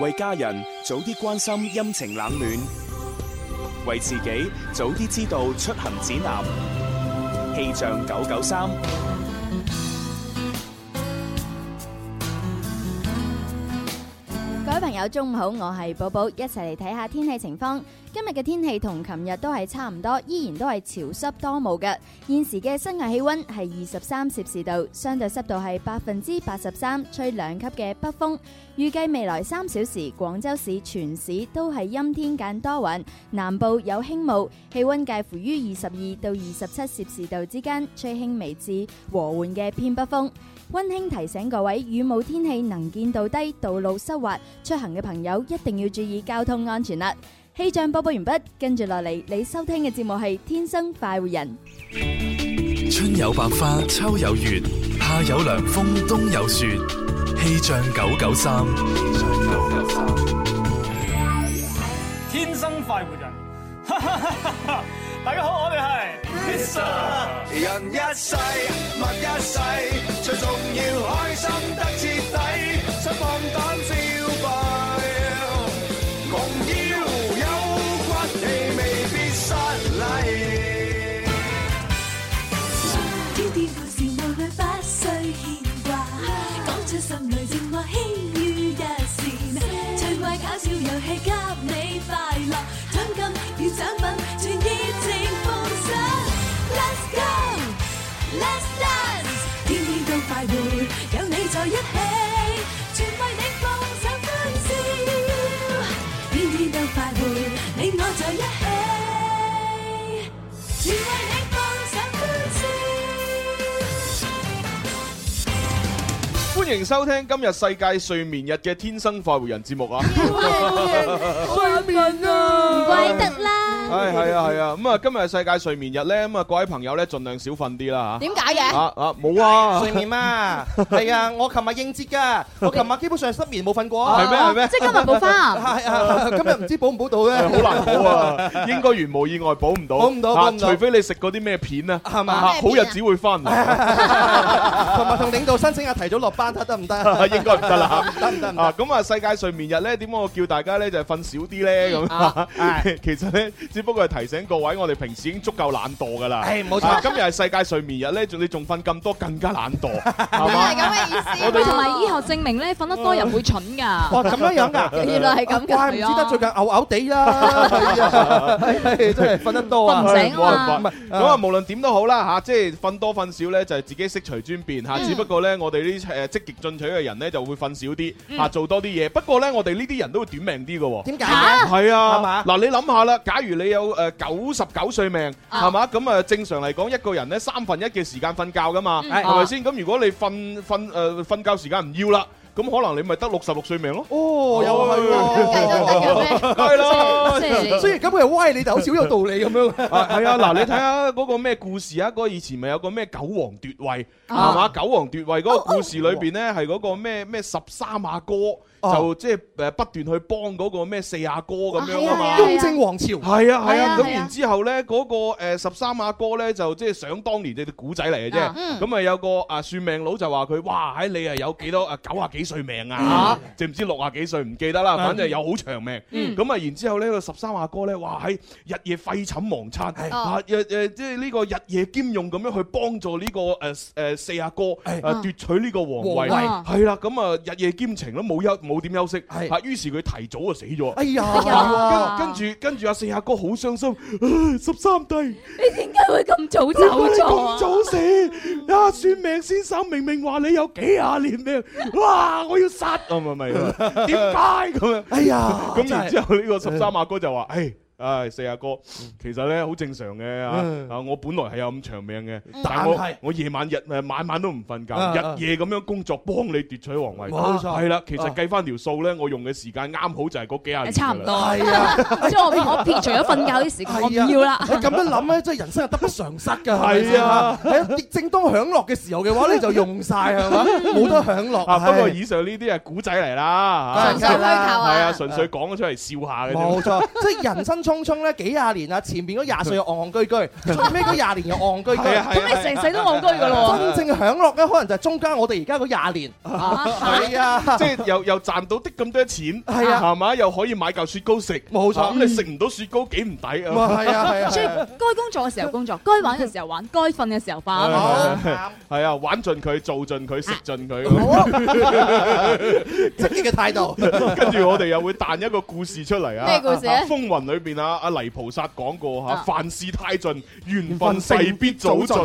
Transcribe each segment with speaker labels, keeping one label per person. Speaker 1: 為家人早啲關心陰晴冷暖，為自己早啲知道出行指南。氣象九九三，
Speaker 2: 各位朋友，中午好，我係寶寶，一齊嚟睇下天氣情況。今日嘅天氣同琴日都係差唔多，依然都係潮濕多霧嘅。現時嘅室外氣溫係二十三攝氏度，相對濕度係百分之八十三，吹兩級嘅北風。預計未來三小時，廣州市全市都係陰天間多雲，南部有輕霧，氣溫介乎於二十二到二十七攝氏度之間，吹輕微至和緩嘅偏北風。溫馨提醒各位，雨霧天氣能見度低，道路濕滑，出行嘅朋友一定要注意交通安全啦。氣象播報完畢，跟住落嚟你收聽嘅節目係《天生快活人》，
Speaker 3: 春有百花，秋有月，夏有涼風，冬有雪。氣象九九三，
Speaker 4: 天生快活人， 大家好，我哋係 Mr.
Speaker 5: 人一世，物一世，最重要開心得徹底，想放膽消費，夢要有骨氣，未必失禮。
Speaker 6: 天天歡笑，無慮不需牽掛，講出心裏情話，輕於一線。趣味搞笑遊戲給你快樂，獎金與獎品全熱情奉上。Let's go，Let's dance，天天都快活，有你在一起，全為你放上歡笑。天天都快活，你我在一起。全為你放上歡笑。
Speaker 7: 歡迎收聽今日世界睡眠日嘅天生快活人節 目啊！
Speaker 2: 睡眠啊，唔怪得啦。
Speaker 7: 唉，係啊，係啊，咁啊，今日係世界睡眠日咧，咁啊，各位朋友咧，盡量少瞓啲啦
Speaker 2: 點解
Speaker 7: 吓。
Speaker 2: 嘅？
Speaker 7: 啊啊，冇啊，
Speaker 8: 睡眠啊，係啊，我琴日 應節㗎，我琴日基本上失眠冇瞓過啊，
Speaker 7: 係咩係咩
Speaker 2: 即？係今日 冇花。
Speaker 8: 係啊，今日唔知補唔補 到
Speaker 7: 好
Speaker 8: 咧，
Speaker 7: 難補啊，應該如無意外補唔到，
Speaker 8: 補唔到
Speaker 7: 啊
Speaker 8: 補唔到
Speaker 7: 除非你食嗰啲咩片啊，
Speaker 8: 係嘛
Speaker 7: 啊
Speaker 2: 咩
Speaker 7: 好
Speaker 2: 片啊
Speaker 7: 日子會翻嚟，
Speaker 8: 同埋同領導申請下提早落班得得 唔得？
Speaker 7: 應該唔得啦。
Speaker 8: 得唔得唔得？
Speaker 7: 啊，咁啊，世界睡眠日咧，點解我叫大家咧就係瞓少啲咧
Speaker 8: 嗯
Speaker 7: 咁啊？ 其實咧，只不過係提醒各位，我哋平時已經足夠懶惰噶啦。
Speaker 8: 係冇
Speaker 7: 啊
Speaker 8: 錯，
Speaker 7: 今日係世界睡眠日咧，仲你仲瞓咁多，更加懶 惰，係嘛？
Speaker 2: 咁
Speaker 9: 同埋醫學證明咧，瞓得多人會蠢 㗎。
Speaker 7: 哦
Speaker 8: 哇咁樣樣㗎，
Speaker 2: 原來係咁嘅
Speaker 8: 怪唔知得最近嘔嘔地啦，係 啊，係真係瞓得多啊
Speaker 9: 瞓唔，醒啊嘛
Speaker 7: 哎冇辦法咁啊，無論點都好啦嚇，即係瞓多瞓少咧，就係自己識隨尊
Speaker 8: 嗯
Speaker 7: 便嚇。只不過咧，我哋呢啲誒積極進取嘅人咧，就會瞓少啲嚇，做多啲嘢。不過咧，我哋呢啲人都會短命啲嘅喎。
Speaker 8: 嗯點解嘅？
Speaker 7: 係
Speaker 8: 係
Speaker 7: 啊
Speaker 8: 嘛，
Speaker 7: 嗱你諗下啦，假如你有誒九十九歲命，係嘛？咁啊正常嚟講，一個人咧三分一嘅時間瞓覺噶嘛，
Speaker 8: 係，
Speaker 7: 係咪先？咁如果你瞓瞓誒瞓覺時間唔要啦，咁可能你咪得六十六歲命咯
Speaker 8: 哦，又
Speaker 2: 計都得嘅
Speaker 8: 係喎。
Speaker 7: 係咯。
Speaker 9: 即係
Speaker 8: 雖然咁佢係歪你，但好少有道理咁樣。
Speaker 7: 啊，係啊，嗱，你睇下嗰個咩故事啊，嗰個以前咪有個咩九皇奪位係嘛？九皇奪位嗰個故事裏邊咧，係嗰個咩咩十三阿哥
Speaker 8: 哦
Speaker 7: 就即係誒不斷去幫嗰個咩四阿哥咁樣啊
Speaker 2: 啊
Speaker 7: 嘛。
Speaker 8: 雍正王朝
Speaker 7: 係啊係
Speaker 2: 係
Speaker 7: 啊，
Speaker 2: 啊
Speaker 7: 咁
Speaker 2: 係啊
Speaker 7: 然之後咧，嗰個誒十三阿哥咧就即係想當年嘅古仔嚟嘅啫
Speaker 9: 啊。
Speaker 2: 嗯
Speaker 7: 咁啊有個啊算命佬就話佢：哇，喺你啊有幾多啊九啊幾歲命啊？就唔知六啊幾歲唔記得啦，反正有好長命。咁啊，然之後呢個十三阿哥咧，哇喺日夜廢寢忘餐，啊誒誒，即係呢個日夜兼用咁樣去幫助呢個誒誒四阿哥誒奪取呢個皇位。
Speaker 8: 皇
Speaker 7: 係啦，咁啊日夜兼程都冇休冇點休息，
Speaker 8: 係
Speaker 7: 啊於是佢提早就死咗。
Speaker 8: 哎
Speaker 9: 啊
Speaker 8: 呀，
Speaker 7: 跟跟住跟住阿四阿哥好傷心，啊十三弟
Speaker 9: 你點解會咁早
Speaker 7: 點解
Speaker 9: 走
Speaker 7: 你
Speaker 9: 咗
Speaker 7: 咁
Speaker 9: 啊？
Speaker 7: 早死啊！算命先生明明話你有幾廿年命，哇！我要殺啊！咪咪，點解咁嗯樣？
Speaker 8: 哎呀，
Speaker 7: 咁然之後呢個十三阿哥就話：，唉。唉，四阿哥，其實咧好正常嘅啊！
Speaker 8: 嗯
Speaker 7: 啊，我本來係有咁長命嘅，嗯但
Speaker 8: 但
Speaker 7: 係嗯我
Speaker 8: 係
Speaker 7: 我夜晚日誒晚晚都唔瞓
Speaker 8: 啊啊
Speaker 7: 覺，日夜咁樣工作幫你奪取皇位，
Speaker 8: 冇錯
Speaker 7: 係啦。其實
Speaker 8: 啊
Speaker 7: 計翻條數咧，我用嘅時間啱好就係嗰幾廿年㗎啦，
Speaker 9: 差唔多，
Speaker 8: 係啊。
Speaker 9: 即係我我撇除咗瞓覺啲時
Speaker 7: 啊
Speaker 9: 間，我唔要啦。
Speaker 8: 你哎咁樣諗咧，真係人生係得不償失㗎。
Speaker 7: 係啊
Speaker 8: 係啊，正當享樂嘅時候嘅話，你就用晒 係嘛，冇得享樂。
Speaker 7: 啊，不過
Speaker 8: 係
Speaker 7: 以上呢啲係古仔嚟啦，
Speaker 8: 梗
Speaker 2: 純粹
Speaker 8: 係
Speaker 2: 虛構
Speaker 7: 係啊，
Speaker 2: 啊！
Speaker 7: 純粹講咗出嚟笑下嘅啫。
Speaker 8: 冇錯，即係人生在匆匆咧幾廿年啊，前面嗰廿歲又戇戇居 居，最尾嗰廿年又戇戇居
Speaker 7: 係啊係啊啊
Speaker 8: 居。
Speaker 9: 咁你成世都戇居㗎咯喎。
Speaker 8: 真正享樂咧，可能就係中間我哋而家嗰廿年。係 啊，
Speaker 7: 即係又又賺到的咁多錢，
Speaker 8: 係啊
Speaker 7: 係嘛？又可以買嚿雪糕食，
Speaker 8: 冇錯
Speaker 7: 咁你食唔到雪糕幾唔抵
Speaker 8: 哇
Speaker 7: 啊！
Speaker 8: 係啊係啊
Speaker 9: 所以
Speaker 8: 係啊，
Speaker 9: 該工作嘅時候工作，該玩嘅時候玩，該瞓嘅時候
Speaker 7: 係啊
Speaker 9: 瞓。
Speaker 8: 好啱
Speaker 7: 係啊，玩盡佢，做盡佢，食盡 佢。
Speaker 8: 積極嘅態度。
Speaker 7: 跟住我哋又會彈一個故事出嚟啊！
Speaker 9: 咩故事咧
Speaker 7: 啊風雲裏邊啊，阿泥菩薩講過嚇，
Speaker 9: 啊
Speaker 7: 凡事太盡，緣分勢必早盡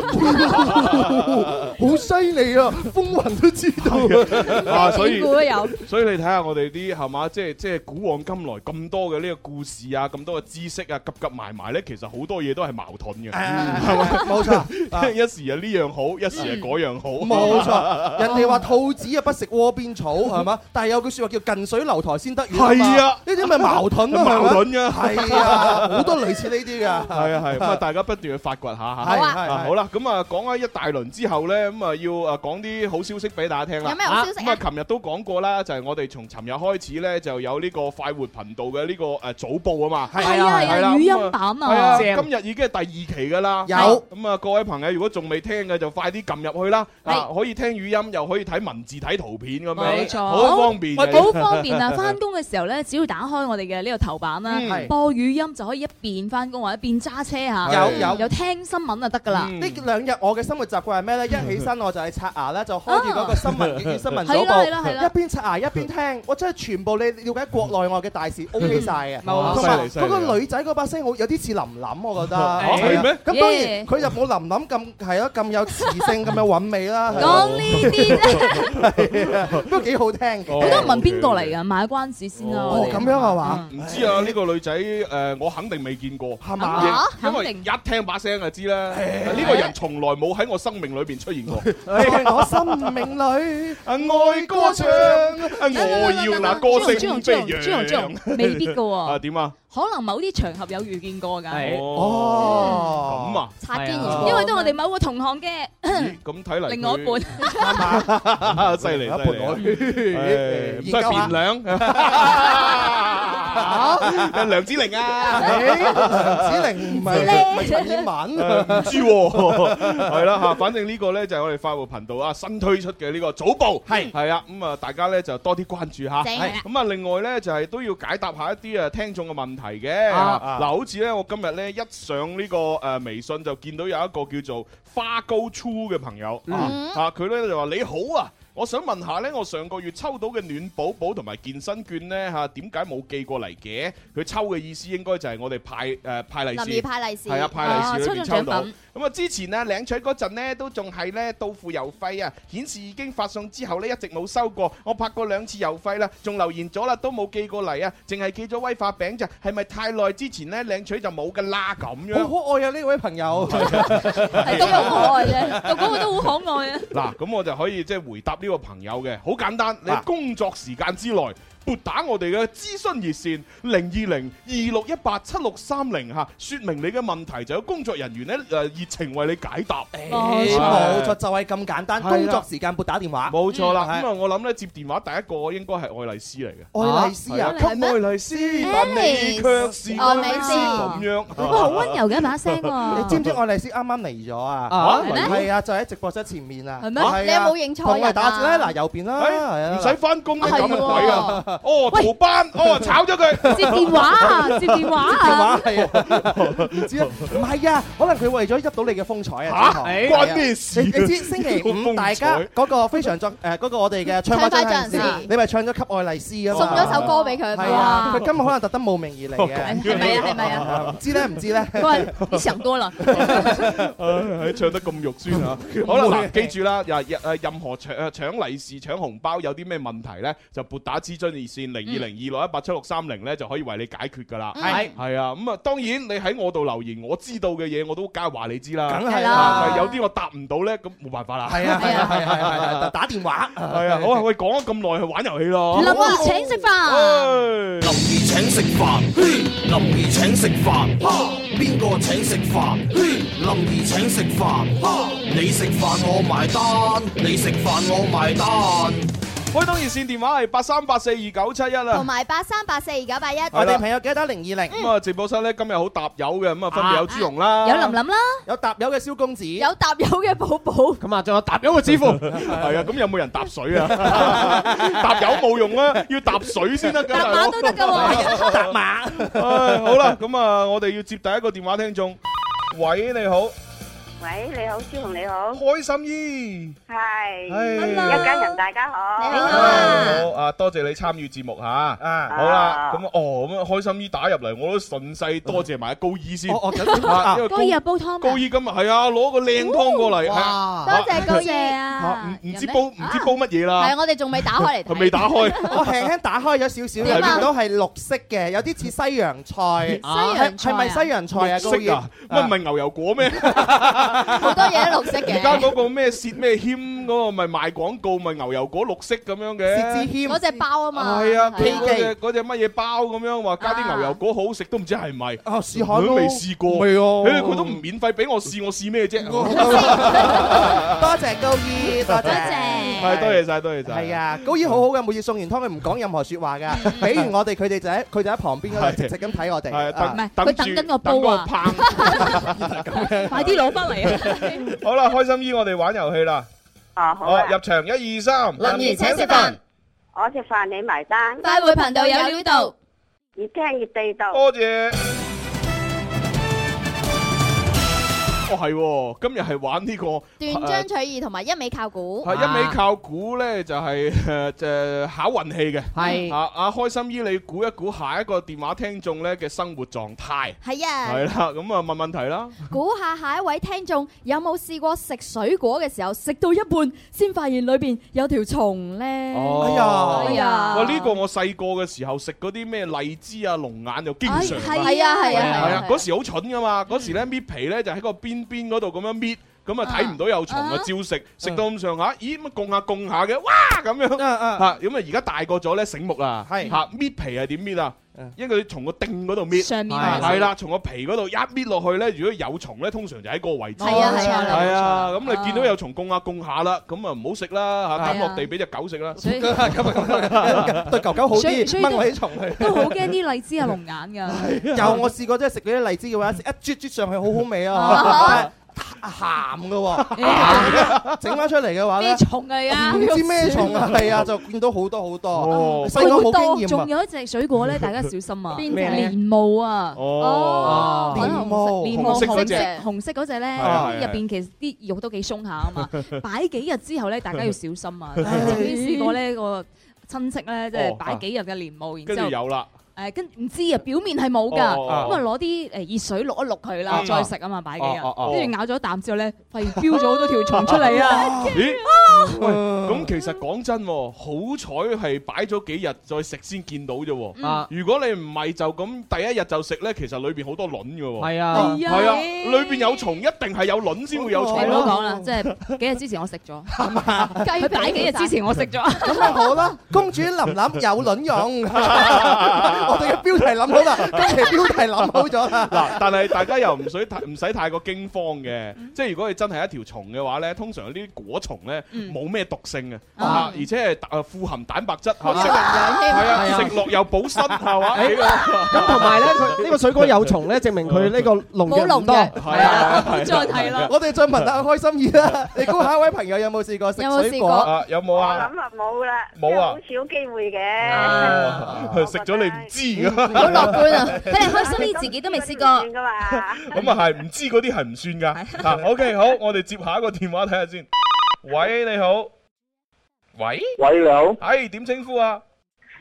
Speaker 8: 好犀利啊！風雲都知道，
Speaker 7: 啊！所以
Speaker 9: 典故都有。
Speaker 7: 所以你睇下我哋啲係嘛，即係即係古往今來咁多嘅呢個故事啊，咁多嘅知識啊，夾夾埋埋咧，其實好多嘢嗯都係矛盾
Speaker 8: 嗯
Speaker 7: 嘅，係嘛？
Speaker 8: 冇錯，啊 嗯
Speaker 7: 一時啊呢樣好，一時啊嗰樣好，
Speaker 8: 冇錯。人哋話兔子啊不食窩邊草係嘛，但係有句説話叫近水樓台先得月嘛
Speaker 7: 係啊
Speaker 8: 呢啲咪矛盾咯，
Speaker 7: 矛盾
Speaker 8: 㗎，
Speaker 7: 㗎
Speaker 8: 係啊，好多類似呢啲㗎，
Speaker 7: 係啊係，咁啊大家不斷去發掘下嚇。
Speaker 8: 係
Speaker 7: 啊，
Speaker 8: 係
Speaker 7: 好啦，咁啊講咗一大輪之後呢，咁啊要啊講啲好消息俾大家聽啦。
Speaker 2: 有咩好消息啊
Speaker 7: 咁啊，琴日都講過啦，就係我哋從尋日開始呢，就有呢個快活頻道嘅呢個誒早報啊嘛。
Speaker 9: 係啊係
Speaker 7: 係
Speaker 9: 啊，
Speaker 7: 啦
Speaker 9: 語音版
Speaker 7: 係啊，
Speaker 9: 啊，
Speaker 7: 今日已經係第二期㗎啦。
Speaker 8: 有
Speaker 7: 咁啊，各位朋友如果仲未聽嘅，就快啲撳入去啦。啊，可以聽語音，又可以睇文字、睇圖片咁樣，
Speaker 9: 冇錯
Speaker 7: 好方便嘅。
Speaker 9: 好方便啊！翻工嘅時候咧，只要打開我哋嘅呢個頭版啦
Speaker 7: 嗯係，
Speaker 9: 播語音就可以一邊翻工或者一邊揸車嚇，
Speaker 8: 有
Speaker 7: 係
Speaker 8: 有
Speaker 9: 有聽新聞就得㗎啦。
Speaker 7: 嗯
Speaker 8: 呢兩日我嘅生活習慣係咩咧？一起身我就係刷牙咧，就開住嗰個新聞粵語新聞早
Speaker 9: 嗯 係啦係啦係
Speaker 8: 報，
Speaker 9: 啦
Speaker 8: 一邊刷牙一邊聽，我真係全部你了解國內外嘅大事 OK 晒
Speaker 9: 嗯
Speaker 8: 嘅。
Speaker 7: 冇錯啊犀
Speaker 8: 同埋
Speaker 7: 利犀利哦
Speaker 8: 嗰個女仔嗰把聲好有啲似林琳，我覺得。
Speaker 9: 哦哎
Speaker 7: 係咩
Speaker 8: 咁當然
Speaker 9: Yeah
Speaker 8: 佢就冇林琳咁係咯，咁有磁性咁有韻 味啦。係咯
Speaker 9: 講呢啲咧，
Speaker 8: 不過幾好聽嘅。
Speaker 7: 哦
Speaker 9: 好多人問邊個嚟㗎？買關子先啦。
Speaker 8: 哦
Speaker 9: 我，哋
Speaker 8: 咁樣係嘛？
Speaker 7: 唔知啊，呢個女仔誒，我肯定未見過。
Speaker 8: 係
Speaker 9: 啊
Speaker 8: 嘛？
Speaker 7: 因
Speaker 9: 肯
Speaker 7: 為
Speaker 9: 定
Speaker 7: 一聽把聲就知啦，呢個人從來冇喺我生命裏邊出現過。
Speaker 9: 嗯
Speaker 8: 在哎我生命裏，
Speaker 7: 啊，愛歌唱，啊我要那歌聲飛
Speaker 9: 朱紅朱紅
Speaker 7: 揚。
Speaker 9: 朱紅，未必㗎
Speaker 7: 啊，
Speaker 9: 喎，
Speaker 7: 點啊？
Speaker 9: 可能某啲場合有遇見過㗎，
Speaker 4: 係
Speaker 8: 哦，
Speaker 7: 咁啊？
Speaker 2: 擦肩
Speaker 4: 係
Speaker 2: 而
Speaker 4: 啊
Speaker 2: 過
Speaker 9: 因為都係我哋某個同行嘅
Speaker 7: 咦咁睇嚟，
Speaker 9: 另外一半。
Speaker 7: 半， 犀利
Speaker 8: 啊
Speaker 7: 啊哎
Speaker 8: 一
Speaker 7: 犀
Speaker 8: 盤我
Speaker 7: 利。誒唔
Speaker 8: 呃研
Speaker 7: 使變
Speaker 8: 究下
Speaker 7: 兩， 梁子玲啊！
Speaker 8: 子玲唔係唔係陳
Speaker 7: 誒
Speaker 8: 燕文，
Speaker 7: 唔知喎， 係啦嚇，反正呢個咧就係我哋快活頻道啊新推出嘅呢個早報，
Speaker 8: 係
Speaker 7: 係啊，咁啊大家咧就多啲關注嚇。
Speaker 2: 正啊
Speaker 7: 咁啊，另外咧就係都要解答下一啲啊聽眾嘅問題嘅。
Speaker 8: 啊啊
Speaker 7: 嗱，好似咧我今日咧一上呢個誒微信就見到有一個叫做花高粗嘅朋友
Speaker 2: 嗯
Speaker 7: 啊，佢咧就話你好啊。我想問下咧，我上個月抽到嘅暖寶寶同埋健身券咧嚇，點解冇寄過嚟嘅？佢抽嘅意思應該就係我哋派誒、派利
Speaker 2: 林
Speaker 7: 是
Speaker 2: 怡。派利是，
Speaker 7: 係啊，派利是裏
Speaker 9: 啊
Speaker 7: 邊抽到。
Speaker 9: 抽獎獎品
Speaker 7: 咁啊，之前啊領取嗰陣呢，都仲係呢到付郵費啊，顯示已經發送之後呢，一直冇收過。我拍過兩次郵費啦，仲留言咗啦，都冇寄過嚟啊，淨係寄咗威化餅咋，係咪太耐之前呢領取就冇㗎啦咁樣？
Speaker 8: 好可愛啊！呢位朋友，
Speaker 9: 係都好可愛啫，讀嗰個都好可愛啊！
Speaker 7: 嗱，咁我就可以即係回答呢個朋友嘅，好簡單，你
Speaker 8: 啊
Speaker 7: 工作時間之內。撥打我哋嘅諮詢熱線零二零二六一八七六三零嚇，説明你嘅問題就有工作人員呢誒熱情為你解答。
Speaker 9: 冇錯
Speaker 8: 冇錯，就係咁簡單。
Speaker 7: 係啦
Speaker 8: 工作時間撥打電話，
Speaker 7: 冇錯啦，
Speaker 8: 嗯
Speaker 7: 咁啊，我諗咧接電話第一個應該係愛麗絲嚟嘅。
Speaker 8: 愛麗絲啊，
Speaker 7: 係給愛麗絲，但你卻是
Speaker 8: 哦
Speaker 7: 愛麗絲咁
Speaker 9: 哇，
Speaker 8: 啊
Speaker 7: 樣。
Speaker 9: 好温柔嘅一把聲
Speaker 8: 你
Speaker 9: 喎，
Speaker 8: 知唔知愛麗絲啱啱嚟咗啊？
Speaker 7: 啊
Speaker 9: 係咩
Speaker 8: 係啊，就喺直播室前面啊。
Speaker 9: 係咩
Speaker 8: 係啊
Speaker 2: 你有冇認錯
Speaker 8: 同
Speaker 2: 人啊
Speaker 8: 我哋打字啦，嗱右邊啦，係啊
Speaker 7: 哎誒，唔使翻工咩
Speaker 2: 啊係
Speaker 7: 咁嘅鬼啊！哦，逃班，哦，炒咗佢。
Speaker 9: 接電話啊，接電話
Speaker 8: 電
Speaker 9: 啊！
Speaker 8: 話 係啊，唔知啊，唔係啊，可能佢為咗入到你嘅風採啊，
Speaker 7: 嚇，
Speaker 8: 天堂
Speaker 7: 關咩事
Speaker 8: 你
Speaker 7: 啊？
Speaker 8: 你知星期五大家嗰個非常作誒嗰個我哋嘅唱法進行
Speaker 2: 唱法進行
Speaker 8: 時，
Speaker 2: 時
Speaker 8: 你咪唱咗給愛麗絲啊
Speaker 2: 送
Speaker 8: 嘛
Speaker 2: 咗首歌俾佢，
Speaker 8: 係啊，佢今日可能特登慕名而嚟嘅，
Speaker 9: 係咪啊？係咪啊？
Speaker 8: 唔知咧唔 知咧，
Speaker 9: 喂，你成歌啦，
Speaker 7: 唉唱得咁肉酸 啊！好啦，嗱，記住啦，又誒任何搶誒搶利是、搶紅包有啲咩問題咧，就撥打諮詢熱
Speaker 8: 嗯
Speaker 7: 線零二零二六一八七六三零咧，就可以為你解決㗎啦。
Speaker 4: 係
Speaker 7: 係啊，咁啊，當然你喺我度留言，我知道嘅嘢我都梗係話你知啦。
Speaker 8: 梗
Speaker 9: 係
Speaker 8: 係
Speaker 9: 啦
Speaker 8: 啦，
Speaker 7: 啊有啲我答唔到咧，咁冇辦法啦。
Speaker 8: 係啊係啊係啊係啊，打電話
Speaker 7: 係啊，好啊，喂，講咗咁耐，去玩遊戲咯。
Speaker 9: 林兒請食飯，
Speaker 7: 唉
Speaker 5: 林兒請食飯，林兒請食飯，哈，邊個請食飯？林兒請食飯，哈，你食飯我埋單，你食飯我埋單。
Speaker 7: 開通熱線電話係八三八四二九七一
Speaker 2: 同
Speaker 7: 啊。
Speaker 2: 埋八三八四二九八一。
Speaker 8: 我哋朋友記得打零二零，
Speaker 7: 咁啊，直播室咧今日好搭友嘅，咁啊分別有朱容啦，
Speaker 9: 有林林啦，
Speaker 8: 有搭友嘅蕭公子，
Speaker 2: 有搭友嘅寶寶，
Speaker 10: 咁啊，仲有搭咗個支付，
Speaker 7: 係啊，咁有冇人搭 水啊？ 搭友冇用啊，要搭水先得㗎。
Speaker 9: 搭馬都得㗎喎。
Speaker 10: 搭馬。
Speaker 7: 唉好啦，咁啊，我哋要接第一個電話聽眾。喂，你好，
Speaker 11: 喂，你好，朱红你好，
Speaker 7: 開心姨。
Speaker 11: 系
Speaker 7: 唉
Speaker 11: 一家人，大家好。
Speaker 2: 你好
Speaker 7: 唉好啊，多謝你參與節目吓。
Speaker 8: 啊，
Speaker 7: 好啦，咁啊哦，咁啊，開心姨打入嚟，我都順勢多謝埋高姨先。
Speaker 8: 我 我
Speaker 7: 啊
Speaker 8: 啊
Speaker 7: 因為
Speaker 9: 高二啊煲湯啊，
Speaker 7: 高姨今日係啊，攞個靚湯過嚟，係啊
Speaker 2: 多
Speaker 10: 哇！
Speaker 2: 謝高
Speaker 9: 多謝
Speaker 2: 爺。
Speaker 7: 啊
Speaker 9: 啊，
Speaker 7: 唔唔知煲唔知煲乜嘢
Speaker 2: 係
Speaker 7: 啦
Speaker 2: 啊，，我哋仲未打開嚟睇。
Speaker 7: 佢未 打開。
Speaker 8: 我輕輕打開咗少少，入
Speaker 2: 點啊
Speaker 8: 邊都係綠色嘅，有啲似西洋菜。
Speaker 2: 西洋菜
Speaker 8: 係
Speaker 2: 啊
Speaker 8: 咪西洋菜啊？高
Speaker 7: 色啊
Speaker 8: 爾，
Speaker 7: 乜唔係牛油 果咩？
Speaker 2: 好多嘢都綠色
Speaker 7: 而家
Speaker 2: 嘅。
Speaker 7: 嗰個咩薛咩謙嗰個咪賣廣告咪牛油果綠色咁樣
Speaker 8: 薛
Speaker 7: 嘅
Speaker 8: 之。謙
Speaker 2: 嗰只包啊嘛，
Speaker 7: 係啊，
Speaker 8: 係
Speaker 7: 佢
Speaker 8: 啊
Speaker 7: 嗰只嗰只乜嘢包咁樣話加啲牛油果好好食，都唔知係咪。
Speaker 8: 哦，試下
Speaker 7: 佢都
Speaker 8: 咯，
Speaker 7: 未試過，
Speaker 8: 未喎
Speaker 7: 誒佢都唔 免費俾我試，我試咩啫？
Speaker 8: 哦多謝高爾，多謝。
Speaker 9: 多謝
Speaker 7: 係多謝晒，多謝晒。
Speaker 8: 係啊，高爾好好嘅，每次送完湯佢唔講任何説話㗎，俾完我哋佢哋就喺佢就喺旁邊嗰
Speaker 7: 係
Speaker 8: 度直直咁睇我哋。
Speaker 7: 係
Speaker 8: 啊
Speaker 9: 唔
Speaker 7: 等
Speaker 9: 係佢等
Speaker 7: 住
Speaker 9: 緊個煲
Speaker 7: 等個
Speaker 9: 啊
Speaker 7: 棒
Speaker 9: 快啲攞翻嚟啊！
Speaker 7: 好啦，開心姨，我哋玩遊戲啦。
Speaker 11: 啊好
Speaker 7: 好，
Speaker 11: 啊，
Speaker 7: 入場一二三。
Speaker 2: 林怡請食飯，
Speaker 11: 我食饭你埋单，
Speaker 2: 快活頻道有料到。
Speaker 11: 越听越地道。
Speaker 7: 多謝。哦，係喎，今日係玩呢個呃
Speaker 2: 斷章取啊義同埋一味靠估，
Speaker 7: 係一味靠估咧，就係誒誒考運氣嘅。
Speaker 10: 係
Speaker 7: 啊啊！開心姨，你估一估下一個電話聽眾咧嘅生活狀態。
Speaker 2: 係
Speaker 7: 係
Speaker 2: 啊，
Speaker 7: 啦，咁啊問問題啦。
Speaker 2: 估下下一位聽眾有冇試過食水果嘅時候食到一半先發現裏邊有條蟲呢？
Speaker 8: 哎
Speaker 9: 哎呀，
Speaker 7: 哦喂，呢個我細個嘅時候食嗰啲咩荔枝啊、龍眼就經常
Speaker 9: 哎
Speaker 7: 㗎。
Speaker 2: 係啊係啊
Speaker 7: 係
Speaker 2: 係
Speaker 7: 啊，嗰時好蠢噶嘛，嗰時咧搣皮咧就喺個邊邊嗰度咁樣搣。咁啊睇唔到有蟲啊，
Speaker 9: 啊
Speaker 7: 照食食到咁上下，咦乜拱下拱下嘅，哇咁樣
Speaker 8: 啊啊
Speaker 7: 嚇 咁啊！而家大個咗咧，醒目啦，
Speaker 8: 係
Speaker 7: 嚇搣皮係點搣啊
Speaker 8: 嗯？
Speaker 7: 因為佢從個頂嗰度搣，
Speaker 9: 上面
Speaker 10: 係
Speaker 7: 係啦，從個皮嗰度一搣落去咧，如果有蟲咧，通常就喺嗰個位置。
Speaker 2: 係啊係
Speaker 9: 冇錯
Speaker 2: 啊
Speaker 9: 啦
Speaker 7: 係啊，咁你
Speaker 9: 啊
Speaker 7: 見到有蟲供下供下啦，咁啊唔好食啦嚇，
Speaker 9: 係啊
Speaker 7: 抌落地俾只狗食啦。
Speaker 9: 所以
Speaker 8: 對狗狗好
Speaker 9: 所
Speaker 8: 啲，
Speaker 9: 以所以都
Speaker 8: 掹我啲蟲 去。
Speaker 9: 都好驚啲荔枝啊龍眼㗎。
Speaker 8: 有我試過，即係食嗰啲荔枝嘅話，食一啜啜上去好好味啊
Speaker 9: 哦
Speaker 2: 啊，
Speaker 8: 但係鹹嘅
Speaker 9: 呢
Speaker 8: 喎，整翻出嚟嘅話咧
Speaker 9: 咩，蟲嚟啊？
Speaker 8: 唔知 咩蟲啊，係啊，就見到好多好多。
Speaker 7: 哦
Speaker 8: 細個好經驗
Speaker 9: 仲
Speaker 8: 啊，
Speaker 9: 有一隻水果咧，大家小心啊！
Speaker 2: 咩
Speaker 9: 蓮霧啊！
Speaker 7: 哦，
Speaker 9: 可能紅
Speaker 8: 蓮
Speaker 9: 色
Speaker 7: 霧紅色嗰
Speaker 9: 紅
Speaker 7: 隻
Speaker 9: 色紅色嗰只咧，
Speaker 7: 係係
Speaker 9: 入邊其實啲肉都幾鬆下啊 嘛。擺幾日之後咧，大家要小心啊！曾經試過呢個親戚咧，即
Speaker 7: 哦
Speaker 9: 係擺幾日嘅蓮霧，
Speaker 7: 跟
Speaker 9: 然
Speaker 7: 住
Speaker 9: 之後
Speaker 7: 有啦，
Speaker 9: 誒跟唔知啊，表面係冇㗎。咁啊
Speaker 7: 㗎。
Speaker 9: 攞啲誒熱水淥一淥佢
Speaker 7: 啊
Speaker 9: 啦，再食啊嘛，擺幾日
Speaker 7: 哦哦哦，
Speaker 9: 跟住咬咗啖之後咧，發現飆咗好多條蟲出 嚟啊！
Speaker 7: 咦？喂，
Speaker 8: 嗯
Speaker 7: 咁其實講真喎，好彩係擺咗幾日再食先見到啫喎。
Speaker 10: 啊，
Speaker 7: 如果你唔係就咁第一日就食咧，其實裏邊好多卵嘅喎。
Speaker 9: 嗯
Speaker 10: 係啊，
Speaker 7: 係啊，裏邊有蟲，一定係有卵先會有蟲
Speaker 9: 你唔
Speaker 7: 咯。
Speaker 9: 好講啦，即係幾日之前我食咗，
Speaker 2: 雞
Speaker 9: 佢擺幾日之前我食咗，
Speaker 8: 咁咪好啦，公主琳琳有卵用，我哋嘅標題諗好啦，今期標題諗好咗啦。
Speaker 7: 嗱，啊但係大家又唔使太唔使太過驚慌嘅，即係如果你真係一條蟲嘅話咧，通常呢啲果蟲咧
Speaker 9: 嗯
Speaker 7: 冇咩毒性嘅，
Speaker 9: 啊
Speaker 7: 啊而且係啊富含蛋白質，
Speaker 2: 好有
Speaker 7: 食
Speaker 2: 營養添
Speaker 7: 係
Speaker 2: 啊。
Speaker 7: 啊食落又補身係嘛，
Speaker 10: 誒
Speaker 7: 幾好
Speaker 10: 咁同埋咧， 佢呢個水果有蟲咧，證明佢呢個農
Speaker 2: 冇
Speaker 10: 藥唔
Speaker 2: 農
Speaker 10: 多
Speaker 2: 藥。
Speaker 7: 係 啊係啊
Speaker 9: 再睇啦。
Speaker 8: 我哋再問下開心意啦，你估下一位朋友有冇試過食
Speaker 2: 有冇
Speaker 8: 水
Speaker 2: 試
Speaker 8: 果
Speaker 2: 過？
Speaker 7: 啊有冇
Speaker 11: 我
Speaker 7: 啊？
Speaker 11: 谂啊冇啦，
Speaker 7: 冇啊
Speaker 11: 即係好少机会 Ờ,
Speaker 7: 啊
Speaker 11: 嘅。
Speaker 7: 食咗你唔知㗎，
Speaker 2: 唔好樂觀啊！
Speaker 9: 睇嚟開心啲自己都未試過。
Speaker 11: 噶嘛？
Speaker 7: 咁啊係唔知嗰啲係唔算㗎。嗱，OK 好，我哋接下一個電話睇下先。喂，你好。喂，
Speaker 5: 喂，你好，
Speaker 7: 哎，點稱呼啊？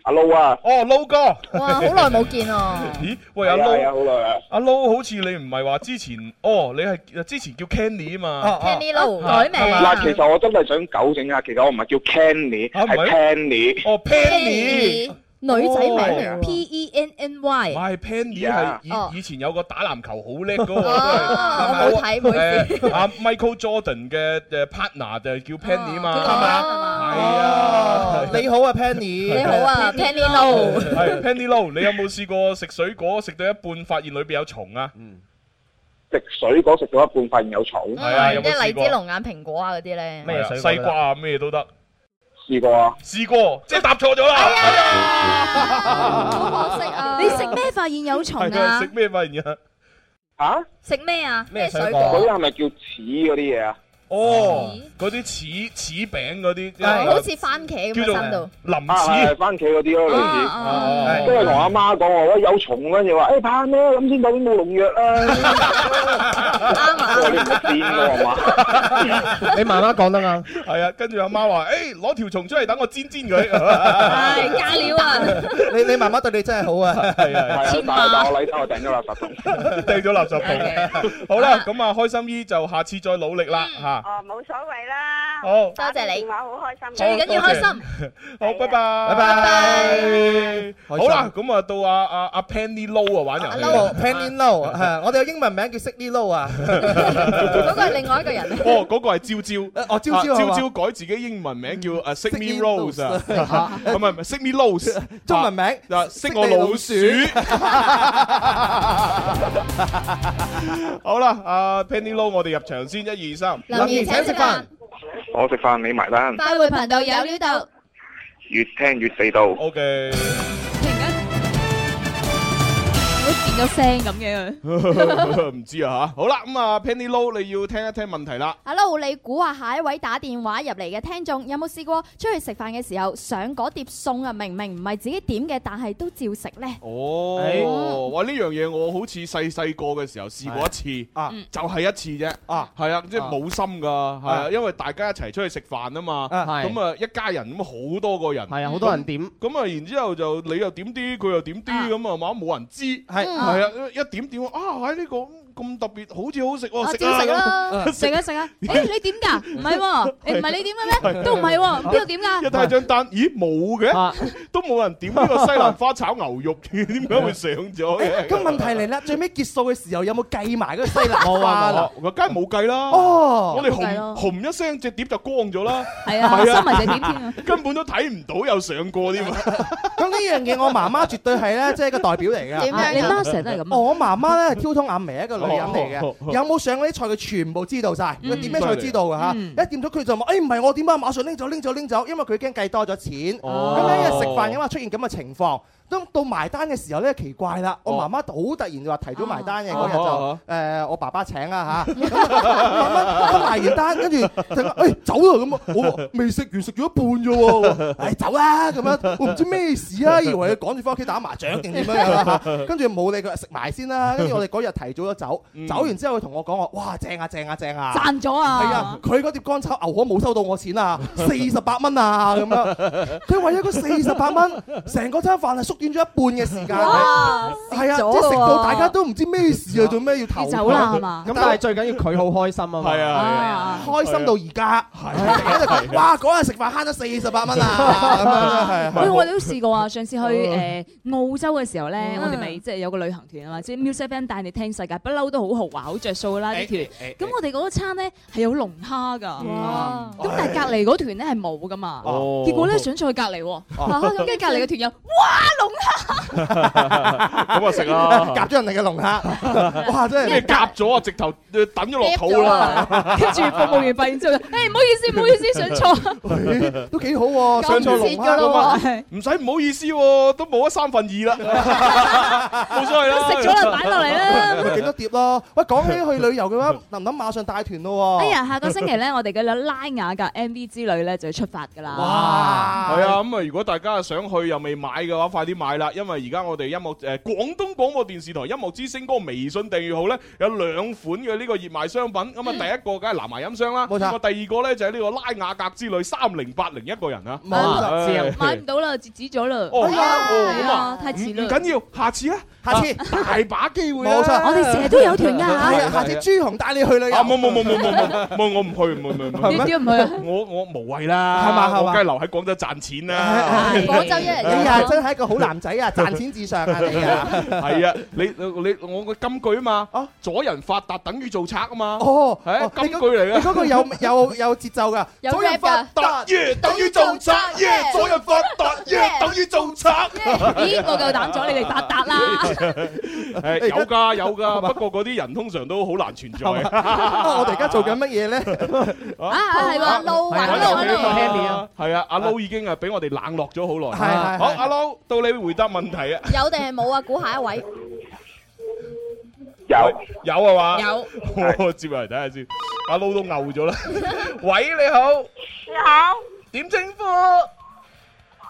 Speaker 5: 阿 Lou 啊，
Speaker 7: 哦，撈哥，
Speaker 2: 哇，好耐冇見 哦。
Speaker 7: 咦，喂，阿撈
Speaker 5: 係啊，。好耐啊，
Speaker 7: 阿 Lou 好似你唔係話之前，哦，你係之前叫 Candy 啊
Speaker 8: 啊
Speaker 7: 嘛，啊
Speaker 8: 啊
Speaker 2: Kenny Lo
Speaker 7: 改
Speaker 2: 名
Speaker 5: 嗱，其實我真係想糾正下，其實我唔係叫 Canny，
Speaker 7: 啊唔係
Speaker 5: 係 Penny，
Speaker 7: 哦 Penny，
Speaker 2: 女仔名嚟
Speaker 7: 哦
Speaker 2: 喎。
Speaker 9: E N N
Speaker 7: 唔
Speaker 9: Y，
Speaker 7: 係 Penny
Speaker 5: 呀
Speaker 2: 哦
Speaker 7: 係以以前有個打籃球好叻嗰個，啊
Speaker 2: 哦，我冇睇，唔好意思。
Speaker 7: 誒阿啊 Michael Jordan 嘅誒 partner 就叫 Penny
Speaker 8: 係
Speaker 7: 嘛，
Speaker 8: 嘛
Speaker 7: 係
Speaker 8: 哦
Speaker 7: 啊，
Speaker 8: 你好啊，Penny。
Speaker 2: 你好 啊，Kenny Lo。
Speaker 7: 係 Penny Lou，你有冇試過食水果食到一半發現裏邊有蟲啊？
Speaker 5: 食水果食到一半發現有草，
Speaker 7: 係啊，有冇
Speaker 2: 即係
Speaker 7: 試
Speaker 2: 嗯荔枝、
Speaker 7: 過？
Speaker 2: 龍眼、蘋果啊嗰啲咧。
Speaker 7: 咩西瓜啊，咩都得。
Speaker 12: 試過啊，
Speaker 7: 試過，即係答錯咗
Speaker 2: 哎
Speaker 7: 啦。
Speaker 9: 好可惜啊！你食咩發現有蟲
Speaker 7: 係
Speaker 9: 啊？
Speaker 7: 食咩發現啊？
Speaker 12: 啊？
Speaker 9: 食咩啊？咩水
Speaker 12: 嗰啲係咪叫柿嗰啲嘢啊？
Speaker 7: 哦，嗰啲柿柿餅嗰啲，啊
Speaker 13: 好似番茄咁
Speaker 7: 叫
Speaker 13: 嘅
Speaker 7: 做
Speaker 13: 身度。
Speaker 7: 林
Speaker 12: 啊
Speaker 7: 柿
Speaker 12: 係番茄嗰啲咯，類似。
Speaker 9: 啊
Speaker 7: 哦
Speaker 12: 跟住同阿媽講我喂有蟲，啊跟
Speaker 7: 啊
Speaker 12: 住話誒怕咩？咁先到冇農藥啦。啊
Speaker 10: 你媽媽講 得啱。
Speaker 7: 係啊，跟住阿媽話：，誒攞條蟲出嚟等我煎煎佢。
Speaker 8: 係
Speaker 13: 加料啊！
Speaker 8: 你你媽媽對你真係好 啊！
Speaker 7: 係啊，
Speaker 12: 係啊，但係但我禮頭我掟咗垃圾桶。
Speaker 7: 掟咗垃圾桶。好啦，咁啊，開心姨就下次再努力啦，嚇。
Speaker 11: 哦，冇所謂啦。
Speaker 7: 好
Speaker 11: 打個電話好開心。
Speaker 7: 最緊要開心。好，拜拜，拜拜。好啦，咁啊，到阿阿阿 Penny Low 啊玩遊戲啦。
Speaker 8: 哦 Penny Low 係我哋有英文名叫 Sydney Low 啊，
Speaker 13: 嗰個係另外一個人。
Speaker 7: 哦，嗰個係朝 朝，
Speaker 8: 哦朝朝
Speaker 7: 啊
Speaker 8: 係嘛
Speaker 7: 朝朝改自己英文名叫誒 Sick Me Rose 啊， 唔係唔係 Sick Me Rose，中 文
Speaker 8: 名
Speaker 7: 啊識我老 鼠。 好啦，阿 Penny Low，我哋入場先，一二三，
Speaker 2: 林怡請食飯，
Speaker 12: 我食飯你埋單，
Speaker 2: 快活頻道有料到，
Speaker 12: 越聽越地道。
Speaker 7: O K。
Speaker 9: 會變咗聲咁嘅。
Speaker 7: 唔知啊吓，好啦，咁啊 Penny Low，你要聽一聽問題啦。
Speaker 2: Hello，你估下下一位打電話入嚟嘅聽眾有冇試過出去食飯嘅時候上嗰碟餸啊？明明唔係自己點嘅，但係都照食呢？
Speaker 7: 哦，哇！呢樣嘢我好似細細個嘅時候試過一次，啊，就係一次啫，啊，係啊，即係冇心噶，係啊，因為大家一齊出去食飯啊嘛，
Speaker 10: 啊係
Speaker 7: 咁啊一家人咁好多個人，
Speaker 10: 係啊好多人點，
Speaker 7: 咁啊然之後就你又點啲，佢又點啲，咁啊嘛冇人知，係
Speaker 9: 嗯
Speaker 7: 係啊一點點啊喺呢個咁特別，好似好食啊
Speaker 9: 我
Speaker 7: 喎，
Speaker 9: 照啊食啦， 食
Speaker 7: 啊
Speaker 9: 啊食啊！誒，你點㗎？唔係喎，誒唔係你點嘅咩？
Speaker 7: 係
Speaker 9: 都唔係喎，邊度點
Speaker 7: 一
Speaker 9: 㗎？
Speaker 7: 睇張單，咦冇
Speaker 8: 啊
Speaker 7: 嘅，都冇人點呢個西蘭花炒牛肉， 點解會上咗 嘅？
Speaker 8: 哎咁問題嚟啦，最尾結束嘅時候有冇計埋嗰個西蘭
Speaker 7: 冇
Speaker 8: 花啦
Speaker 7: 啊？，我梗係冇計啦。
Speaker 8: 哦
Speaker 7: 我哋
Speaker 8: 冇計
Speaker 7: 紅
Speaker 8: 咯
Speaker 7: 紅一聲，隻碟就光咗啦。
Speaker 8: 係啊收埋隻碟添啊，
Speaker 7: 根本都睇唔到有上過添啊。
Speaker 8: 咁呢樣嘢我媽媽絕對係咧，即係一個代表嚟㗎。哦
Speaker 7: 點樣㗎你媽成日都係咁啊
Speaker 8: 我媽媽咧係挑通眼眉一個女人嚟
Speaker 7: 哦哦哦嗯
Speaker 8: 嘅，有冇上嗰啲菜佢全部知道晒，佢點咩菜佢知道㗎嚇。
Speaker 10: 嗯
Speaker 8: 一掂到佢就話：誒唔係我點啊，馬上拎走拎走拎走，因為佢驚計多咗錢。
Speaker 7: 哦
Speaker 8: 咁咧因為食飯嘅話出現咁嘅情況。當到埋單嘅時候咧，奇怪啦！我媽媽好突然就話提早埋單嘅嗰
Speaker 7: 哦
Speaker 8: 日就誒，呃我爸爸 請啦嚇。咁啊咁埋完單，跟住就話：誒走啦咁啊！我話未食完，食咗一半啫喎，誒走啦咁樣，我唔知咩事啊，以為佢趕住翻屋企打麻雀定點樣樣啦嚇跟住冇理佢，食埋先啦。跟住我哋嗰日提早咗走，
Speaker 10: 嗯
Speaker 8: 走完之後佢同我講話：哇正啊正啊正啊！
Speaker 9: 賺咗啊
Speaker 8: 係啊，佢嗰碟乾炒牛河冇收到我錢啊，四十八蚊啊咁樣。佢為咗嗰四十八蚊，成個餐飯係縮短咗一半嘅時間。
Speaker 10: 哇
Speaker 8: 係啊，
Speaker 10: 蝕咗
Speaker 8: 即係食到
Speaker 10: 喎
Speaker 8: 大家都唔知咩事啊，做咩要投
Speaker 10: 要走啦係嘛
Speaker 8: 咁
Speaker 10: 咁
Speaker 8: 但
Speaker 10: 但
Speaker 8: 係
Speaker 10: 係
Speaker 8: 最緊要佢好開心啊嘛。
Speaker 10: 係啊係啊
Speaker 8: 開心到而家。係哇！嗰日食飯慳咗四十八蚊啊，咁樣係
Speaker 9: 喂，
Speaker 8: 係。
Speaker 9: 我哋都試過啊！上
Speaker 13: 哦
Speaker 9: 次去誒
Speaker 8: 嗯
Speaker 9: 澳洲嘅時候咧，
Speaker 8: 嗯
Speaker 9: 我哋咪即係有個旅行
Speaker 13: 嗯
Speaker 9: 團啊嘛，即係 music band 帶你聽世界，不嬲都好豪華、好着數啦
Speaker 13: 誒誒
Speaker 9: 啲
Speaker 13: 誒
Speaker 9: 團。咁我哋嗰餐咧係有龍蝦㗎，
Speaker 13: 哇
Speaker 9: 咁但係隔離嗰團咧係冇㗎嘛。
Speaker 13: 哦
Speaker 9: 結果咧想再去隔離喎，嚇咁跟住隔離嘅團友，
Speaker 7: 咁啊食啦，
Speaker 8: 夾咗人哋嘅龍蝦，哇！真
Speaker 7: 係夾咗啊，直頭呃抌咗落肚啦。
Speaker 9: 跟住服務員發現之後就，誒唔好意思，唔好意思，上 錯。
Speaker 8: 咦都幾好喎，上咗龍蝦
Speaker 9: 咁
Speaker 8: 啊
Speaker 9: 啊
Speaker 8: 嘛。
Speaker 7: 唔使唔好意思喎，都冇咗三分 二啦，冇所謂啦。
Speaker 8: 都食咗啦
Speaker 9: 擺落 嚟
Speaker 13: 哦
Speaker 9: 啦
Speaker 8: 咁咪幾多碟咯？喂，講起去旅遊嘅話，林林馬上帶團咯喎。
Speaker 9: 哎呀，下個星期咧，我哋嘅拉雅嘅 MV 之旅咧就要出發㗎啦。
Speaker 7: 係啊，咁啊，如果大家想去又未買嘅話，快啲買啦！因為而家我哋音樂誒廣東廣播電視台音樂之聲嗰個微信訂閱號咧，有兩款嘅呢個熱賣商品。咁啊，第一個梗係藍牙音箱啦，
Speaker 8: 冇錯
Speaker 7: 咁啊，第二個咧就係呢個拉雅格之類三零八零一個人啊，
Speaker 8: 冇錯
Speaker 7: 唉
Speaker 9: 買唔到啦，截止咗啦。
Speaker 7: 哦
Speaker 9: 係啊
Speaker 7: 哦
Speaker 9: 係
Speaker 7: 咁啊
Speaker 9: 啊，太遲
Speaker 7: 唔唔
Speaker 9: 啦。
Speaker 7: 緊要，下次啊，
Speaker 8: 下次
Speaker 7: 大把機會啊
Speaker 8: 冇錯，
Speaker 7: 我哋成日都有團㗎嚇
Speaker 8: 係啊，下次朱紅帶你去旅遊。
Speaker 7: 啊！冇冇冇冇冇冇冇，我唔去，唔去唔去唔去。
Speaker 8: 點點唔去啊
Speaker 7: 我我無謂啦，
Speaker 8: 係嘛係嘛
Speaker 7: 我梗係留喺廣州賺 錢啦。
Speaker 8: 你啊，真係一個好男仔 啊，賺錢至上啊，你啊。
Speaker 7: 係啊，你你我個金句啊嘛，阻人發達等於做賊啊嘛。
Speaker 8: 哦，
Speaker 7: 係啊
Speaker 8: 哦你
Speaker 7: 金句
Speaker 8: 嗰
Speaker 7: 嚟 嘅。
Speaker 8: 你嗰個有有有節奏㗎，
Speaker 7: 有
Speaker 8: 左人
Speaker 7: rap 㗎
Speaker 8: 發達
Speaker 7: 達耶等於做賊 耶左人發達耶等於做賊。
Speaker 9: 咦，我夠膽咗你哋發達啦！
Speaker 7: 係有㗎有㗎，不過嗰啲人通常都好難存在。
Speaker 8: 啊我哋而家做緊乜嘢咧？
Speaker 2: 啊係喎，路
Speaker 7: 係啊
Speaker 2: 揾路
Speaker 7: 係啊
Speaker 2: 揾路。
Speaker 7: 係啊，阿 Low 已經啊俾我哋冷落咗好
Speaker 8: 係係
Speaker 7: 耐。好，阿 Low 到你回答問題啊。
Speaker 13: 有定係冇啊？估下一位，
Speaker 7: 有有啊嘛？
Speaker 13: 有，
Speaker 7: 我接嚟睇下先。阿 Low 都牛 咗啦。喂，你好，
Speaker 11: 你好，
Speaker 7: 點稱呼？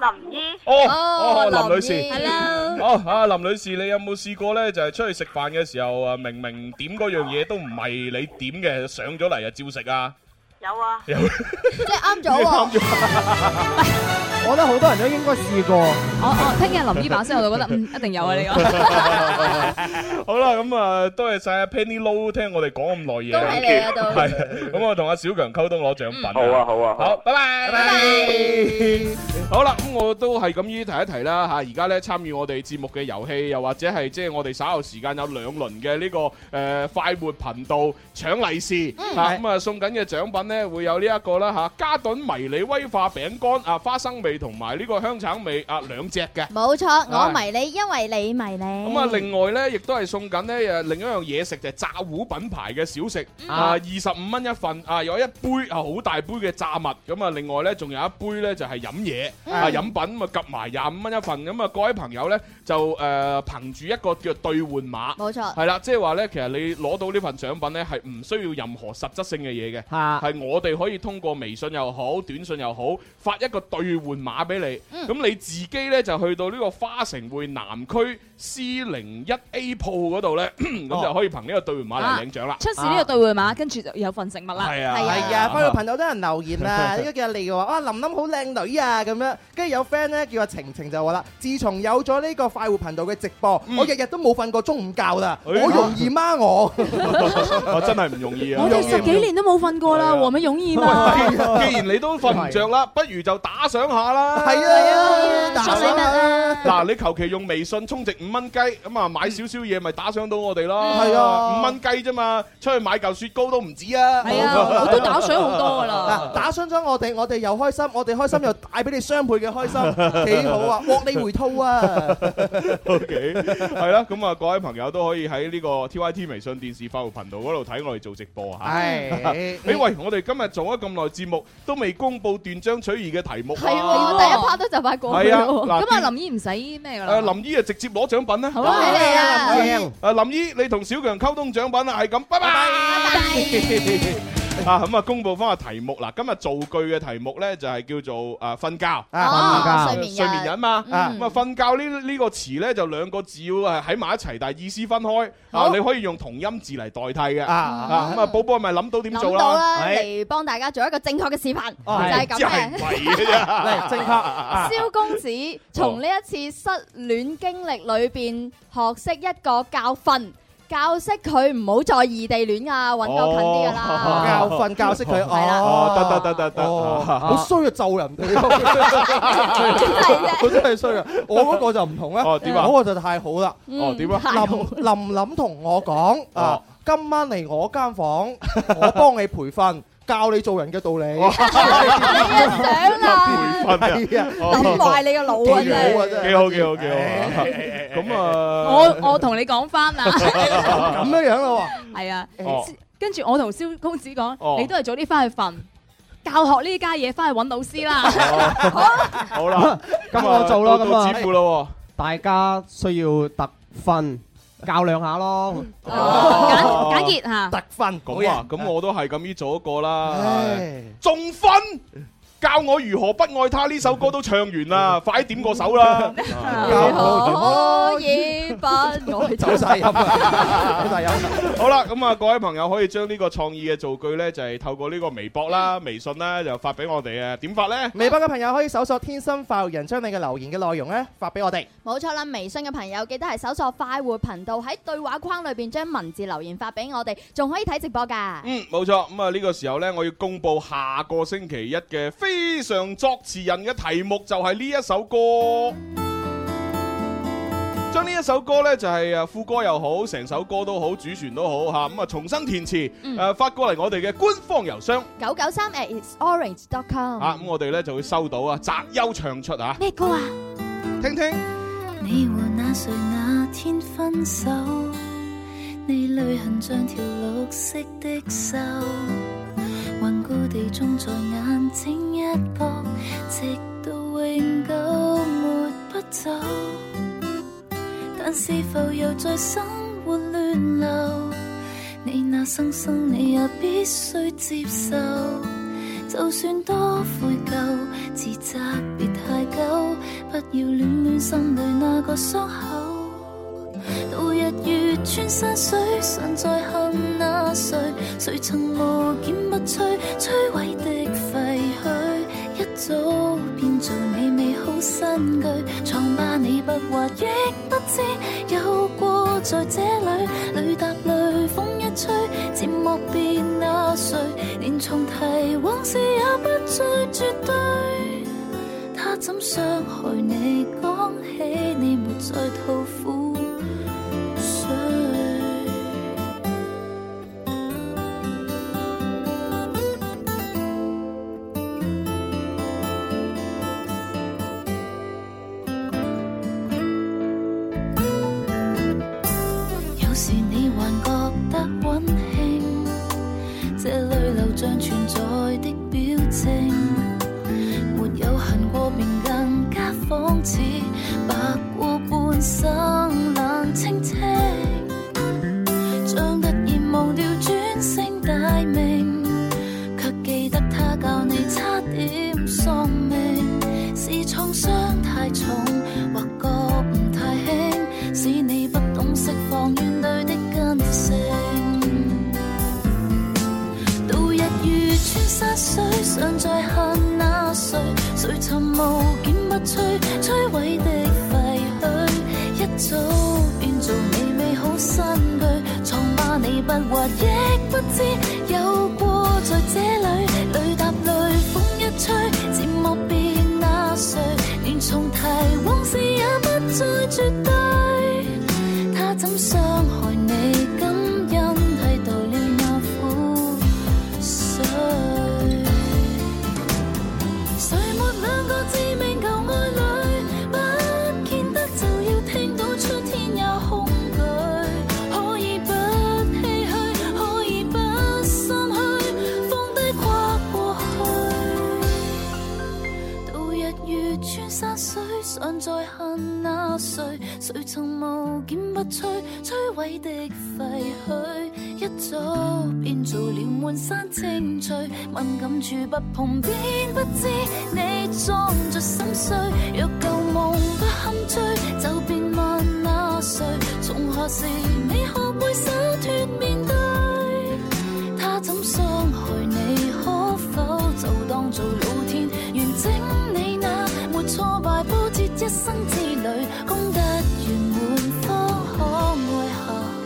Speaker 11: 林姨。
Speaker 7: 哦哦，林女士
Speaker 11: ，Hello。
Speaker 7: 哦，啊林女士，你有冇試過咧？就係出去食飯嘅時候啊，明明點嗰樣嘢都唔係你點嘅，上咗嚟啊照食啊？
Speaker 11: 有啊，
Speaker 7: 有
Speaker 2: 即係啱咗喎。
Speaker 10: 我覺得好多人都應該試過。
Speaker 9: 我我聽日林姨把聲，我就覺得嗯一定有啊呢個。
Speaker 7: 好啦，咁啊，多謝晒阿 Penny Low 聽我哋講咁耐嘢。
Speaker 9: 恭喜你啊都
Speaker 7: 係咁我同阿小強溝通攞獎品。
Speaker 12: 好啊好啊好啊
Speaker 7: 好，拜拜，拜拜。 好啦，咁我都係咁依提一提啦嚇。而家咧參與我哋節目嘅遊戲，又或者係即係我哋稍後時間有兩輪嘅呢個誒快活頻道搶利是嚇。咁啊送緊嘅獎品咧會有呢一個啦嚇，嘉頓迷你威化餅乾啊，花生味同埋呢個香橙味啊兩隻嘅。
Speaker 2: 冇錯，我
Speaker 7: 係
Speaker 2: 迷你，因為你迷你。
Speaker 7: 咁啊，另外咧，亦都係送緊咧誒另一樣嘢食就係炸糊品牌嘅小食啊，二十五蚊一份啊，有一杯啊好大杯嘅炸物，咁啊，另外咧仲有一杯咧就係飲嘢
Speaker 10: 嗯
Speaker 7: 啊飲品咁啊，夾埋廿五蚊一份，咁啊各位朋友咧就誒憑住一個叫兌換碼，
Speaker 2: 冇錯
Speaker 7: 係啦，即係話咧，其實你攞到呢份獎品咧係唔需要任何實質性嘅嘢嘅，
Speaker 10: 啊
Speaker 7: 係我哋可以通過微信又好、短信又好發一個兌換碼俾你，
Speaker 10: 嗯
Speaker 7: 咁你自己咧就去到呢個花城匯南區 C 零一 A 鋪嗰度咧，咁就可以憑呢個兌換碼嚟領獎啦。
Speaker 9: 出示呢個對換碼，跟住就有份食物啦。
Speaker 7: 係啊
Speaker 8: 係啊，翻到頻道都有人留言啊，呢個叫阿利話啊，琳琳好靚女啊咁樣，跟住有 friend 咧叫阿晴晴就話啦，自從有咗呢個快活頻道嘅直播，我日日都冇瞓過中午覺啦，我
Speaker 7: 哎
Speaker 8: 容易嗎我？
Speaker 7: 我真係唔容易啊！
Speaker 9: 我哋十幾年都冇瞓過啦，黃美容易嘛。
Speaker 7: 既然你都瞓唔着啦，不如就打賞下啦。
Speaker 8: 係啊打賞下啦
Speaker 7: 嗱，你求其用微信充值五蚊雞，咁啊買少少嘢咪打賞到我哋咯。
Speaker 8: 係啊
Speaker 7: 五蚊雞啫嘛，出去買嚿雪糕都唔止啊。
Speaker 8: 係啊我都打
Speaker 9: 賞好多㗎
Speaker 8: 嗱，打傷咗我哋，我哋又開心，我哋開心又帶俾你雙倍嘅開 心，幾好啊，獲利回吐啊！
Speaker 7: O K，係啦，咁啊，各位朋友都可以喺呢個 T Y T 微信電視快活頻道嗰度睇我哋做直播嚇。
Speaker 8: 係
Speaker 7: 誒喂，我哋今日做咗咁耐節目，都未公布斷章取義嘅題目。啊
Speaker 2: 係喎，第一 part 都就快過去
Speaker 7: 係啊
Speaker 2: 咯喎
Speaker 7: 嗱
Speaker 9: 咁啊，林姨唔使咩㗎啦。
Speaker 7: 誒，林姨啊，直接攞獎品啦。好
Speaker 9: 啊
Speaker 2: 嚟
Speaker 9: 林姨
Speaker 2: 啊
Speaker 7: 誒，林姨，你同小強溝通獎品啦，係咁，拜拜。啊，咁啊，公布翻個題目嗱，今日造句嘅題目咧就係叫做誒瞓覺，啊
Speaker 2: 哦睡眠人
Speaker 7: 睡眠人嘛，咁啊
Speaker 2: 嗯
Speaker 7: 瞓覺呢呢個詞咧就兩個字要誒喺埋一齊，但係意思分開啊
Speaker 2: 好，
Speaker 7: 你可以用同音字嚟代替嘅
Speaker 8: 啊
Speaker 7: 啊，咁啊，寶寶係咪諗到點做
Speaker 2: 諗到啦，
Speaker 7: 係
Speaker 2: 嚟幫大家做一個正確嘅示範，就
Speaker 7: 哦
Speaker 2: 係咁
Speaker 7: 真
Speaker 2: 嘅。
Speaker 7: 係唔係嘅啫
Speaker 8: 嚟正確啊
Speaker 2: 蕭公子從呢一次失戀經歷裏邊學識一個教訓，教識佢唔好再異地戀啊，揾個近啲㗎啦。
Speaker 8: 教訓教識佢，
Speaker 7: 係啦
Speaker 8: 哦，
Speaker 7: 得得得得得，
Speaker 8: 好衰啊，咒人哋，我真係衰啊！我嗰個就唔同啦，
Speaker 7: 哦點啊
Speaker 8: 我個就太好啦，
Speaker 7: 嗯哦點啊太好
Speaker 8: 林林林同我講啊，今晚嚟我間房，我幫你培訓。教你做人嘅道理，
Speaker 2: 想啦，
Speaker 7: 培
Speaker 8: 係啊，
Speaker 2: Ờ.
Speaker 9: 諗壞你個腦啊真係
Speaker 8: 好啊真係
Speaker 7: 幾好幾好幾好啊，咁啊，
Speaker 9: 我我同你講翻 啦，
Speaker 8: 咁樣樣咯
Speaker 9: 係啊
Speaker 7: 哦，
Speaker 9: 跟住我同蕭公子
Speaker 7: 哦
Speaker 9: 講，你都係早啲翻去瞓，教學呢家嘢翻去揾老師啦。
Speaker 7: 好啦，
Speaker 10: 咁我做咯，
Speaker 7: 到
Speaker 10: 咁啊，
Speaker 7: 到指啦喎，
Speaker 10: 大家需要特訓較量下咯。
Speaker 7: 哦
Speaker 9: 簡簡潔嚇，
Speaker 8: 特訓
Speaker 7: 咁啊，咁我都係咁依做一個啦
Speaker 8: 唉，
Speaker 7: 仲瞓。教我如何不愛他呢首歌都唱完啦，快點個手啦！
Speaker 8: Ờ,
Speaker 2: Ờ. 可 以不愛
Speaker 8: 走晒音啊，走晒音。
Speaker 7: 好啦，咁啊，各位朋友可以將呢個創意嘅造句呢，就係透過呢個微博啦、微信啦，就發俾我哋啊。點發呢？
Speaker 8: 微博嘅朋友可以搜索“天生快活人”，將你嘅留言嘅內容咧發俾我哋。
Speaker 2: 冇錯啦，微信嘅朋友記得係搜索快活頻道喺對話框裏邊將文字留言發俾我哋，仲可以睇直播㗎。
Speaker 7: 嗯，冇錯。咁啊，呢個時候呢，我要公布下個星期一嘅非常作詞人嘅題目就係呢一首歌。將呢一首歌呢，就係啊誒副歌又好，成首歌都好，主旋都好嚇，咁啊重新填詞，
Speaker 2: 嗯
Speaker 7: 誒發過嚟我哋嘅官方郵箱
Speaker 2: 九九三 at 哦 isorange.com
Speaker 7: 啊，咁我哋呢就會收到啊，擇優唱出啊。
Speaker 2: 咩歌啊？
Speaker 7: 聽聽。
Speaker 14: 你和那谁那天分手，你淚痕像條綠色的鏽，頑固地種在眼睛一角，直到永久抹不走。但是浮游在生活亂流，你那生生你也必須接受。就算多悔疚，自責別太久，不要戀戀心裏那個傷口。度日月穿山水，常在恨那誰？誰曾無堅不摧，摧毀的廢墟，一早變做你美好新居。床吧你不話，亦不知有過在這裏。裏搭裏風一吹，漸莫變那誰？連重提往事也不再絕對。他怎傷害你？講起你沒再吐苦水。有時你還覺得溫馨，這淚流像存在的表情。沒有恨過便更加仿似，白過半生冷清清，像突然忘掉轉姓大名，卻記得他教你差點喪命，是創傷太重或覺悟太輕，使你不懂釋放怨對的根性。度日月穿山水，常在恨那誰？誰尋無堅不摧，摧毀的廢墟，一早變做你美好新居。藏吧你不惑，亦不知有過在這裏。裏搭裏風一吹，漸莫變那誰？連重提往事也不再絕對。他怎傷害你？感恩剃度了那苦水。誰沒兩個致命舊愛侶？不見得就要聽到出天也恐懼。可以不唏噓，可以不心虛，放低跨過去。度日月穿山水，常在恨那誰？誰曾無堅不摧，摧毀的廢墟，一早變做了滿山青翠。敏感處不碰，便不知你裝着心碎。若舊夢不堪追，就別問那誰？從何時你學會灑脱面對？他怎傷害你？可否就當做老天完整你那沒挫敗鋪設一生之旅，功德圓滿方可愛下去。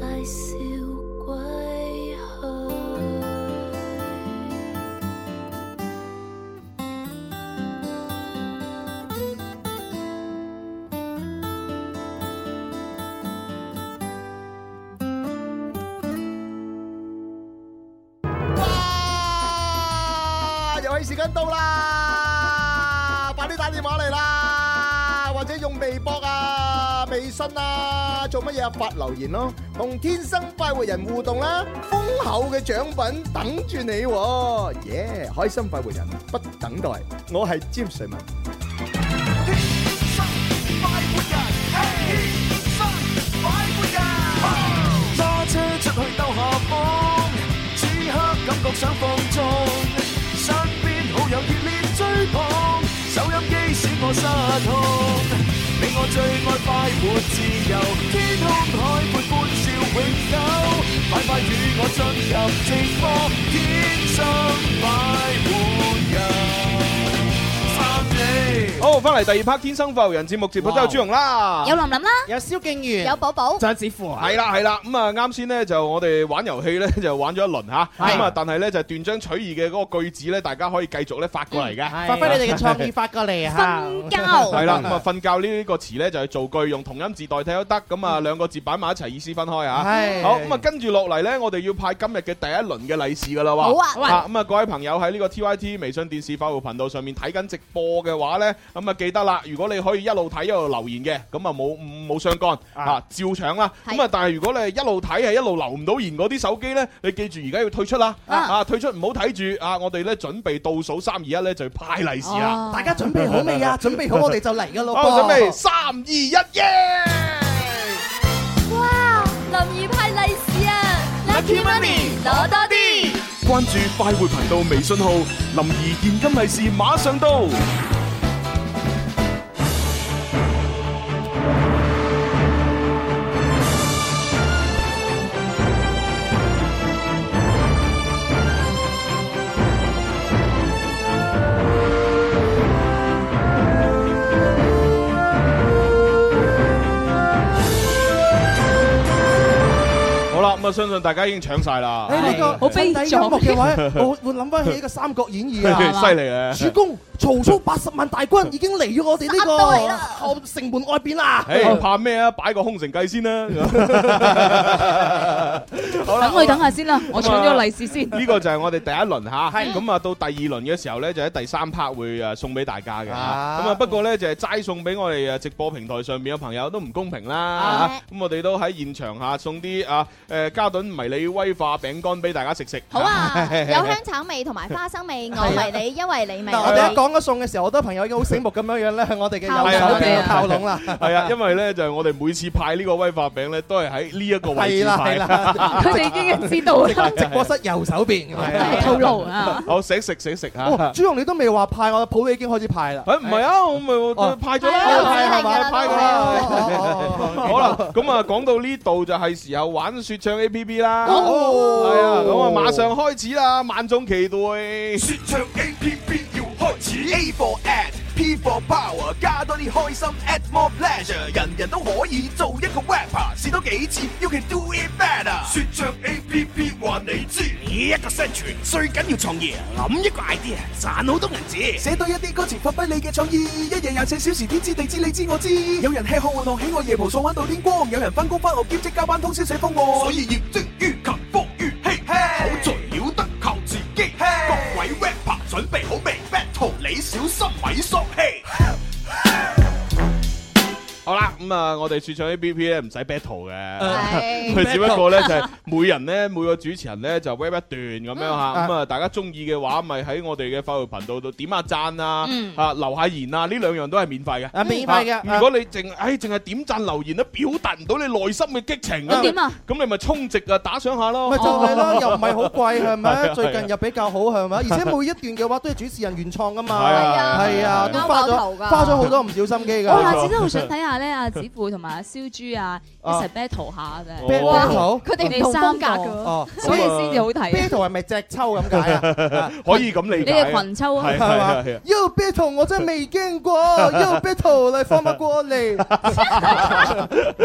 Speaker 14: 大笑歸去。
Speaker 5: 啊，遊戲時間到啦，快啲打電話嚟啦，或者用微博啊、微信
Speaker 7: à,
Speaker 5: 啊，做乜嘢啊發留言咯，同天生快活人互動
Speaker 7: à,
Speaker 5: 啦，豐厚嘅獎品等住你喎，耶！開心快活人不等待，我係詹瑞文。
Speaker 15: 揸車出去兜下風，此刻感覺想放縱，身邊好友熱烈追捧，收音機使我失控。你我最愛快活自由，天空海闊歡笑永久，快快與我進入直播，天生快活人。
Speaker 7: 好，翻嚟第二 part《天生浮人》節目直播都有朱容啦，
Speaker 13: 有林林啦，
Speaker 10: 有萧敬元，
Speaker 13: 有寶寶，
Speaker 10: 張子富
Speaker 7: 系啦系啦，咁啊啱先咧就我哋玩遊戲咧 就玩咗一輪吓，
Speaker 10: 係
Speaker 7: 咁啊但係咧就斷章取義嘅嗰個句子咧，大家可以繼續咧發過嚟嘅，
Speaker 10: 發揮你哋嘅創意，發過嚟
Speaker 8: 啊
Speaker 10: 嚇。
Speaker 7: 係啦， 咁啊瞓覺呢個詞咧就係造句，用同音字代替都得，咁啊兩個字擺埋一齊，意思分開啊。
Speaker 10: 嗯係
Speaker 7: 好，咁啊跟住落嚟咧，我哋要派今日嘅第一輪嘅利是噶啦喎。
Speaker 10: 好啊好啊
Speaker 7: 咁啊各位朋友喺呢個 T Y T 微信電視快活頻道上面睇緊直播嘅話咧，咁啊記得啦，如果你可以一路睇一路留言嘅，咁啊冇冇相干啊，照搶啦。咁啊，但係如果你一路睇係一路留唔到言嗰啲手機咧，你記住而家要退出啦，
Speaker 8: 啊
Speaker 7: 啊退出唔好睇住啊，我哋咧準備倒數三二一咧就派利是
Speaker 2: 哦
Speaker 7: 啦。
Speaker 8: 大家準備好 未啊？準備好我哋就嚟噶咯
Speaker 7: 哦好準備
Speaker 8: 三
Speaker 7: 二一，耶！
Speaker 13: 哇！林怡派利是啊，Lucky Money 攞多啲。
Speaker 1: 關注快活頻道微信號，林兒現金利是馬上到。
Speaker 7: 好啦，咁啊相信大家已經搶晒啦。哎
Speaker 8: 誒哎呢個
Speaker 9: 好悲
Speaker 8: 襯底
Speaker 9: 壯
Speaker 8: 音樂嘅話咧，我會諗翻起呢個《三國演義》啊，
Speaker 7: 犀利啊
Speaker 8: 主公，曹操八十萬大軍已經嚟咗我哋呢
Speaker 5: 殺到嚟啦
Speaker 8: 個後城門外邊啦。
Speaker 7: 誒，怕咩啊？擺個空城計先啦。 好啦
Speaker 9: 等我等下先啦，我搶咗利是 先。
Speaker 7: 呢個就係我哋第一輪嚇，咁啊到第二輪嘅時候呢，就喺第三 part 會誒送俾大家嘅嚇。
Speaker 8: 啊
Speaker 7: 咁啊不過呢，就係齋送俾我哋誒呃直播平台上面嘅朋友都唔公平啦嚇
Speaker 8: 啊
Speaker 7: 咁我哋都喺現場嚇送啲啊誒嘉頓迷你威化餅乾俾大家食食。
Speaker 2: 好啊，有香橙味同埋花生味，我迷你，因為你迷
Speaker 8: 嗱，我哋一
Speaker 2: 我。
Speaker 8: 講咗送嘅時候，好多朋友已經好醒目咁樣樣咧，向我哋嘅
Speaker 7: 係啊
Speaker 8: 右手邊度靠攏啦。
Speaker 7: 係啊，因為呢，就係我哋每次派呢個威化餅呢，都係喺呢一個位
Speaker 8: 係
Speaker 7: 置
Speaker 8: 啦
Speaker 7: 派
Speaker 8: 係。啦，
Speaker 9: 佢哋已經知道啦
Speaker 8: 直播室右手邊
Speaker 7: 套
Speaker 9: 路啊！
Speaker 7: 好，食食食食嚇。
Speaker 8: 哦，朱紅你都未話派，我抱你已經開始派啦。
Speaker 7: 誒唔係啊，我咪派咗啦，
Speaker 8: 哦派係啊嘛，
Speaker 7: 派
Speaker 8: 派
Speaker 7: 㗎
Speaker 8: 㗎啦。哦
Speaker 7: 好啦，咁啊，講到呢度就係時候玩說唱 A P P 啦。
Speaker 5: 哦
Speaker 7: 係啊，咁啊，馬上開始啦，萬眾期待。說
Speaker 5: 唱 A P P 要開始，A for ad。P for power，加多啲開心，add more pleasure，人人都可以做一個 rapper，試多幾次，you can do it better。説唱 A P P 話你知，一個生存最緊要創意，諗一個 idea，賺好多銀紙。
Speaker 15: 寫多一啲歌詞，發揮你嘅創意。一日廿四小時，天知地知，你知我知。有人吃喝玩樂，喜愛夜蒲爽玩到天光。有人翻工翻學兼職加班通宵寫方案。所以業績於勤，福於嬉。好在了得靠自己。各位 rapper 準備好未？Battle 你小心咪索氣。
Speaker 7: 好啦，咁啊，我哋說唱 A P P 咧唔使 battle 嘅，
Speaker 5: 係
Speaker 7: 佢只不過咧
Speaker 5: battle
Speaker 7: 就係每人咧每個主持人咧就 rap 一段咁樣吓，咁啊大家中意嘅話咪喺我哋嘅快活頻道度點下讚啊
Speaker 5: 嗯，
Speaker 7: 啊留下言啊，呢兩樣都係免費嘅，
Speaker 5: 啊免費嘅
Speaker 7: 啊
Speaker 5: 啊
Speaker 7: 如果你淨唉淨係點讚留言都表達唔到你內心嘅激情
Speaker 8: 咁點啊？
Speaker 7: 咁你咪充值啊打賞下咯，
Speaker 8: 咪就係咯，又唔係好貴係
Speaker 7: 係啊係
Speaker 8: 咪
Speaker 7: 啊？
Speaker 8: 最近又比較好係咪？而且每一段嘅話都係主持人原創噶嘛，
Speaker 7: 係啊
Speaker 8: 係啊，
Speaker 7: 啱
Speaker 8: 都花
Speaker 9: 爆頭
Speaker 8: 咗
Speaker 9: 㗎
Speaker 8: 花咗好多唔少心機㗎。
Speaker 9: 我下次都好想睇下咧，阿子富同埋阿燒豬 啊
Speaker 7: 哦
Speaker 9: 一齊 battle 下嘅。
Speaker 8: battle，
Speaker 9: 佢哋唔同風格㗎
Speaker 8: 哦，
Speaker 9: 所以先至好睇啊
Speaker 7: 哦
Speaker 8: battle 係咪隻抽咁解啊？
Speaker 7: 可以咁理解。
Speaker 8: 你哋群抽啊
Speaker 7: 係
Speaker 8: 係嘛
Speaker 7: 係係
Speaker 8: Yo battle 我真係未驚 過，Yo battle 嚟放馬過 嚟，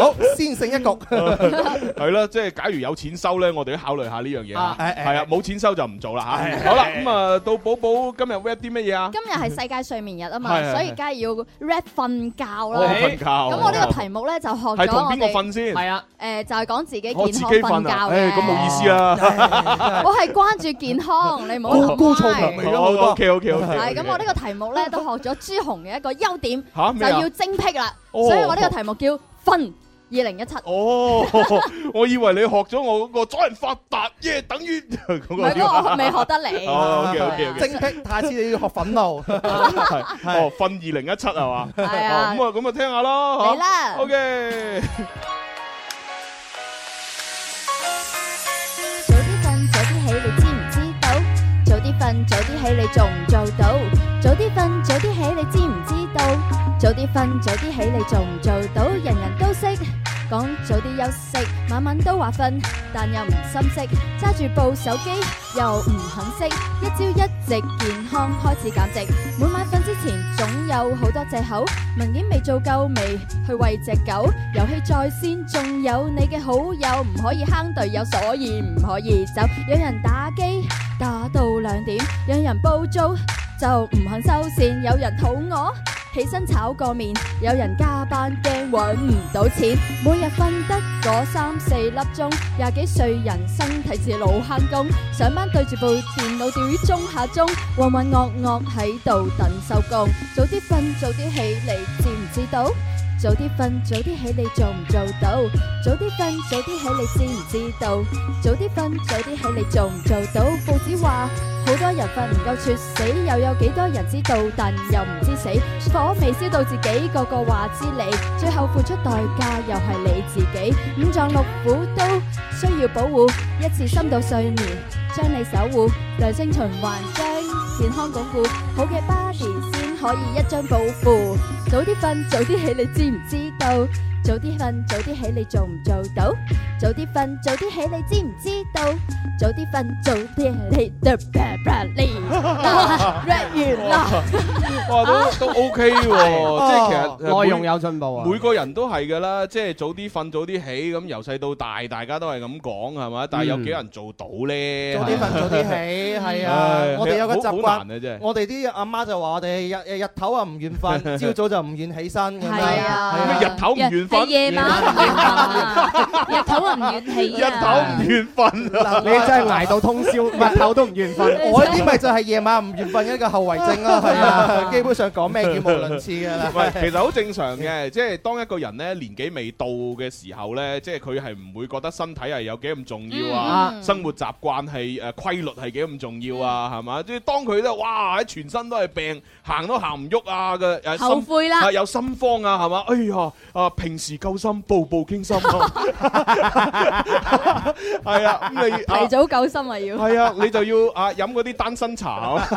Speaker 8: 好先勝一 局。
Speaker 7: 係啦，即係假如有錢收咧，我哋都考慮下呢樣嘢嚇
Speaker 8: 啊係係
Speaker 7: 係啊，冇錢收就唔做啦
Speaker 8: 係
Speaker 7: 嚇。好啦，咁啊，到寶寶今日 rap 啲乜嘢啊？
Speaker 2: 今日係世界睡眠日啊
Speaker 7: 係係
Speaker 2: 嘛，所以梗係要 rap 瞓覺
Speaker 7: 哦
Speaker 2: 啦。
Speaker 7: 瞓覺。
Speaker 2: 咁我呢個題目咧就學咗我
Speaker 7: 係同邊個
Speaker 2: 哋
Speaker 7: 瞓先係啊
Speaker 2: 誒呃就係講自己健
Speaker 7: 我
Speaker 2: 康
Speaker 7: 自己
Speaker 2: 瞓
Speaker 7: 瞓
Speaker 2: 覺
Speaker 7: 啊，唉
Speaker 2: 嘅。
Speaker 7: 咁冇意思啊。
Speaker 2: 我係關注健康，你唔好
Speaker 7: 高
Speaker 2: 諗
Speaker 7: 高燥強味咯好多 OK，OK，OK，OK
Speaker 2: 係咁，我呢個題目咧都學咗朱紅嘅一個優點，
Speaker 7: 嚇
Speaker 2: 就
Speaker 7: 咩啊
Speaker 2: 要精辟啦。
Speaker 7: 哦
Speaker 2: 所以我呢個題目叫瞓二零一七。
Speaker 7: 哦，我以為你學咗我嗰個阻人發達耶，等於嗰個
Speaker 2: 唔係嗰個我未學得嚟
Speaker 7: 哦，OK，OK，OK
Speaker 8: 精辟，下次你要學憤 怒。
Speaker 7: 係哦，瞓二零一七係嘛？
Speaker 8: 係啊
Speaker 7: 哦咁啊，咁啊，聽下咯。嚇
Speaker 8: 嚟啦
Speaker 7: OK。
Speaker 2: 早啲瞓，早啲起，你知唔知道？早啲瞓，早啲起，你做唔做到？早啲瞓，早啲起，你知唔知道？早啲瞓，早啲起，你做唔做到？人人都識講早啲休息，晚晚都話瞓，但又唔心息，揸住部手機又唔肯息，一朝一夕健康開始減值。每晚瞓之前總有好多借口，文件未做夠未去喂只狗，遊戲在先，仲有你嘅好友唔可以坑隊友，所以唔可以走。有人打機打到兩點，有人煲租就唔肯收線，有人肚餓。起身炒個面，有人加班驚揾唔到錢，每日瞓得嗰三四粒鐘，廿幾歲人生睇似老坑工，上班對住部電腦吊鐘下鐘，渾渾噩噩喺度等收工，早啲瞓早啲起，你知唔知道？早啲瞓，早啲起，你做唔做到？早啲瞓，早啲起，你知唔知道？早啲瞓，早啲起，你做唔做到？報紙話好多人瞓唔夠猝死，又有幾多人知道，但又唔知死。火未燒到自己，個個話知你，最後付出代價又係你自己。五臟六腑都需要保護，一次深度睡眠將你守護，良性循環將健康鞏固，好嘅 body 先。可以一張保護。早啲瞓，早啲起，你知唔知道？早啲瞓，早啲起，你做唔做到？早啲瞓，早啲起，你知唔知道？早啲瞓，早啲起，你得完啦！
Speaker 7: 哇，
Speaker 8: 啊
Speaker 7: 都都 OK 喎，即係其
Speaker 8: 哦
Speaker 7: 實呃
Speaker 10: 內容有進步啊
Speaker 7: 每個人都係㗎啦，即係早啲瞓，早啲起，咁由細到大，大家都係咁講係嘛？但係有幾人做到咧？
Speaker 8: 嗯早啲瞓，早啲起，係啊
Speaker 7: 唉！
Speaker 8: 我哋有個
Speaker 7: 好
Speaker 8: 習
Speaker 7: 好難啊
Speaker 8: 慣
Speaker 7: 真，係
Speaker 8: 我哋啲阿媽就話我哋日日日頭啊唔願 瞓，朝早就唔願起身咁樣。
Speaker 7: 係
Speaker 9: à.
Speaker 8: à.
Speaker 7: 啊咩日
Speaker 9: Dạ,
Speaker 7: 頭唔願瞓係
Speaker 9: 夜晚唔願瞓，日頭啊唔願起啊，
Speaker 7: 願瞓
Speaker 10: 啊！你真係捱到通宵，日頭都唔願瞓。
Speaker 8: 我呢啲咪就係夜晚唔願瞓嘅一個後遺症 咯，係啊，基本上講咩語無倫次㗎啦。
Speaker 7: 喂，其實好正常嘅， 即係當一個人咧年紀未到嘅時候咧，即係佢係唔會覺得身體係有幾咁重要啊，
Speaker 10: 嗯
Speaker 7: 生活習慣係誒規律係幾咁重要啊，係嘛？即係當佢咧，哇！喺全身都係病，行都行唔喐啊嘅，誒心
Speaker 9: 後悔啦
Speaker 7: 啊有心慌啊，係嘛？哎呀，啊平時夠心，步步驚心啊， 係啊，咁你啊
Speaker 2: 提早救心啊要。
Speaker 7: 係啊，你就要啊飲嗰啲單身茶啊，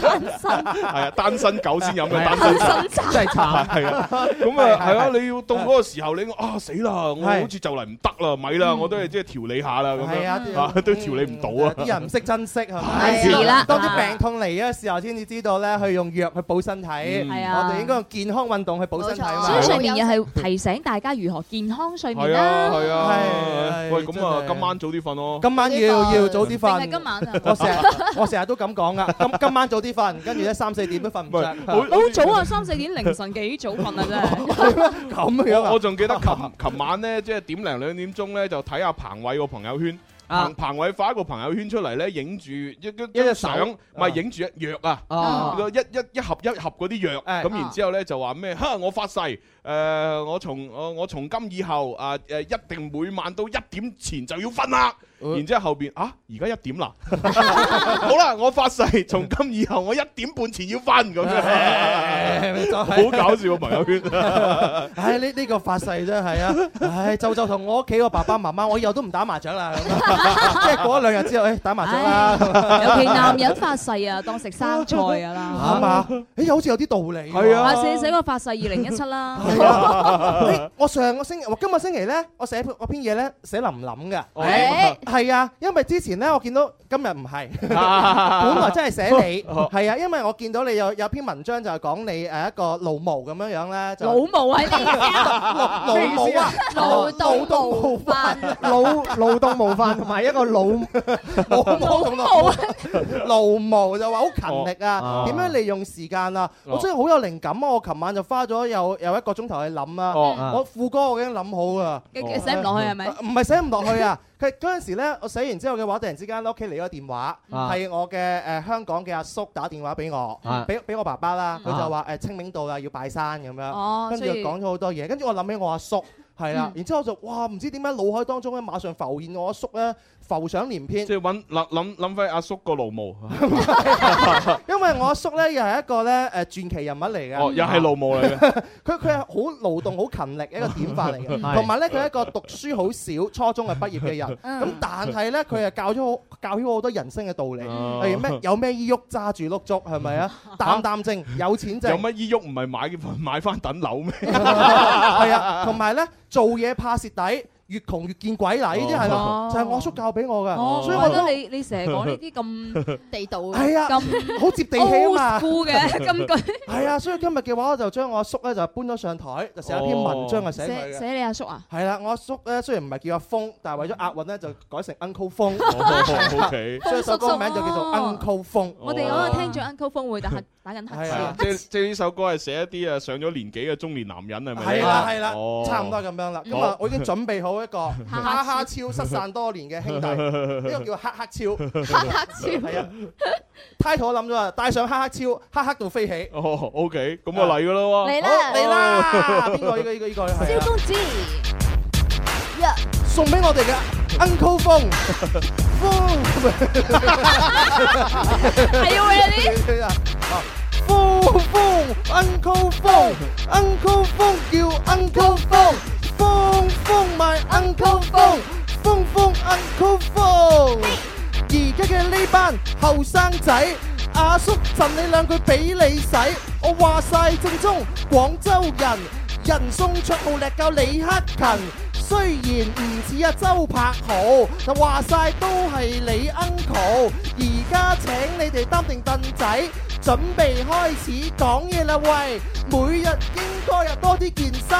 Speaker 2: 單身
Speaker 7: 係啊，單身狗先飲嘅單身茶，
Speaker 8: 真係 慘，
Speaker 7: 係啊，咁啊係啊，你要到嗰個時候，你啊死啦，我好似就嚟唔得啦，咪啦，我都係即係調理下啦，咁
Speaker 8: 嗯係啊
Speaker 7: 樣 啊都調理唔到啊，
Speaker 8: 啲人唔識珍惜係咪？
Speaker 7: 係係啦
Speaker 8: 當啲病痛嚟嘅時候，先至知道咧，去用藥去補身體。係
Speaker 9: 啊
Speaker 8: 我哋應該用健康運動去補身體嘛。
Speaker 9: 所以睡眠又係提醒大家如何健康睡眠
Speaker 7: 係啊
Speaker 9: 啦。
Speaker 7: 係啊，喂咁啊今晚早啲瞓咯，
Speaker 8: 今晚要要早啲瞓。
Speaker 9: 定係今晚啊
Speaker 8: 我成日 我成日都咁講噶，今今晚早啲瞓，跟住咧三四點都瞓唔着。
Speaker 9: 好早啊，三四點凌晨幾早瞓啊，真係。
Speaker 8: 咁樣啊
Speaker 7: 我我仲記得琴琴 晚咧，即係點零兩點鐘咧，就睇下彭偉個朋友圈。
Speaker 10: 啊
Speaker 7: 彭彭偉發一個朋友圈出嚟咧，影住一一
Speaker 10: 一隻
Speaker 7: 張
Speaker 10: 手
Speaker 7: 相，唔係影住一藥啊，
Speaker 10: 哦
Speaker 7: 個一一一盒一盒嗰啲藥，咁
Speaker 8: 啊
Speaker 7: 然之後咧就話咩？ 哈！我發誓，誒我從我我從今以後啊誒一定每晚到一點前就要瞓啦。
Speaker 8: 呃
Speaker 7: 然之後後邊啊，而家一點啦， 好啦，我發誓從今以後我一點半前要瞓咁 樣，
Speaker 8: 就係
Speaker 7: 好搞笑個啊朋友 圈。
Speaker 8: 唉，呢呢個發誓真係啊！唉，就就同我屋企個爸爸媽媽，我以後都唔打麻雀啦。咁啊 即係過咗兩日之後，誒打麻雀啦。
Speaker 9: 尤其男人發誓啊，當食生菜㗎啦。
Speaker 8: 啱嘛？誒，又好似有啲道理喎。
Speaker 9: 啊，寫寫個發誓二零一七啦。
Speaker 8: 誒我上個星期，我今個星期咧，我寫嗰篇嘢咧，寫林林嘅。
Speaker 9: 哦誒
Speaker 8: 係啊，因為之前咧，我見到今日唔 係，
Speaker 7: 啊
Speaker 8: 本來真係寫你，
Speaker 7: 哦
Speaker 8: 係啊，因為我見到你有有篇文章就係講你誒一個老毛咁樣樣咧，就
Speaker 9: 老毛係咩意思啊
Speaker 8: 老老毛啊，
Speaker 9: 老
Speaker 8: 到無飯，老老到無飯，同埋一個老 老毛同老毛， 老毛就話好勤力
Speaker 10: 哦
Speaker 8: 啊，
Speaker 10: 哦
Speaker 8: 點樣利用時間啊，
Speaker 10: 哦
Speaker 8: 我真係好有靈感啊！我琴晚就花咗有有一個鐘頭去諗啊，
Speaker 10: 哦
Speaker 8: 我副歌我已經諗好啊，
Speaker 9: 嘅嘅寫唔落去係咪
Speaker 8: 唔係寫唔落去啊！佢嗰陣時咧，我寫完之後嘅話，突然之間咧屋企嚟咗電話，
Speaker 10: 啊
Speaker 8: 係我嘅誒香港嘅阿叔打電話俾我
Speaker 10: 啊，
Speaker 8: 俾俾我爸爸啦，佢
Speaker 10: 啊
Speaker 8: 就話誒清明到啦，要拜山咁
Speaker 9: 哦
Speaker 8: 樣，跟住
Speaker 9: 所以
Speaker 8: 講咗好多嘢，跟住我諗起我阿叔。係啦
Speaker 9: 嗯，
Speaker 8: 然之後我就哇，唔知點解腦海當中咧馬上浮現我阿叔咧浮想聯翩，
Speaker 7: 即係揾諗諗諗翻阿叔個勞 模，
Speaker 8: 啊因為我阿叔咧又係一個咧誒傳奇人物嚟嘅，
Speaker 7: 哦，又係勞模嚟 嘅。
Speaker 8: 佢佢係好勞動、好勤力一個典範嚟
Speaker 7: 係
Speaker 8: 嘅，同埋咧佢係一個讀書好少、初中嘅畢業 嘅人。
Speaker 10: 嗯
Speaker 8: 咁但係咧佢係教咗好教曉我好多人生嘅道理，
Speaker 7: 哦
Speaker 8: 例如咩有咩依喐揸住碌竹係咪啊？淡淡靜有錢
Speaker 7: 有
Speaker 8: 剩，
Speaker 7: 乜依喐唔係買買翻等樓咩？
Speaker 8: 係啊，同埋咧做嘢怕蝕底。越窮越見鬼嗱！呢啲
Speaker 9: 哦
Speaker 8: 係啦，就係我叔教俾我嘅，
Speaker 9: 哦，
Speaker 8: 所以
Speaker 9: 我
Speaker 8: 我
Speaker 9: 覺得你你成日講呢啲咁
Speaker 2: 地道
Speaker 8: 係啊，
Speaker 9: 咁
Speaker 8: 好接地氣啊嘛
Speaker 9: old school 嘅金句。
Speaker 8: 係啊，所以今日嘅話，我就將我阿叔咧就搬咗上台，就寫一篇文章係寫佢
Speaker 9: 寫
Speaker 8: 嘅。
Speaker 9: 寫你阿叔啊？
Speaker 8: 係啦，我阿叔咧雖然唔係叫阿峰，但係為咗押韻咧就改成 Uncle 峰，
Speaker 7: 哦，OK
Speaker 8: 所以首歌名就叫做 Uncle 峰。
Speaker 9: 我哋嗰個聽眾 Uncle 峰會，但係打緊
Speaker 7: 係 啊，
Speaker 9: 乞
Speaker 7: 即
Speaker 9: 嗤。
Speaker 7: 即係呢首歌係寫一啲啊上咗年紀嘅中年男人係咪？
Speaker 8: 係啦係啦
Speaker 7: 哦，
Speaker 8: 差唔多咁樣啦。咁啊
Speaker 7: 好，
Speaker 8: 我已經準備好一個哈哈超失散多年嘅兄弟，呢個叫黑黑超。
Speaker 7: 黑黑超
Speaker 8: 係啊，title 我諗咗啊，帶上黑黑超，黑黑到飛起。
Speaker 7: 哦，OK，咁我嚟噶啦喎，
Speaker 8: 嚟啦
Speaker 7: 好
Speaker 8: 嚟啦邊個呢個呢個呢個係啊蕭公
Speaker 9: 子，
Speaker 8: 送俾我哋嘅 Uncle 風，風
Speaker 5: 係啊喂啊你
Speaker 8: 係啊啊風風 Uncle 風，Uncle 風叫 Uncle 風，風風 my Uncle 風，風風 Uncle 風。而家嘅呢班後生仔，阿叔贈你兩句俾你使，我話晒正宗廣州人。人送出冇力夠李克勤，雖然唔似阿周柏豪，但話晒都係你 uncle。而家請你哋擔定凳仔，準備開始講嘢啦喂！每日應該有多啲健身，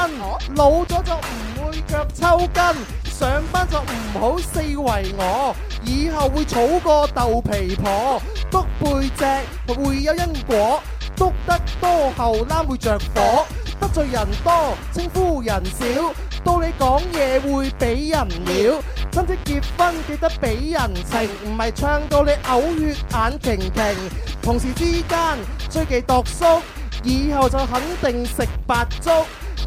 Speaker 8: 老咗就唔會腳抽筋，上班就唔好四圍我，以後會儲個豆皮婆，篤背脊會有因果。篤得多後欄會着火，得罪人多稱呼人少，到你講嘢會俾人撩。親戚結婚記得俾人情，唔係唱到你嘔血眼擎擎。同事之間最忌度叔，以後就肯定食白粥。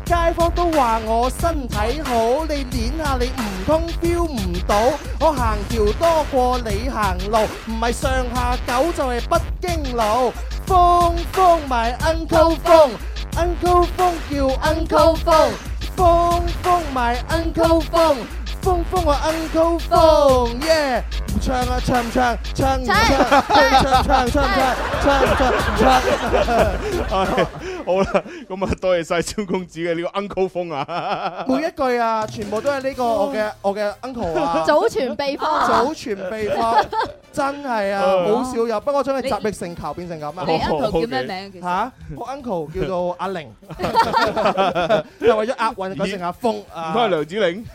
Speaker 8: 街坊都話我身體好，你捻下你唔通 feel 唔到？我行條多過你行路，唔係上下九就係北京路。風風埋 uncle 風，uncle 風叫 uncle 風，風風埋 uncle 風，風風我 uncle 風耶！唔唱啊，唱唔唱？唱唔唱？唱唔唱？唱唔唱？唱唔唱？唱唔唱？
Speaker 7: 係好啦，咁啊多謝晒蕭公子嘅呢個 Uncle 風啊，
Speaker 8: 每一句啊，全部都係呢個我嘅我嘅 uncle 啊，
Speaker 2: 祖傳秘方
Speaker 8: 祖傳秘方，真係啊，
Speaker 7: 哦
Speaker 8: 好少有。不過將佢集力成球變成咁啊！
Speaker 7: 你你 uncle 叫咩名
Speaker 9: 其
Speaker 8: 實嚇，我 uncle 叫做 阿玲，就為咗押韻改成阿峰
Speaker 7: 唔
Speaker 8: 啊
Speaker 7: 通係，梁子玲？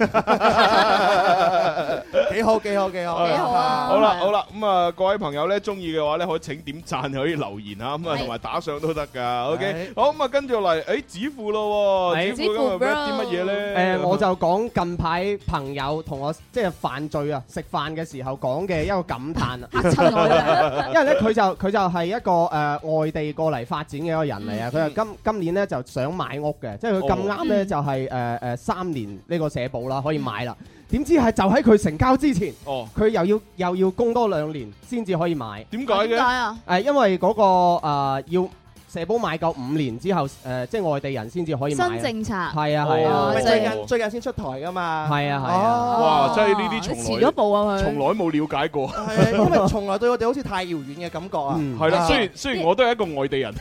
Speaker 8: 幾好幾好幾好
Speaker 7: 幾好啊好啦好啦，咁啊各位朋友咧，中意嘅話咧，可以請點讚，可以留言啊，咁啊
Speaker 5: 係
Speaker 7: 同埋打賞都得噶。OK，好咁啊，跟住嚟，誒指父咯喎，
Speaker 10: 係
Speaker 7: 指父今日 rap 啲乜嘢咧？
Speaker 10: 誒，我就講近排朋友同我即係犯罪啊，食飯嘅時候講嘅一個感嘆啊，因為咧佢就佢就係一個誒、呃外地過嚟發展嘅一個人嚟啊，佢就今今年咧就想買屋嘅，即係佢咁啱
Speaker 7: 嗯
Speaker 10: 咧
Speaker 7: 哦
Speaker 10: 就係誒誒三年呢個社保啦，可以買啦。點知係就喺佢成交之前，
Speaker 7: 哦，
Speaker 10: 佢又要又要供多兩年先至可以買。
Speaker 7: 點解嘅點解啊？
Speaker 10: 誒，因為嗰、個、呃、要社保買夠五年之後，誒、即係外地人先至可以買啊。
Speaker 9: 新政策
Speaker 10: 係
Speaker 7: 哦
Speaker 10: 啊係啊，
Speaker 8: 咪最近最近先出台噶嘛，
Speaker 10: 係啊係
Speaker 8: 哦
Speaker 10: 啊，
Speaker 7: 哇，真係呢啲從來
Speaker 8: 遲咗步啊佢
Speaker 7: 從 來冇了解過。
Speaker 8: 係因為從來對我哋好似太遙遠嘅感覺啊，
Speaker 10: 嗯
Speaker 7: 係啦，雖然雖然我都係一個外地人，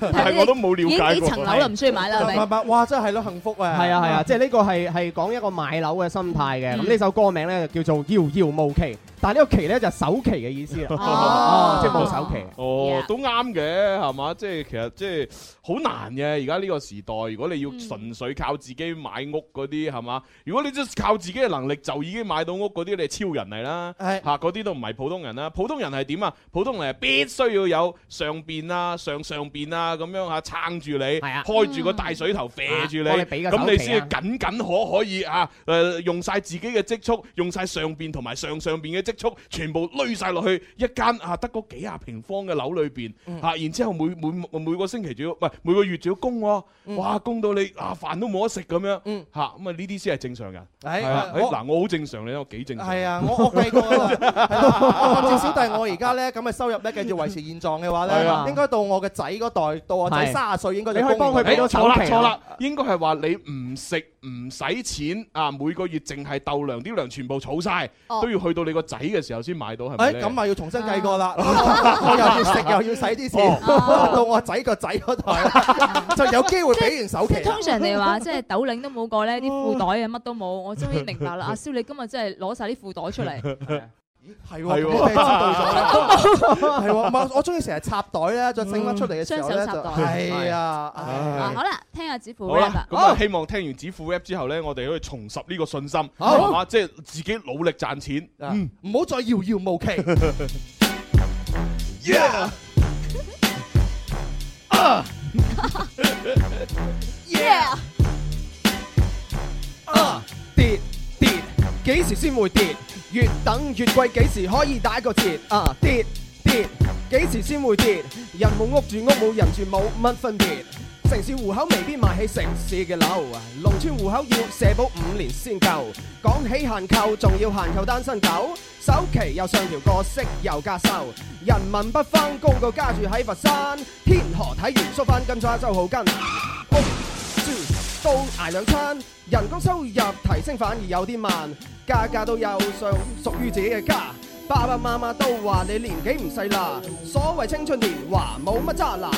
Speaker 7: 但係我都冇了解過。
Speaker 9: 需要買 啦係咪
Speaker 8: 唔係哇，真係咯，幸福啊！
Speaker 10: 係啊係啊，即係呢個係係講一個買樓嘅心態嘅。咁呢首歌名咧就叫做《遙遙無期》，但係呢個期咧就係首期嘅意思啦，哦即係冇首期。
Speaker 7: 哦，都啱嘅，係嘛？即係其實即係好難嘅。而家呢個時代，如果你要純粹靠自己買屋嗰啲，係嘛？如果你真係靠自己嘅能力就已經買到屋嗰啲，你係超人嚟啦。
Speaker 8: 係
Speaker 7: 嚇，嗰啲都唔係普通人啦。普通人係點啊？普通人係必須要有上邊啊、上上邊啊咁樣嚇撐住你，開住個大水頭啡住你，
Speaker 10: 啊幫你俾個首期啊
Speaker 7: 咁你先至僅僅可可以啊誒用晒自己嘅積蓄，用晒上邊同埋上上邊嘅積蓄，全部攏晒落去一間啊得嗰幾廿平方嘅樓裏邊
Speaker 10: 嗯
Speaker 7: 嚇，然之後每每每個星期仲要唔係每個月仲要供喎，
Speaker 10: 嗯
Speaker 7: 哇供到你啊飯都冇得食咁樣嚇，咁啊呢啲先係正常人。
Speaker 8: 係
Speaker 7: 係啊
Speaker 8: 我
Speaker 7: 誒嗱我好正常，你睇我幾正常。
Speaker 8: 係啊，我我計過啦，係啦我至少但係我而家咧咁嘅收入咧繼續維持現狀嘅話
Speaker 7: 係
Speaker 8: 咧
Speaker 7: 啊，
Speaker 8: 應該到我嘅仔嗰代，到我仔
Speaker 7: 係
Speaker 8: 三十歲應該就
Speaker 10: 你可以幫佢俾到
Speaker 7: 誒哎錯啦
Speaker 10: 首期啊
Speaker 7: 錯啦，應該係話你唔食唔使錢啊，每個月淨係豆糧啲糧全部儲晒，
Speaker 8: 哦
Speaker 7: 都要去到你個仔嘅時候先買到，係咪
Speaker 8: 誒
Speaker 7: 咧？
Speaker 8: 咁啊要重新計過啦， 我又要食又要使啲錢，到我仔個仔嗰代 就有機會俾完首期。
Speaker 9: 通常人哋話即係斗領都冇過咧，啲褲袋啊乜都冇，我終於明白啦！阿蕭你今日真係攞晒啲褲袋出嚟，
Speaker 7: 係
Speaker 8: 係喎，
Speaker 7: 喎
Speaker 8: 咁你知道咗啦，係喎，唔係我中意成日插袋咧，再整翻出嚟嘅時候咧就
Speaker 9: 雙手插袋
Speaker 8: 係啊，
Speaker 9: 啊
Speaker 7: 唉
Speaker 9: 好啦，聽下子父
Speaker 7: 好
Speaker 9: rap
Speaker 7: 啦
Speaker 9: 啦，，
Speaker 7: 咁啊，希望聽完指父 rap 之後咧，我哋可以重拾呢個信心，係嘛？即係自己努力賺錢，
Speaker 8: 啊
Speaker 7: 嗯，
Speaker 8: 唔好再遙遙無期。
Speaker 7: Yeah！
Speaker 10: 啊
Speaker 3: ，yeah，
Speaker 10: 啊跌跌，幾時先會跌？越等越貴，幾時可以打個折？啊跌跌，幾時先會跌？人冇屋住，屋冇人住，冇乜分別。城市户口未必買起城市嘅樓，啊農村户口要社保五年先夠。講起限購，仲要限購單身狗，首期又上調，個息又加收。人民不分高過家住喺佛山，天河睇完縮翻金沙洲好艱難。屋住都捱兩餐，人工收入提升反而有啲慢，家家都有上屬於自己嘅家。爸爸媽媽都話你年紀唔細啦，所謂青春年華冇乜渣拿，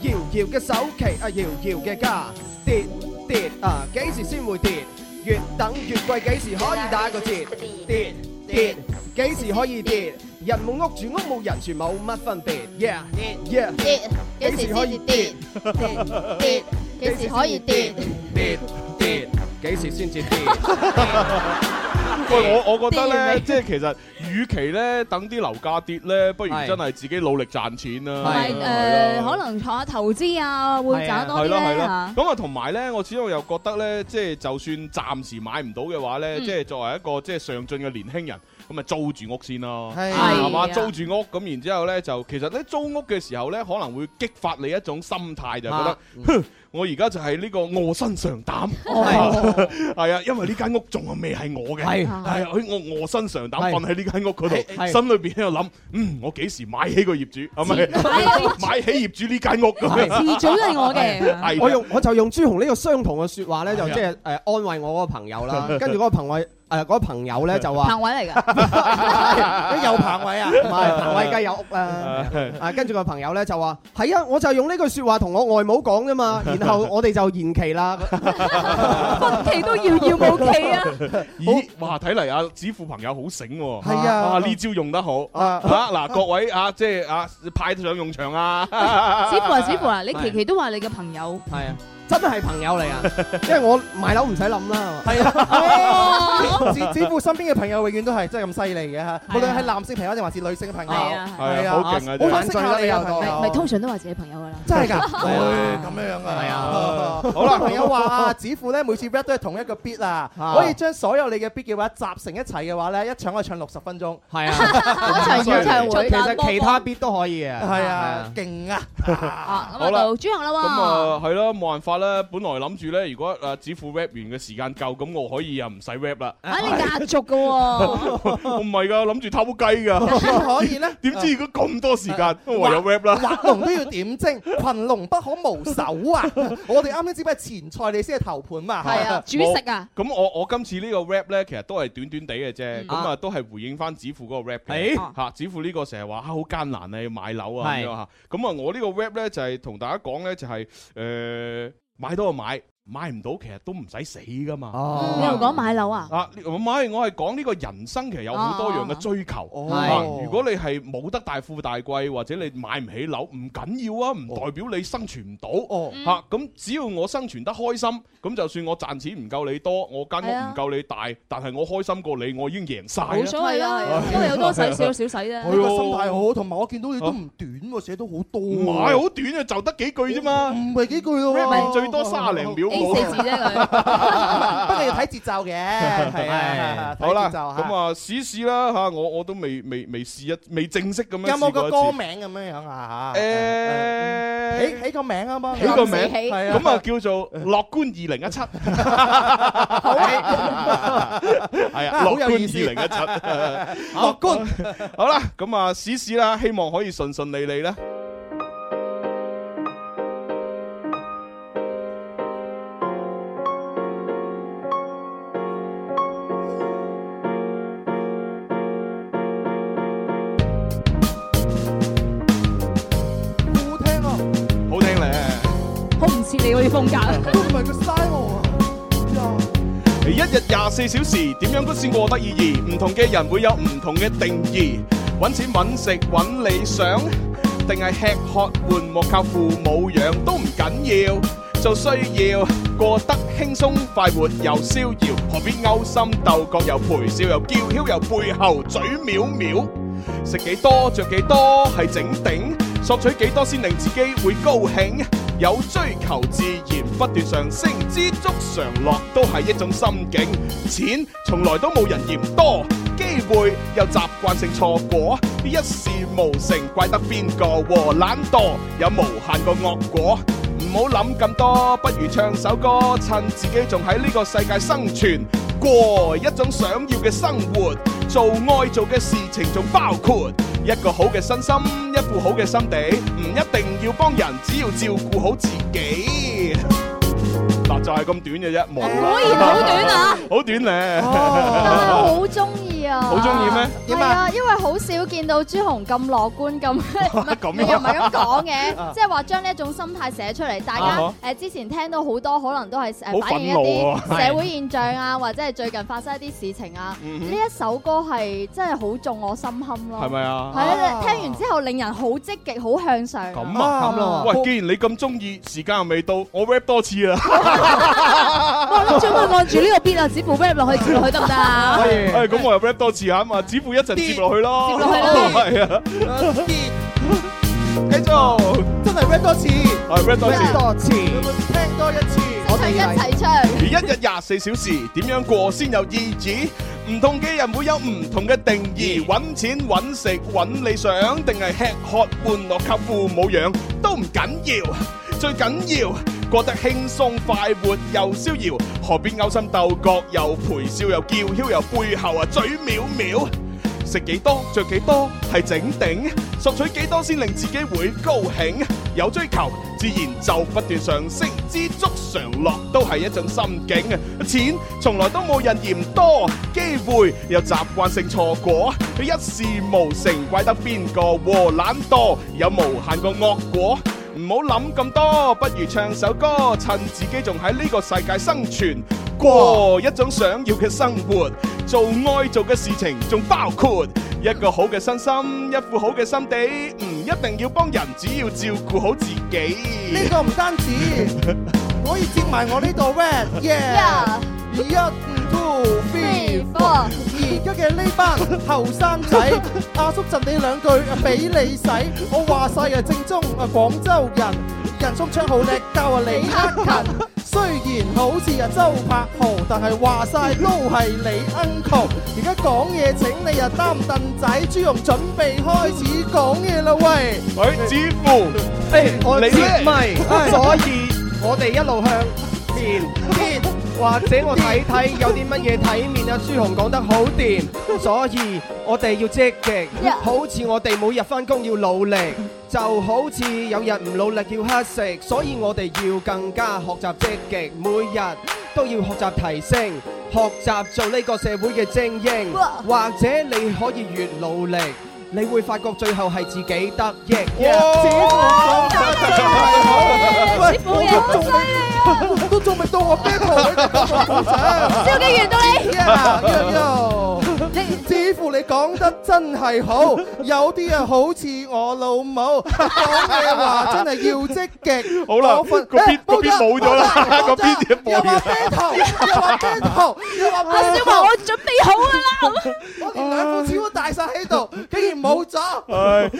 Speaker 10: 搖搖嘅首期啊，搖搖嘅家，跌跌啊，幾時先會跌？越等越貴，幾時可以打個折？跌跌，幾時可以跌？人冇屋住，屋冇人住，冇乜分別。Yeah yeah，
Speaker 3: 跌幾時可以跌？跌跌幾時可以跌？
Speaker 10: 跌跌，幾時先至跌？
Speaker 7: 喂，我我覺得咧，即係其實，與其咧等啲樓價跌咧，不如真係自己努力賺錢啦。
Speaker 9: 咪
Speaker 7: 係
Speaker 9: 誒，
Speaker 7: 咯
Speaker 9: 可能坐下投資啊，會賺得多啲
Speaker 7: 係咯係
Speaker 9: 咧
Speaker 7: 咯
Speaker 9: 嚇。
Speaker 7: 咁啊，同埋咧，我始終又覺得咧，即係就算暫時買唔到嘅話咧，
Speaker 9: 嗯
Speaker 7: 即係作為一個即係上進嘅年輕人。咁咪租住屋先咯，
Speaker 8: 係
Speaker 7: 係嘛？
Speaker 8: 係啊
Speaker 7: 租住屋咁，然之後咧就其實咧租屋嘅時候咧，可能會激發你一種心態，就覺得
Speaker 8: 啊，
Speaker 7: 哼，我而家就係呢個卧薪嘗膽， 係啊，因為呢間屋仲係未係我嘅，
Speaker 8: 哦係
Speaker 7: 係哎我卧薪嘗膽
Speaker 8: 係
Speaker 7: 瞓喺呢間屋嗰度，
Speaker 8: 係
Speaker 7: 心裏邊喺度諗，嗯，我幾時買起個業主？係咪 買起業主呢間屋咁樣？
Speaker 9: 遲早都係我嘅
Speaker 7: 係
Speaker 5: 我用我就用朱紅呢個相同嘅説話咧，就
Speaker 7: 係啊
Speaker 5: 即係誒呃安慰我嗰個朋 友啦。跟住嗰個朋友誒嗰個朋友咧就話。
Speaker 9: 彭偉嚟㗎，
Speaker 5: 有彭 偉啊，唔係彭偉梗係有屋啦。啊，跟住個朋友咧就話：係啊，我就用呢句説話同我外母講啫嘛，然後我哋就延期 啦。
Speaker 9: 分期都遙遙無期啊！
Speaker 7: 咦，哇！睇嚟啊，子富朋友好醒喎，
Speaker 5: 係啊
Speaker 7: 哇呢招用得好啊！嗱，各位啊，即係啊，派上用場啊！
Speaker 9: 子父啊，子父啊，你期期都話你嘅朋友
Speaker 5: 係啊，真係朋友 嚟啊，因為我買樓唔使諗啦。
Speaker 8: 係
Speaker 5: 啊
Speaker 8: 子子父身邊嘅朋友永遠都係真係咁犀利嘅嚇，無論係男性朋友定還是女性嘅朋友，
Speaker 9: 係啊係啊
Speaker 8: 係
Speaker 9: 好勁啊
Speaker 8: 好想識下你啊，
Speaker 9: 咪咪通常都話自己朋友 㗎啦。
Speaker 8: 真係㗎，
Speaker 9: 係啊
Speaker 8: 會咁樣啊，係啊
Speaker 7: 好啦
Speaker 8: 朋友話啊，子父咧每次 rap 都係同一個 beat 啊，
Speaker 5: 啊
Speaker 8: 可以將所有你嘅 beat 嘅話集成一齊嘅話咧，一唱可以唱六十分鐘，
Speaker 5: 係啊，
Speaker 8: 場演唱會
Speaker 5: 其實其他 bit 都可以嘅。
Speaker 8: 係啊，勁啊！
Speaker 9: 啊，咁
Speaker 7: 好
Speaker 9: 啊
Speaker 7: 啦
Speaker 9: 到朱紅啦
Speaker 7: 咁
Speaker 9: 喎。
Speaker 7: 啊，係咯，冇辦法啦。本來諗住咧，如果啊子富 rap 完嘅時間夠，咁我可以又唔使 rap 啦。
Speaker 9: 啊！你壓軸嘅喎，
Speaker 7: 我唔係㗎，諗住偷雞㗎。
Speaker 8: 可以咧？
Speaker 7: 點知如果咁多時間，唯有 rap 啦。
Speaker 8: 畫龍都要點睛，群龍不可無首啊！我哋啱啱只不過係前菜，你先係頭盤嘛。
Speaker 7: 冇。咁我我今次呢個 rap 咧，其實都係短短地嘅啫，咁啊都係回應翻子富嗰個 rap 嘅。
Speaker 8: 誒
Speaker 7: 嚇，子富呢個成日話啊好艱難啊，要買樓啊咁
Speaker 5: 係
Speaker 7: 樣嚇。咁啊，我呢個 rap 咧就係同大家講咧，就係誒買到就買，買唔到其實都唔使死㗎嘛。
Speaker 8: 哦
Speaker 9: 你又講買樓啊？
Speaker 7: 啊，呢唔係，我係講呢個人生其實有好多樣嘅追求。
Speaker 8: 哦
Speaker 7: 啊
Speaker 8: 係
Speaker 7: 如果你係冇得大富大貴，或者你買唔起樓，唔緊要啊，唔代表你生存唔到。
Speaker 8: 哦，
Speaker 7: 嚇咁只要我生存得開心，咁就算我賺錢唔夠你多，我間屋
Speaker 9: 係
Speaker 7: 唔
Speaker 9: 啊
Speaker 7: 夠你大，但係我開心過你，我已經贏晒啦。
Speaker 9: 冇所謂啦
Speaker 7: 係啊，
Speaker 9: 因為有多使少有少使啫。
Speaker 8: 我呢個心態好，同埋我見到你都唔短喎，寫到好多。
Speaker 7: 唔係好短啊，就得幾句啫嘛。
Speaker 8: 唔係幾句咯喎
Speaker 7: rap 最多卅零秒
Speaker 8: A
Speaker 7: 冇
Speaker 8: 四字啫佢 不過要睇節 奏嘅，係啊，
Speaker 7: 好啦，
Speaker 8: 睇節奏
Speaker 7: 咁
Speaker 8: 嚇。
Speaker 7: 啊試一試啦嚇，我我都未未未試一未正式咁樣
Speaker 8: 有冇
Speaker 7: 試過
Speaker 8: 個
Speaker 7: 一
Speaker 8: 歌
Speaker 7: 次？
Speaker 8: 名咁樣樣啊？
Speaker 7: 誒，
Speaker 8: 起起個名啊嘛，
Speaker 7: 起個名，
Speaker 8: 係啊，
Speaker 7: 咁啊叫做樂觀二 零一七，係啊，
Speaker 8: 好
Speaker 7: 樂觀
Speaker 8: 有
Speaker 7: 二零
Speaker 8: 意
Speaker 7: 一
Speaker 8: 思
Speaker 7: 七，樂觀。好啦，咁啊試試啦，希望可以順順利利啦。
Speaker 8: 好聽啊，
Speaker 7: 好聽咧。
Speaker 9: 好唔似你嗰啲風 格。
Speaker 8: 都唔係個 style 啊。
Speaker 7: 一日廿四小時，點樣都先過得意義。唔同嘅人會有唔同嘅定義。揾錢揾食揾理想，定係吃喝玩樂靠父母養都唔緊要。就需要過得輕鬆快活又逍遙，何必勾心鬥角又陪笑又叫囂又背後嘴藐藐。食幾多着幾多係整頂，索取幾多先令自己會高興？有追求自然不斷上升，知足常樂都係一種心境。錢從來都冇人嫌多，機會又習慣性錯過，一事無成怪得邊個喎？懶惰有無限個惡果。唔好諗咁多，不如唱首歌，趁自己仲喺呢個世界生存，過一種想要嘅生活，做愛做嘅事情仲包括一個好嘅身心，一副好嘅心地，唔一定要幫人，只要照顧好自己。嗱，就係咁短嘅啫，冇啦。
Speaker 2: 果然好短 啊！
Speaker 7: 好短咧。
Speaker 2: 我好中意啊！
Speaker 7: 好鍾意咩點
Speaker 2: 係
Speaker 7: 啊
Speaker 2: 啊，因為好少見到朱紅咁樂觀 咁，唔係
Speaker 7: 咁
Speaker 2: 你又唔係咁講
Speaker 7: 啊
Speaker 2: 嘅，即係話將呢一種心態寫出嚟。大
Speaker 7: 啊
Speaker 2: 家誒之前聽到好多可能都係誒
Speaker 7: 好
Speaker 2: 反映一
Speaker 7: 憤怒啊
Speaker 2: 啲社會現象啊，或者係最近發生一啲事情啊。
Speaker 7: 嗯哼
Speaker 2: 呢一首歌係真係好中我心坎咯。
Speaker 7: 係咪啊
Speaker 2: 係啊！聽完之後令人好積極、好向上。
Speaker 7: 咁啊，咁啦。喂，既然你咁中意，時間又未到，我 rap 多次啦。
Speaker 9: 我諗住佢按住呢個 beat 啊，指符 rap 落去，接 落去得唔得啊？
Speaker 7: 係咁，我又 rap 多次啊嘛，指父一陣接落去咯。
Speaker 9: 接落
Speaker 7: 去啦。 係啊。繼續，
Speaker 8: 真係 rap 多次，
Speaker 7: 係 rap 多次。
Speaker 8: 多次，聽多一次，我哋一齊
Speaker 2: 唱。
Speaker 7: 而一日廿四小時點樣過先有意義？唔同嘅人會有唔同嘅定義，揾錢揾食揾理想，定係吃喝玩樂給父母養都唔緊要，最緊要過得輕鬆快活又逍遙，何必勾心鬥角又陪笑又叫囂又背後啊嘴藐藐？食幾多着幾多係整定，索取幾多先令自己會高興。有追求，自然就不斷上升，知足常樂都係一種心境。錢從來都冇人嫌多，機會又習慣性錯過，一事無成怪得邊個喎？懶惰有無限個惡果。唔好諗咁多，不如唱首歌，趁自己仲喺呢個世界生存，過一種想要嘅生活，做愛做嘅事情，仲包括一個好嘅身心，一副好嘅心地，唔一定要幫人，只要照顧好自 己。
Speaker 8: 呢個唔單止，可以接埋我呢度 rap yeah，一 two three four，而家嘅呢班後生仔，阿叔贈你兩句俾你使，我話晒啊正宗啊廣州人，人中槍好叻教啊李克勤。雖然好似啊周柏豪，但係話晒都係你 uncle。而家講嘢請你啊擔凳仔，朱容準備開始講嘢啦喂。
Speaker 7: 喂，子父，
Speaker 10: 誒，我
Speaker 8: 你
Speaker 10: 知
Speaker 8: 咧
Speaker 10: 咪
Speaker 8: 唉，
Speaker 10: 所以我哋一路向前
Speaker 8: 前，
Speaker 10: 或者我睇睇有啲乜嘢體面啊？朱紅講得好掂，所以我哋要積極，好似我哋每日翻工要努力，就好似有日唔努力要乞食，所以我哋要更加學習積極，每日都要學習提升，學習做呢個社會嘅精英，或者你可以越努力。你會發覺最後係自己得益。
Speaker 8: 哇喂，我都仲
Speaker 2: 未，
Speaker 8: 我都仲未到我 battle 呢個鼓掌
Speaker 2: 蕭敬元到你
Speaker 8: Yeah, yeah, yeah 似乎你講得真係好，有啲啊好似我老母講嘅話，真係要積極。
Speaker 7: 好啦
Speaker 8: 我份
Speaker 7: 個邊
Speaker 8: 誒報
Speaker 7: 個邊冇咗啦
Speaker 8: 報咗
Speaker 7: 個邊嘢冇咗
Speaker 8: 又話 battle，又話 battle，又話 battle。
Speaker 9: 阿小華，我準備好㗎啦。
Speaker 8: 我連兩副紙都戴晒喺度，竟然冇咗。
Speaker 7: 唉，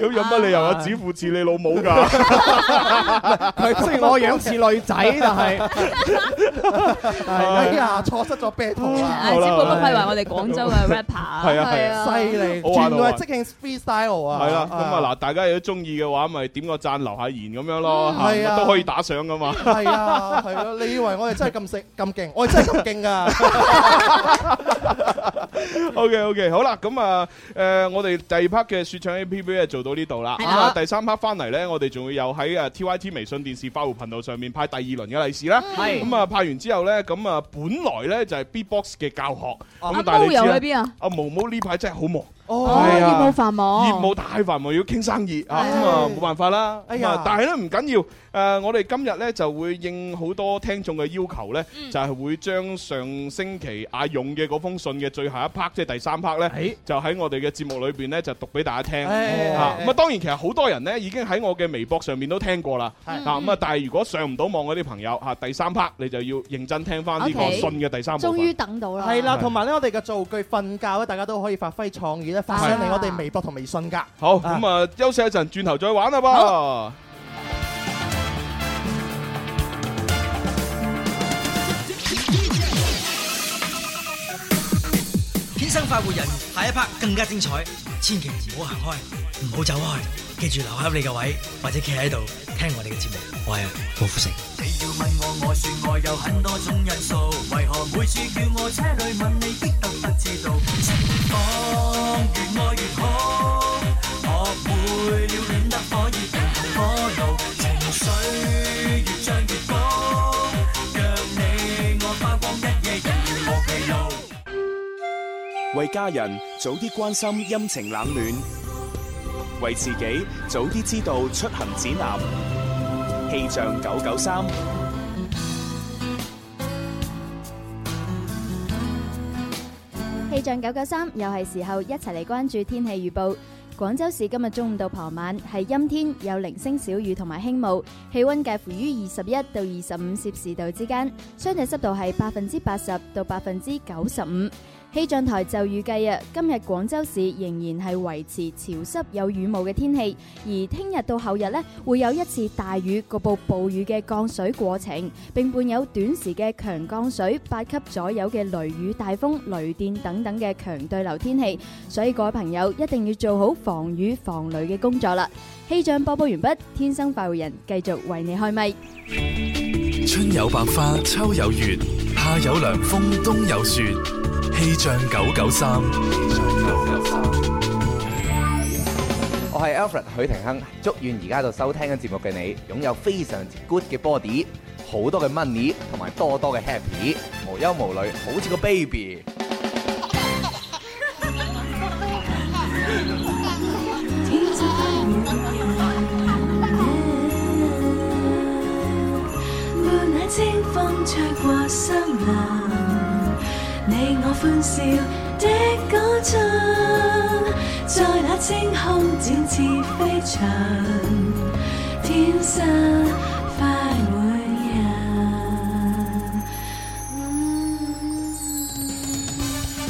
Speaker 7: 咁有乜理由啊？子父似你老母㗎？
Speaker 10: 佢雖然我樣似女仔，但 係。
Speaker 8: 哎呀，錯失咗 battle 啊啦！
Speaker 9: 誒，小寶寶係話我哋廣州嘅 rapper Ờ, 啊
Speaker 7: 係啊係啊
Speaker 8: 犀利，
Speaker 7: 好玩
Speaker 8: 原來
Speaker 7: 好玩
Speaker 8: 係即興 freestyle 啊！
Speaker 7: 係啦，咁啊嗱，大家有中意嘅話，咪點個讚、留下言咁樣咯，
Speaker 8: 嗯係
Speaker 7: 嚇
Speaker 8: 啊
Speaker 7: 都可以打賞噶嘛。
Speaker 8: 係啊，係咯，你以為我哋真係咁食咁勁？我哋真係咁 勁噶！
Speaker 7: O K O K，好啦，咁啊，誒，我哋第二 part 嘅説唱 A P P 咧做到呢度啦，
Speaker 8: 係
Speaker 7: 咁
Speaker 8: 啦
Speaker 7: 啊，第三 part 翻嚟咧，我哋仲會有喺誒啊 T Y T 微信電視快活頻道上面派第二輪嘅利是啦，
Speaker 9: 嗯係
Speaker 7: 咁啊派完之後咧，咁啊本來咧就係 B Box 嘅教學，咁
Speaker 9: 阿
Speaker 7: 但係你知啦
Speaker 9: 毛又去邊啊？
Speaker 7: 阿毛毛呢排真係好忙，
Speaker 9: 哦
Speaker 7: 係
Speaker 8: à.
Speaker 7: 啊
Speaker 9: 業務繁忙
Speaker 7: 業務太繁忙，要傾生意啊，咁啊冇辦法啦，
Speaker 8: 哎
Speaker 7: 咁
Speaker 8: 呀
Speaker 7: 啊但係咧唔緊要，誒，我哋今日咧就會應好多聽眾嘅要求咧，就係會將上星期阿勇嘅嗰封信嘅最後一 part，即係第三 part 咧，就喺我哋嘅節目裏邊咧就讀俾大家聽。
Speaker 5: 哎
Speaker 7: 啊
Speaker 5: 哎
Speaker 7: 咁啊，當然其實好多人咧已經喺我嘅微博上面都聽過啦。
Speaker 5: 係
Speaker 7: 啊咁啊，但係如果上唔到網嗰啲朋友嚇，第三 part 你就要認真聽翻呢個
Speaker 8: OK
Speaker 7: 信嘅第三部
Speaker 2: 終
Speaker 7: 分。
Speaker 2: 於等到啦。
Speaker 8: 係啦，同埋咧，我哋嘅造句瞓覺咧，大家都可以發揮創意咧，發上嚟我哋微博同微信㗎。
Speaker 7: 好，咁啊，休息一陣，轉頭再玩啦噃。
Speaker 16: 天生快活人，下一 part 更加精彩，千祈唔好行開，唔好走開，記住留喺你嘅位，或者企喺度聽我哋嘅節目。我係郭富城。
Speaker 17: 你要問我，我說我有很多種因素，為何每次叫我車裏問你的都不知道？情況越愛越好，學會了戀得可以定火爐，情緒越漲越高，讓你我花光一夜亦無疲勞。
Speaker 1: 為家人早啲關心陰晴冷暖，為自己早啲知道出行指南。氣象九九三，
Speaker 2: 氣象九九三又係時候一齊嚟關注天氣預報。廣州市今日中午到傍晚係陰天，有零星小雨同埋輕霧，氣温介乎於二十一到二十五攝氏度之間，相對濕度係百分之八十到百分之九十五。氣象台就預計啊，今日廣州市仍然係維持潮濕有雨霧嘅天氣，而聽日到後日呢，會有一次大雨局部暴雨嘅降水過程，並伴有短時嘅強降水、八級左右嘅雷雨、大風、雷電等等嘅強對流天氣，所以各位朋友一定要做好防雨防雷嘅工作啦。氣象播報完畢，天生快活人繼續為你開咪。
Speaker 3: 春有百花，秋有月，夏有涼風，冬有雪。氣象九九三，
Speaker 18: 我係 Alfred 許廷鏗，祝願而家喺度收聽緊節目嘅你，擁有非常之 good 嘅 body，好多嘅 money，同埋多多嘅 happy，無憂無慮，好似個 baby。
Speaker 6: 亮眼清風吹過森林，你我歡笑的歌唱，在那青空展翅飛翔，天生快活人。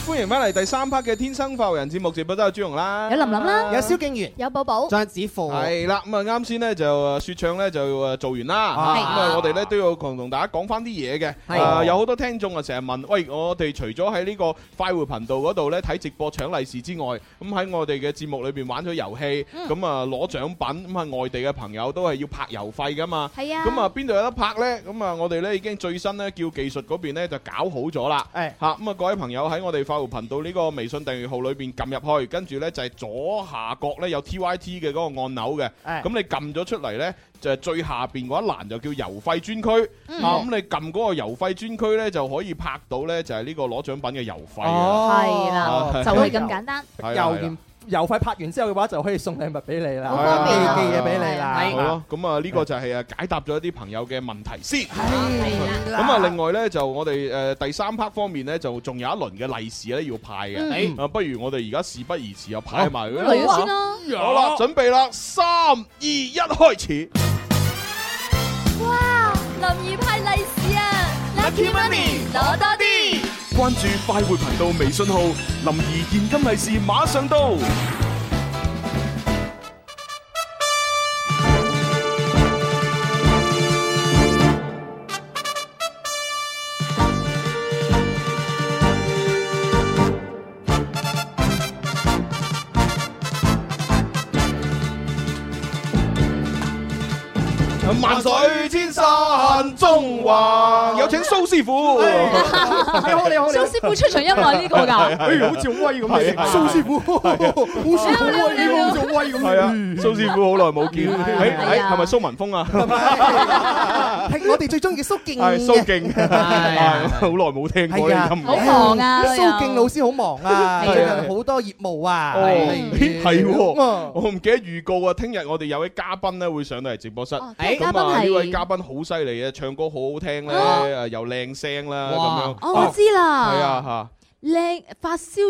Speaker 7: 歡迎翻嚟第三 part 嘅《天生快活人》節目，直播都有朱紅啦，
Speaker 2: 有林林啦，
Speaker 8: 敬元，
Speaker 2: 有寶寶，
Speaker 10: 張子富
Speaker 7: 係啦，咁啊啱先咧就誒説唱咧就誒做完啦，
Speaker 10: 係
Speaker 7: 咁啊我哋咧都要同同大家講翻啲嘢嘅，
Speaker 10: 係
Speaker 7: 誒有好多聽眾啊成日問，喂我哋除咗喺呢個快活頻道嗰度咧睇直播搶利是之外，咁喺我哋嘅節目裏邊玩咗遊戲，咁啊攞獎品，咁啊外地嘅朋友都係要拍郵費噶嘛，
Speaker 2: 係啊
Speaker 7: 咁啊邊度有得拍咧？咁啊我哋咧已經最新咧叫技術嗰邊咧就搞好咗啦，
Speaker 8: 係
Speaker 7: 嚇咁啊各位朋友喺我哋快活頻道呢個微信訂閱號裏邊撳入去，跟住咧就係左下角咧有 TYT 嘅嗰個按鈕嘅。
Speaker 8: 係
Speaker 7: 咁你撳咗出嚟呢，就係最下邊嗰一欄就叫郵費專區。
Speaker 8: 嗯
Speaker 7: 啊，咁你撳嗰個郵費專區呢，就可以拍到呢，就係呢個攞獎品嘅郵費
Speaker 8: 哦
Speaker 7: 啊。
Speaker 8: 係啦
Speaker 9: 就係咁簡單。
Speaker 7: 係啊啦
Speaker 8: 郵
Speaker 7: 係啦
Speaker 8: 完郵費拍完之後嘅話，就可以送禮物俾你啦，
Speaker 7: 好方便啊
Speaker 8: 寄寄嘢俾你啦。
Speaker 7: 好咯，咁啊呢個就係啊解答咗一啲朋友嘅問題先。
Speaker 8: 係
Speaker 7: 咁啊，另外呢，就我哋誒第三 part 方面呢，就仲有一輪嘅利是咧要派
Speaker 5: 嗯
Speaker 7: 嘅。啊，不如我哋而家事不宜遲，又派埋佢
Speaker 5: 嚟咗先啦
Speaker 7: 好啦，準備啦，三二一，開始。
Speaker 13: 哇！林怡派利是啊，Lucky Money 攞多啲。
Speaker 3: 關注快活頻道微信號，林怡現金利是馬上到。
Speaker 7: 萬水千山中華。有請蘇師傅。
Speaker 8: 你好你好你好蘇師傅出場音樂係呢個㗎
Speaker 7: 哎
Speaker 8: 好似好威咁嘅蘇師傅
Speaker 7: 好
Speaker 8: 似好威咁好似好威咁
Speaker 7: 係啊，蘇師傅好耐冇見，喺喺係咪蘇文峰啊？
Speaker 8: 係我哋最中意蘇敬
Speaker 7: 係蘇敬，係好耐冇聽過呢個音樂。
Speaker 8: 蘇敬老師好忙啊，
Speaker 7: 係
Speaker 8: 最近好多業務啊。
Speaker 7: 哦，咦係喎，
Speaker 8: 嗯
Speaker 7: 我唔記得預告啊！聽日我哋有位嘉賓咧會上到嚟直播室，
Speaker 8: 誒
Speaker 7: 咁
Speaker 8: 嘉賓
Speaker 7: 啊
Speaker 8: 係
Speaker 7: 呢位嘉賓好犀利啊，唱歌好好聽咧，
Speaker 9: 啊
Speaker 7: 誒又靚聲啦咁
Speaker 9: 哇
Speaker 7: 樣。！
Speaker 9: 哦，我知啦，
Speaker 7: 係啊
Speaker 9: 靚發燒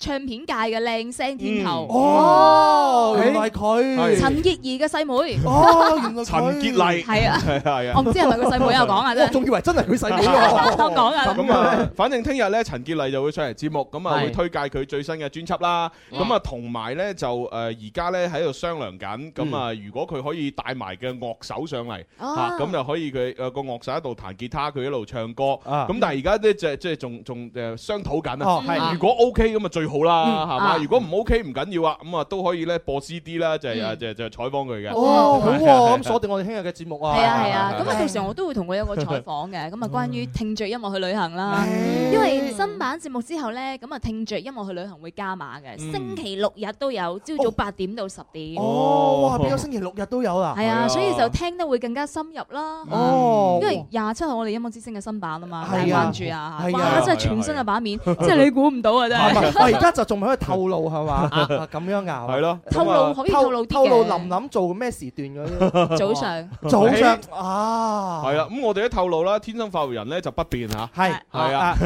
Speaker 9: 唱片界嘅靚聲天后，
Speaker 7: 嗯哦
Speaker 8: 原來佢
Speaker 9: 陳潔儀嘅細妹，
Speaker 8: 哦，原來
Speaker 7: 嚇，陳潔麗
Speaker 9: 係啊
Speaker 7: 係啊，
Speaker 9: 我唔知係咪佢細妹有講啊真係
Speaker 8: 我仲以為真係佢細妹喎。
Speaker 9: 我講啊，
Speaker 7: 咁啊，反正聽日咧，陳潔麗就會上嚟節目，咁啊
Speaker 8: 係
Speaker 7: 會推介佢最新嘅專輯啦。咁啊，同埋咧就誒而家咧喺度商量緊，咁啊
Speaker 8: 嗯
Speaker 7: 如果佢可以帶埋嘅樂手上嚟，
Speaker 9: 啊
Speaker 7: 嚇咁就可以佢誒呃個樂手喺度彈吉他，佢一路唱歌。咁但係而家咧即係即係仲仲誒商討緊
Speaker 8: 啊哦
Speaker 7: 啊。
Speaker 8: 係
Speaker 7: 如果 OK 咁啊最好啦，
Speaker 8: 嗯
Speaker 7: 係
Speaker 8: 啊
Speaker 7: 嘛？如果唔 OK 唔緊要啊，咁啊都可以咧播 CD 啦，就係啊就就採訪佢嘅。
Speaker 8: 哦，嗯好喎，咁鎖定我哋聽日嘅節目啊。
Speaker 9: 係啊係啊，咁啊到時我都會同佢有個採訪嘅，咁啊關於聽着音樂去旅行啦，因為新版節目之後咧，咁啊聽着音樂去旅行會加碼嘅，
Speaker 8: 嗯
Speaker 9: 星期六日都有，朝早八點到十點。
Speaker 8: 哦，哇，變咗星期六日都有啦。
Speaker 9: 係啊，所以就聽得會更加深入啦。
Speaker 8: 哦
Speaker 9: 因為廿七號我哋音樂之星嘅新版啊嘛，大
Speaker 8: 係
Speaker 9: 家
Speaker 8: 啊
Speaker 9: 關注啊！
Speaker 8: 係啊
Speaker 9: 哇，真係全新嘅版面，即係你估唔到啊！真
Speaker 8: 唔係
Speaker 9: 係。
Speaker 8: 我而家就仲喺度透露係嘛？啊啊咁樣啊？
Speaker 7: 係咯，
Speaker 9: 透露可以透露啲嘅
Speaker 8: 透露林林做咩時 段嗰啲？
Speaker 9: 早上
Speaker 8: 早上
Speaker 7: 誒
Speaker 8: 啊，
Speaker 7: 係啦，咁我哋都透露啦，天生發育人咧就不變嚇，
Speaker 8: 係
Speaker 7: 係
Speaker 8: 啊
Speaker 7: 啊，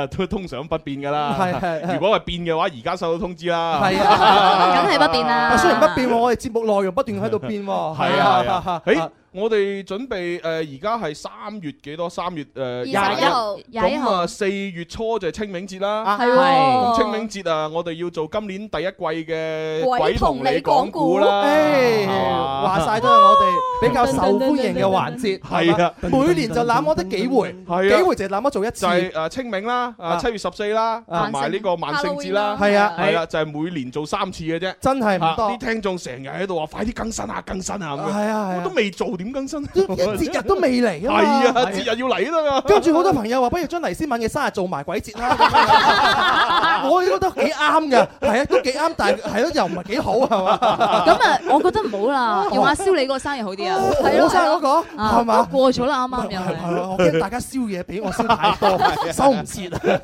Speaker 7: 啊 都通常不變噶
Speaker 8: 係係
Speaker 7: 啦。
Speaker 8: 係
Speaker 7: 如果係變嘅話，而家收到通知啦。
Speaker 8: 呃係啊，
Speaker 9: 梗係不變啦
Speaker 8: 但雖然不變喎，我哋節目內容不斷喺度變喎。
Speaker 7: 係啊，係啊，誒，我哋準備誒，呃而家係三月幾多？三月誒
Speaker 9: 21號21
Speaker 7: 咁
Speaker 9: 號
Speaker 7: 啊，四月初就係清明節啦。
Speaker 9: 啊係喎
Speaker 7: 咁清明節啊，我哋要做今年第一季嘅
Speaker 8: 鬼
Speaker 7: 同
Speaker 8: 同
Speaker 7: 你
Speaker 8: 你
Speaker 7: 講
Speaker 8: 講
Speaker 7: 故
Speaker 8: 故
Speaker 7: 啦。係
Speaker 8: 誒
Speaker 7: 嘛
Speaker 8: 話晒都係我哋比較受歡迎嘅環節，
Speaker 7: 係啊
Speaker 8: 係嘛每年就那麼得幾回，
Speaker 7: 係啊
Speaker 8: 幾回就那麼做一次
Speaker 7: 就。係誒清明啦，誒
Speaker 8: 啊
Speaker 7: 七月十四啦，
Speaker 8: 啊
Speaker 7: 同埋呢個萬聖節啦，
Speaker 8: Halloween 啦係啊
Speaker 7: 係啦，就係每年做三次嘅啫，
Speaker 8: 真係唔多
Speaker 7: 啊啲聽眾成日喺度話快啲更新啊，更新啊咁樣，
Speaker 8: 係啊係啊
Speaker 7: 我都未做點更新，
Speaker 8: 節日都未嚟啊嘛
Speaker 7: 係啊，節日要嚟啦嘛，
Speaker 8: 跟住好多朋友話，不如將黎思敏嘅生日做埋鬼節啦 咁樣。我覺得幾啱嘅，係啊，都幾啱，但係係咯，又唔係幾好係嘛？
Speaker 9: 咁啊，我覺得唔好啦，用阿蕭你嗰個生日好啲啊。係咯
Speaker 8: 我生日嗰個
Speaker 9: 係咯啊
Speaker 8: 哦係嘛
Speaker 9: 我過咗啦，啱啱又係。
Speaker 8: 係啊，我驚大家燒嘢俾我燒太 多，收唔切啊！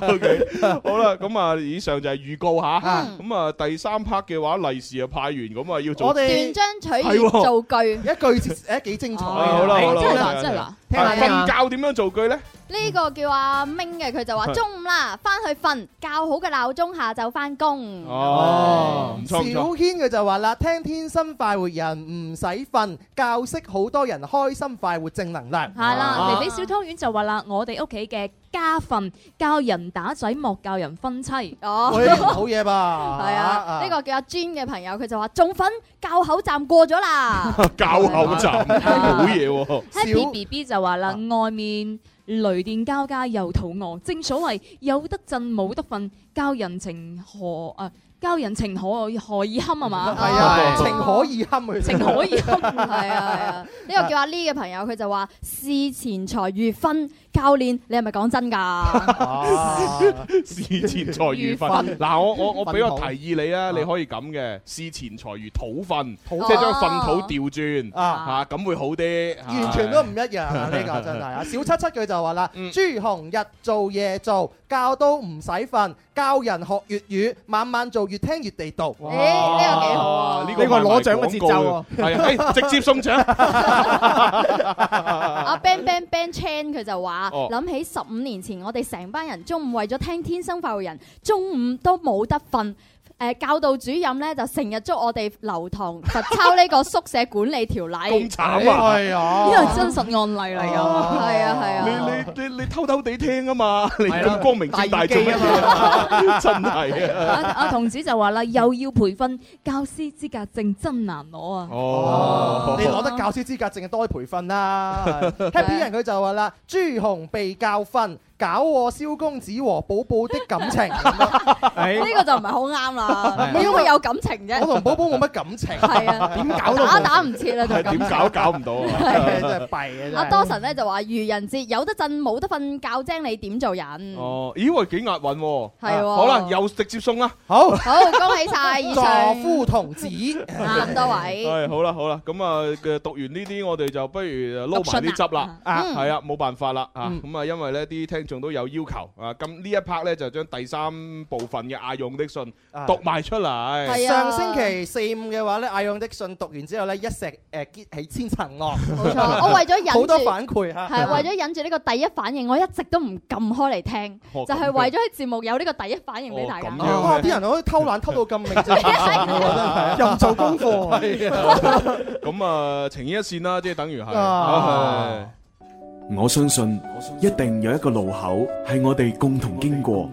Speaker 7: OK，好啦，咁啊，以上就係預告吓，咁啊，第三 part 嘅話，利是啊派完，咁啊要做
Speaker 8: 嗯我哋
Speaker 7: 係喎
Speaker 8: 一句誒幾
Speaker 9: 哦
Speaker 8: 精彩。
Speaker 7: 啊
Speaker 9: 哎
Speaker 7: 好啦好啦，
Speaker 8: 真係
Speaker 7: 好
Speaker 8: 嗱
Speaker 7: 啦
Speaker 8: 真係嗱
Speaker 7: 啊
Speaker 8: 聽下聽下
Speaker 7: 瞓覺點樣造句咧？
Speaker 2: 呢個叫阿明嘅，佢就話中午啦，翻去瞓，校好嘅鬧鐘，下晝翻工。
Speaker 7: 哦，唔
Speaker 8: 小
Speaker 7: 錯唔錯。
Speaker 8: 軒佢就話啦，聽天生快活人唔使瞓，教識好多人開心快活正能量。
Speaker 9: 係啦，
Speaker 8: 肥
Speaker 9: 肥肥小湯圓就話啦，我哋屋企嘅家訓教人打仔，莫教人分妻。
Speaker 2: 哦
Speaker 8: 喂好嘢吧？
Speaker 2: 係啊，呢個叫阿 Jun 嘅朋友，佢就話中粉教口站過咗 啦。
Speaker 7: 教口站， 好嘢喎！
Speaker 9: Happy B B 就話啦，外面雷電交加又肚餓，正所謂有得震冇得瞓，教人情何啊？教人情何何以堪啊嘛？
Speaker 8: 係啊，情可以堪佢。
Speaker 9: 情可以堪
Speaker 2: 係啊係啊，呢個叫阿 Lee 嘅朋友，佢就話視錢財如分，教練你係咪講真 㗎？
Speaker 8: 啊
Speaker 7: 視錢財如
Speaker 2: 如
Speaker 7: 糞。
Speaker 2: 糞
Speaker 7: 嗱，我我我
Speaker 2: 糞
Speaker 7: 俾個
Speaker 2: 土
Speaker 7: 提議你啊，你可以咁嘅，視錢財如土糞，
Speaker 8: 糞
Speaker 7: 即係將糞土調轉
Speaker 8: 啊
Speaker 7: 啊，咁會好啲。
Speaker 8: 完全都唔一樣啊！呢個真係啊，小七七佢就話啦：朱紅日做夜做，教都唔使瞓，教人學粵語，晚晚做越聽越地道。誒，
Speaker 7: 呢個幾好啊哦呢個賣賣廣告嘅係啊哎直接送獎。
Speaker 2: 阿 Ben Ben Ben Chan 佢就話：
Speaker 7: 哦
Speaker 2: 諗起十五年前，我哋成班人中午為咗聽《天生快活人》，中午都冇得瞓。誒、教導主任咧就成日捉我哋留堂罰抄呢個宿舍管理條例，
Speaker 7: 咁慘啊！
Speaker 8: 係啊
Speaker 9: 呢個係真實案例嚟㗎。
Speaker 2: 係啊
Speaker 8: Ờ.
Speaker 2: 係啊，
Speaker 7: 你你你你偷偷地聽啊嘛，你
Speaker 8: 係啦
Speaker 7: 咁光明正大做乜嘢 啊？真係
Speaker 9: 阿
Speaker 7: 啊！
Speaker 9: 阿童子就話啦，又要培訓教師資格證，真難攞啊！
Speaker 7: 哦
Speaker 8: 你攞得教師資格，淨係多啲培訓啦。Happy 人佢就話啦：朱紅被教訓，搞我蕭公子和寶寶的感情。
Speaker 2: 呢個就唔係好啱啦，
Speaker 8: 係
Speaker 2: 因為有感情 啫。
Speaker 8: 我同寶寶冇乜感情，
Speaker 2: 係啊，
Speaker 8: 點搞都
Speaker 2: 打打唔切啦，就
Speaker 7: 係
Speaker 2: 咁。
Speaker 7: 點搞搞唔到
Speaker 8: 係真
Speaker 7: 啊！
Speaker 8: 係弊
Speaker 2: 阿
Speaker 8: 啊！真
Speaker 2: 多
Speaker 8: 係
Speaker 2: 神咧就話愚人節有得震冇得瞓，教精你點做人。
Speaker 7: 哦，咦喂，幾押韻喎！
Speaker 2: 係喎
Speaker 7: 好啦，又直接送啦。
Speaker 8: 好，
Speaker 2: 好，恭喜晒以上
Speaker 8: 助夫同子
Speaker 2: 啊咁多 位。
Speaker 7: 係好啦，好啦，咁啊嘅讀完呢啲，我哋就不如撈埋
Speaker 2: 讀信
Speaker 7: 啲汁啦，
Speaker 8: 啊
Speaker 2: 嗯
Speaker 7: 係啊，冇辦法啦啊，
Speaker 8: 嗯
Speaker 7: 咁啊，因為呢啲聽眾都有要求啊，咁呢一 part 咧就將第三部分嘅阿勇的信
Speaker 8: 啊
Speaker 7: 讀埋出嚟，
Speaker 8: 上星期四五嘅話咧，《艾用的信》讀完之後咧，一石誒結起千層浪。冇
Speaker 2: 錯我為咗忍住
Speaker 8: 好多反饋嚇，
Speaker 2: 係為咗忍住呢個第一反應，我一直都唔撳開嚟聽，
Speaker 8: 哦
Speaker 2: 就係為咗喺節目有呢個第一反應俾大家。
Speaker 10: Ờ.
Speaker 8: 哇！啲人可以偷懶偷到咁明，真係又唔做功課。
Speaker 7: 咁啊情牽一線啦，即係等於係。
Speaker 8: 啊
Speaker 7: 係
Speaker 1: 我相信一定有一個路口係我哋共同經過，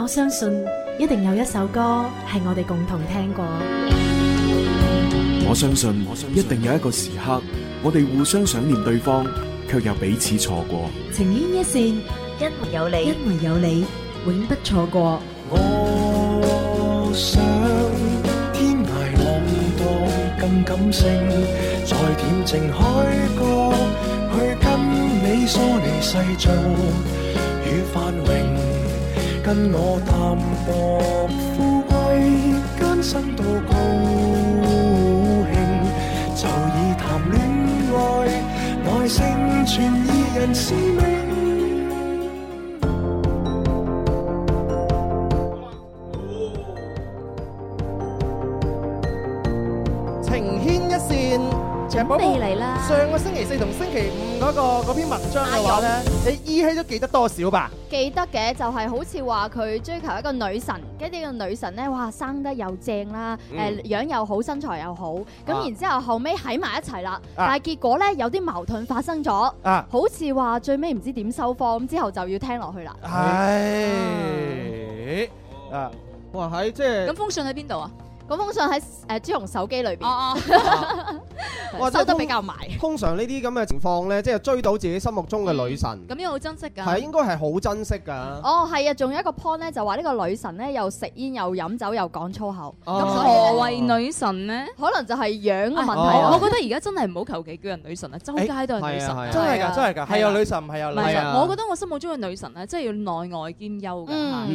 Speaker 19: 我相信一定有一首歌系我哋共同聽過。
Speaker 1: 我相信一定有一個時刻，我哋互相想念對方，卻又彼此錯過。
Speaker 19: 情牽一線，因為有你，因為有你，永不錯過。
Speaker 17: 我想天涯浪蕩更感性，在恬靜海角去跟你梳理世俗與繁榮，跟我淡薄富貴艱辛到高興，就以談戀愛耐性傳二人使命。
Speaker 8: 情牽一線，準
Speaker 19: 備嚟啦
Speaker 8: 上個星期四同星期五嗰個嗰篇文章嘅話咧，你依稀都記得多少吧？
Speaker 2: 記得嘅就係好似話佢追求一個女神，跟住呢個女神咧，哇生得又正啦，誒、
Speaker 8: 嗯
Speaker 2: 樣又好，身材又好，咁、
Speaker 8: 啊
Speaker 2: 然之後後尾喺埋一齊啦，但
Speaker 8: 啊
Speaker 2: 係結果咧有啲矛盾發生咗，
Speaker 8: 啊
Speaker 2: 好似話最尾唔知點收科，咁之後就要聽落去啦。
Speaker 8: 唉，啊，
Speaker 10: 哇喺即係
Speaker 2: 封信喺邊度啊？嗰封信喺誒朱紅手機裏
Speaker 8: 啊
Speaker 2: 邊，
Speaker 10: 哇
Speaker 2: 收得比較埋。。
Speaker 10: 即係通通常呢啲咁嘅情況咧，即係追到自己心目中嘅女神，
Speaker 2: 咁樣好珍惜㗎
Speaker 10: 係應該係好珍惜㗎。
Speaker 2: 哦，係啊，仲有一個 point 咧，就話呢個女神咧又食煙又飲酒又講粗口，
Speaker 10: 哦
Speaker 2: 咁所以
Speaker 9: 何
Speaker 2: 呢
Speaker 9: 為女神呢？
Speaker 2: 可能就係樣嘅問題
Speaker 9: 唉
Speaker 2: 咯。
Speaker 9: 我覺得而家真係唔好求其叫人女神啊，周街都係女神
Speaker 8: 係啊
Speaker 9: 啊
Speaker 8: 係啊，真係㗎真係㗎係有
Speaker 9: 啊
Speaker 8: 女神係有女神
Speaker 9: 唔係
Speaker 8: 係啊
Speaker 9: 我覺得我心目中嘅女神咧，真係要內外兼優
Speaker 10: 嗯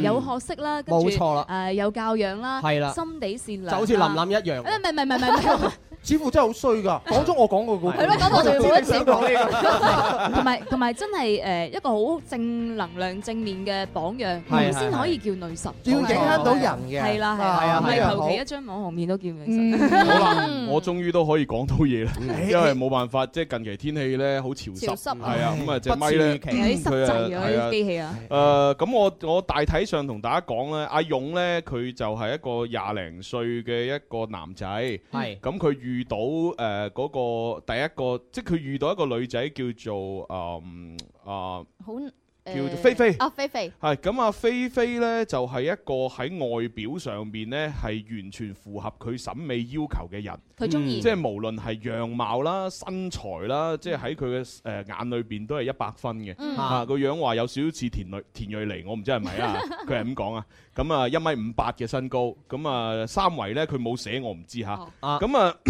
Speaker 9: 㗎，有學識啦，跟住
Speaker 10: 冇錯啦
Speaker 9: 誒有教養啦，
Speaker 10: 係啦
Speaker 9: 心地善良啦，
Speaker 10: 就好似林林一
Speaker 9: 誒
Speaker 10: 樣
Speaker 9: 唔係唔係唔係唔係。
Speaker 8: 似乎真係好衰 㗎，講咗我講過嗰個。
Speaker 9: 係咯講到就冇得
Speaker 8: 想
Speaker 9: 講
Speaker 8: 呢
Speaker 9: 同埋同埋真係誒一個好正能量正面嘅榜樣，
Speaker 10: 係
Speaker 9: 咁先可以叫女神，
Speaker 10: 係要影響到人嘅
Speaker 9: 係啦係
Speaker 10: 係
Speaker 9: 啦唔
Speaker 10: 啊，係
Speaker 9: 係
Speaker 10: 啊
Speaker 9: 求
Speaker 10: 好
Speaker 9: 其一張網紅面都叫女神。
Speaker 7: 好啦，我終於都可以講 到嘢啦，因為冇辦法，即係近期天氣咧好潮濕，
Speaker 9: 潮濕啊
Speaker 7: 係啊，咁啊隻
Speaker 9: 不似
Speaker 7: 咪咧
Speaker 9: 預期有啲濕滯啊啲機器啊
Speaker 7: 誒咁我我大體上同大家講咧，阿勇咧佢就係一個廿零歲嘅一個男仔，
Speaker 10: 係
Speaker 7: 咁佢遇到誒嗰個第一個，即係佢遇到一個女仔叫做誒啊。
Speaker 2: 好
Speaker 7: 叫
Speaker 2: 誒
Speaker 7: 做菲菲
Speaker 2: 啊，菲菲
Speaker 7: 係咁啊，菲菲呢就係、一個喺外表上面呢係完全符合佢審美要求嘅人，
Speaker 9: 佢鍾意
Speaker 7: 即係無論係樣貌啦、身材啦，即係喺佢嘅誒眼裏邊都係一百分嘅。
Speaker 9: 嗯
Speaker 7: 啊，個樣話有少少似田蕊田蕊妮，我唔知係咪啊，佢係咁講啊。咁啊，一米五八嘅身高，咁啊三圍呢，佢冇寫，我唔知吓。咁啊。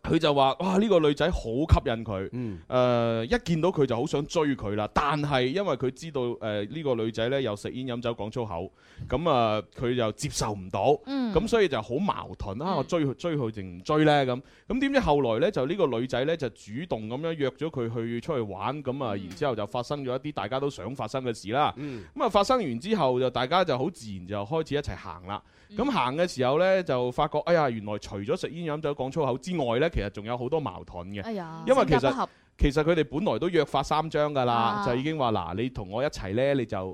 Speaker 7: 佢就話：哇！呢、個女仔好吸引佢，誒、呃一見到佢就好想追佢啦。但係因為佢知道呃誒呢、個女仔呢又食煙飲酒講粗口，咁啊佢就接受唔到，咁、
Speaker 5: 嗯
Speaker 7: 所以就好矛盾啊！我追佢追佢定唔追呢？咁咁點知後來呢，就呢個女仔呢就主動咁樣約咗佢去出去玩，咁啊然之後就發生咗一啲大家都想發生嘅事啦。咁啊發生完之後就大家就好自然就開始一齊行啦。咁行嘅時候呢，就發覺哎呀，原來除咗食煙飲酒講粗口之外呢，其實仲有好多矛盾嘅。
Speaker 2: 哎呀
Speaker 7: 因為其
Speaker 2: 性格不
Speaker 7: 實
Speaker 2: 合
Speaker 7: 其實佢哋本來都約法三章㗎啦，
Speaker 2: 啊
Speaker 7: 就已經話嗱，你同我一齊呢，你就誒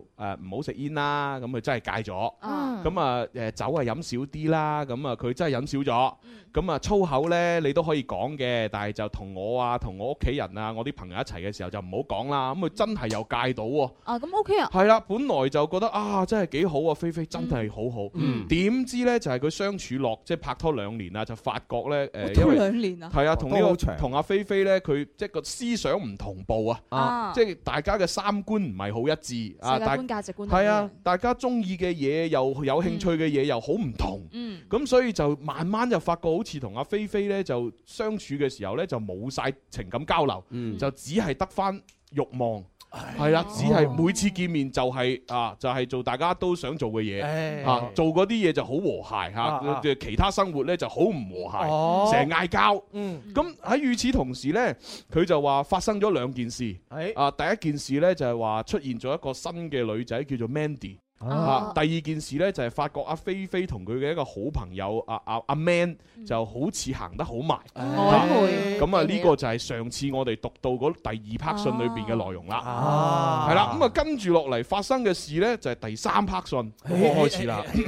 Speaker 7: 唔好食煙啦。咁佢真係戒咗。
Speaker 2: 嗯
Speaker 7: 咁啊誒酒啊飲少啲啦。咁啊佢真係飲少咗。咁啊粗口呢，你都可以講嘅，但係就同我啊、同我屋企人啊、我啲朋友一齊嘅時候就唔好講啦。咁佢真係又戒到喎。
Speaker 9: 啊咁 OK 啊，嗯
Speaker 7: 係啦，本來就覺得啊，真係幾好啊，菲菲真係好好。
Speaker 10: 嗯
Speaker 7: 點知呢？就係佢相處落，即係啊拍拖兩年啦，就發覺呢，誒，因
Speaker 9: 拖
Speaker 7: 為
Speaker 9: 兩年啊，
Speaker 7: 係啊，同呢
Speaker 10: 都
Speaker 7: 個
Speaker 10: 好長
Speaker 7: 同阿菲菲呢，佢即係個思想唔同步啊，
Speaker 9: 啊
Speaker 7: 即係大家嘅三觀唔係好一致啊，
Speaker 9: 世界
Speaker 7: 大
Speaker 9: 觀、價值觀都
Speaker 7: 係啊
Speaker 9: 唔，
Speaker 7: 大家中意嘅嘢又有興趣嘅嘢又好唔同。
Speaker 9: 嗯，
Speaker 7: 咁所以就慢慢就發覺好似同阿菲菲呢，就相處嘅時候呢，就冇晒情感交流，
Speaker 1: 嗯
Speaker 9: 嗯
Speaker 7: 就只係得翻慾望。
Speaker 8: 哎
Speaker 7: 係啦，只係
Speaker 9: 哦
Speaker 7: 每次見面就係啊，就係做大家都想做嘅
Speaker 8: 唉
Speaker 7: 嘢，啊，做嗰啲嘢就好和諧
Speaker 8: 哎啊
Speaker 7: 嚇，即係其他生活呢就好唔和
Speaker 8: 哦
Speaker 7: 諧，成日嗌交。
Speaker 8: 嗯
Speaker 7: 咁喺與此同時呢，佢就話發生咗兩件事
Speaker 8: 哎。
Speaker 7: 啊，第一件事呢，就係話出現咗一個新嘅女仔叫做 Mandy。
Speaker 8: 啊
Speaker 2: 哦
Speaker 7: 啊！第二件事呢，就係發覺阿菲菲同佢嘅一個好朋友啊阿阿阿 Man 就好似行得好埋，啊
Speaker 9: 昧
Speaker 7: 咁啊呢個就係上次我哋讀到嗰第二 part 信裏邊嘅內容啦
Speaker 8: 啊。
Speaker 7: 係啦，咁啊跟住落嚟發生嘅事呢，就係第三 part 信開始啦。是這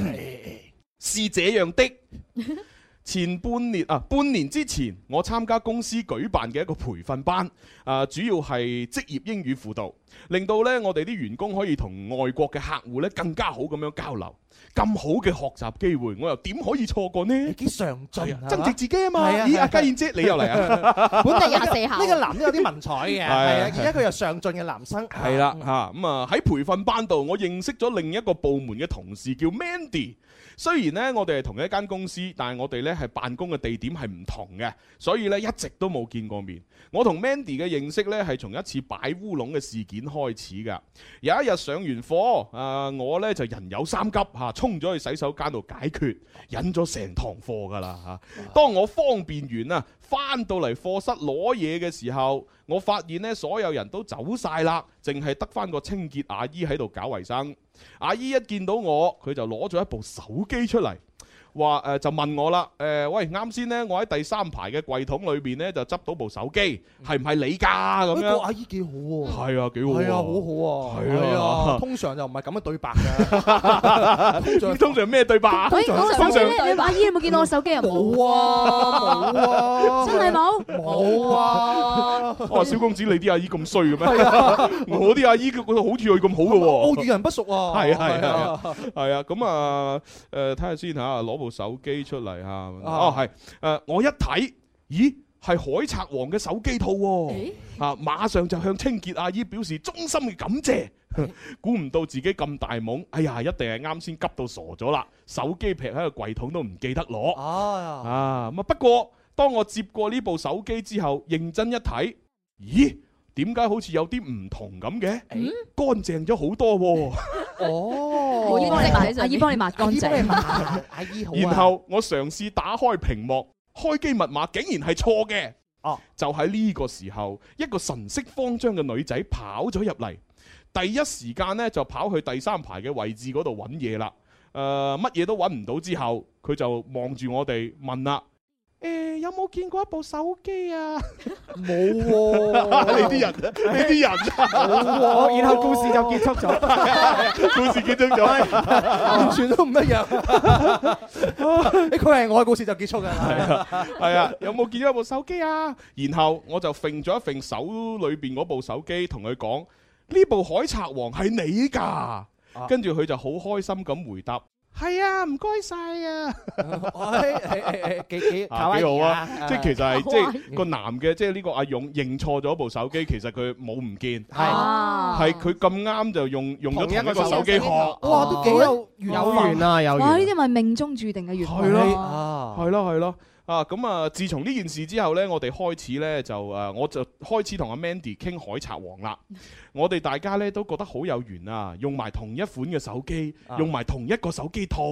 Speaker 7: 樣的。 前半年啊，半年之前我參加公司舉辦嘅一個培訓班，啊、主要係職業英語輔導，令到呢我哋啲員工可以同外國嘅客戶呢更加好咁樣交流。咁好嘅學習機會，我又點可以錯過呢？幾上進啊增值自己啊嘛！
Speaker 8: 係啊
Speaker 7: 咦，阿家燕姐你又嚟啊？
Speaker 8: 本 地
Speaker 7: 有
Speaker 8: 廿四呢個男都有啲文采
Speaker 7: 係
Speaker 8: 嘅，係
Speaker 7: 啊
Speaker 8: 啊，而家佢又上進嘅男生，
Speaker 7: 係啦
Speaker 8: 嗯
Speaker 7: 嚇，咁啊喺培訓班度，我認識咗另一個部門嘅同事叫 Mandy。雖然呢，我哋係同一間公司，但係我哋呢係辦公嘅地點係唔同嘅，所以呢一直都冇見過面。我同 Mandy 嘅認識呢係從一次擺烏龍嘅事件開始㗎。有一日上完課，啊、我呢就人有三急嚇，衝咗去洗手間度解決，忍咗成堂課㗎啦嚇。當我方便完啊，翻到嚟課室攞嘢嘅時候，我發現呢所有人都走晒啦，淨係得翻個清潔阿姨喺度搞衞生。阿姨一見到我，佢就攞咗一部手機出嚟。話誒、呃就問我啦，誒、喂啱先呢，我喺第三排嘅櫃桶裏邊呢，就執到部手機，係唔係你㗎咁
Speaker 8: 個
Speaker 7: 樣？
Speaker 8: 阿姨幾好喎，
Speaker 7: 係啊，幾好喎
Speaker 8: 係啊，好好啊，
Speaker 7: 係啊
Speaker 8: 通常就唔係咁嘅對白㗎，通 常
Speaker 7: 通常咩對白？啊
Speaker 9: 喂，我手機咧，你阿姨有冇見到我手機啊？冇啊，
Speaker 8: 冇啊，
Speaker 9: 真係冇，
Speaker 8: 冇啊，
Speaker 7: 我話小公子，你啲阿姨咁衰嘅咩？ 我啲阿姨佢佢好似佢咁好嘅喎。
Speaker 8: 我與人不熟啊，
Speaker 7: 係啊係啊係啊，咁啊誒睇下先嚇，攞部手機出嚟嚇。哦係誒，我一睇，咦係海賊王嘅手機套喎，啊馬上就向清潔阿姨表示衷心嘅感謝。 估唔到自己咁大懵，哎呀，一定係啱先急到傻咗啦，手機劈喺個櫃桶都唔記得攞。啊咁啊，不過當我接過呢部手機之後，認真一睇，咦？點解好似有啲唔同咁嘅？乾淨咗好啊多喎、
Speaker 8: 哦
Speaker 9: 阿姨幫你抹，阿姨幫你抹乾
Speaker 8: 阿姨幫你抹
Speaker 9: 淨。
Speaker 8: 阿姨好啊，
Speaker 7: 然後我嘗試打開屏幕，開機密碼竟然係錯嘅。
Speaker 8: 哦，
Speaker 7: 就喺呢個時候，一個神色慌張嘅女仔跑咗入嚟，第一時間呢就跑去第三排嘅位置嗰度揾嘢啦。誒、乜嘢都揾唔到之後，佢就望住我哋問啦。誒，有冇見過一部手機啊？
Speaker 8: 冇 喎，
Speaker 7: 你啲人，啊你啲人，啊
Speaker 8: 冇喎
Speaker 10: 然後故事就結束咗，
Speaker 7: 故事結束 咗。
Speaker 8: 完全都唔一樣。 佢係我嘅故事就結束㗎
Speaker 7: 係
Speaker 8: 啦。
Speaker 7: 啊，係啊，有冇見到一部手機啊？然後我就揈咗一揈手裏邊嗰部手機，同佢講呢部海賊王係你㗎。跟住佢就好開心咁回答。啊係啊，唔該晒啊！
Speaker 8: 幾幾
Speaker 7: 啊，幾好啊！ 即係其實 係即
Speaker 8: 卡哇
Speaker 7: 係個男嘅，即係呢個阿勇認錯咗部手機，其實佢冇唔見，係
Speaker 8: 啊
Speaker 7: 係佢咁啱就用用咗同一個手機殼，
Speaker 8: 哇，都幾有
Speaker 10: 有緣啊，有
Speaker 9: 哇！呢
Speaker 10: 緣。
Speaker 9: 啲咪命中注定嘅緣
Speaker 7: 係
Speaker 9: 分
Speaker 7: 咯，
Speaker 9: 咯。
Speaker 8: 啊
Speaker 7: 係咯，係咯。啊，咁啊，自從呢件事之後呢，我哋開始呢，就誒、啊我就開始同阿 Mandy 傾海賊王 啦。我哋大家呢都覺得好有緣啊，用埋同一款嘅手機，
Speaker 8: 啊
Speaker 7: 用埋同一個手機套。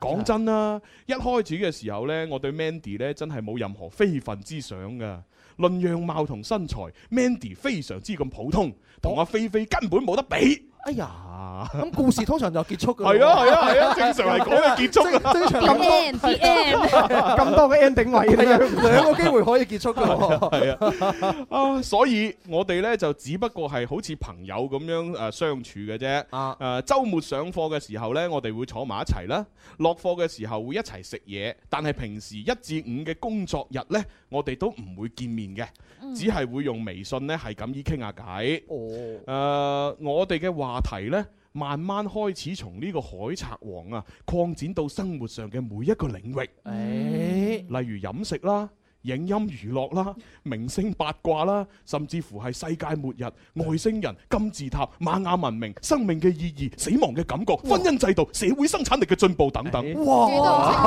Speaker 7: 講真啦，一開始嘅時候呢，我對 Mandy 呢真係冇任何非分之想噶。論樣貌同身材，Mandy 非常之咁普通，同阿菲菲根本冇得比。
Speaker 8: 哎呀，
Speaker 7: 啊！
Speaker 8: 咁故事通常就結束㗎喎。
Speaker 7: 係啊係啊係 啊正常嚟講係結束啊
Speaker 8: 正正常咁
Speaker 9: The end, the
Speaker 8: 多
Speaker 9: end
Speaker 8: 咁多嘅 ending 位，
Speaker 10: 係
Speaker 8: 兩兩個機會可以結束㗎喎。
Speaker 7: 係啊，啊，所以我哋呢就只不過係好似朋友咁樣誒相處嘅啫。
Speaker 8: 啊，
Speaker 7: 誒週末上課嘅時候呢，我哋會坐埋一齊啦；落課嘅時候會一齊食嘢。但係平時一至五嘅工作日呢，我哋都唔會見面嘅，只係會用微信呢係咁依傾下偈。
Speaker 8: 哦
Speaker 7: 誒、我哋嘅話題呢，慢慢開始從呢個海賊王啊，擴展到生活上嘅每一個領域，
Speaker 8: 誒
Speaker 7: 例如飲食啦、影音娛樂啦、明星八卦啦，甚至乎係世界末日、外星人、金字塔、瑪雅文明、生命嘅意義、死亡嘅感覺、婚姻制度、社會生產力嘅進步等等。
Speaker 8: 哇
Speaker 7: 哇 好犀利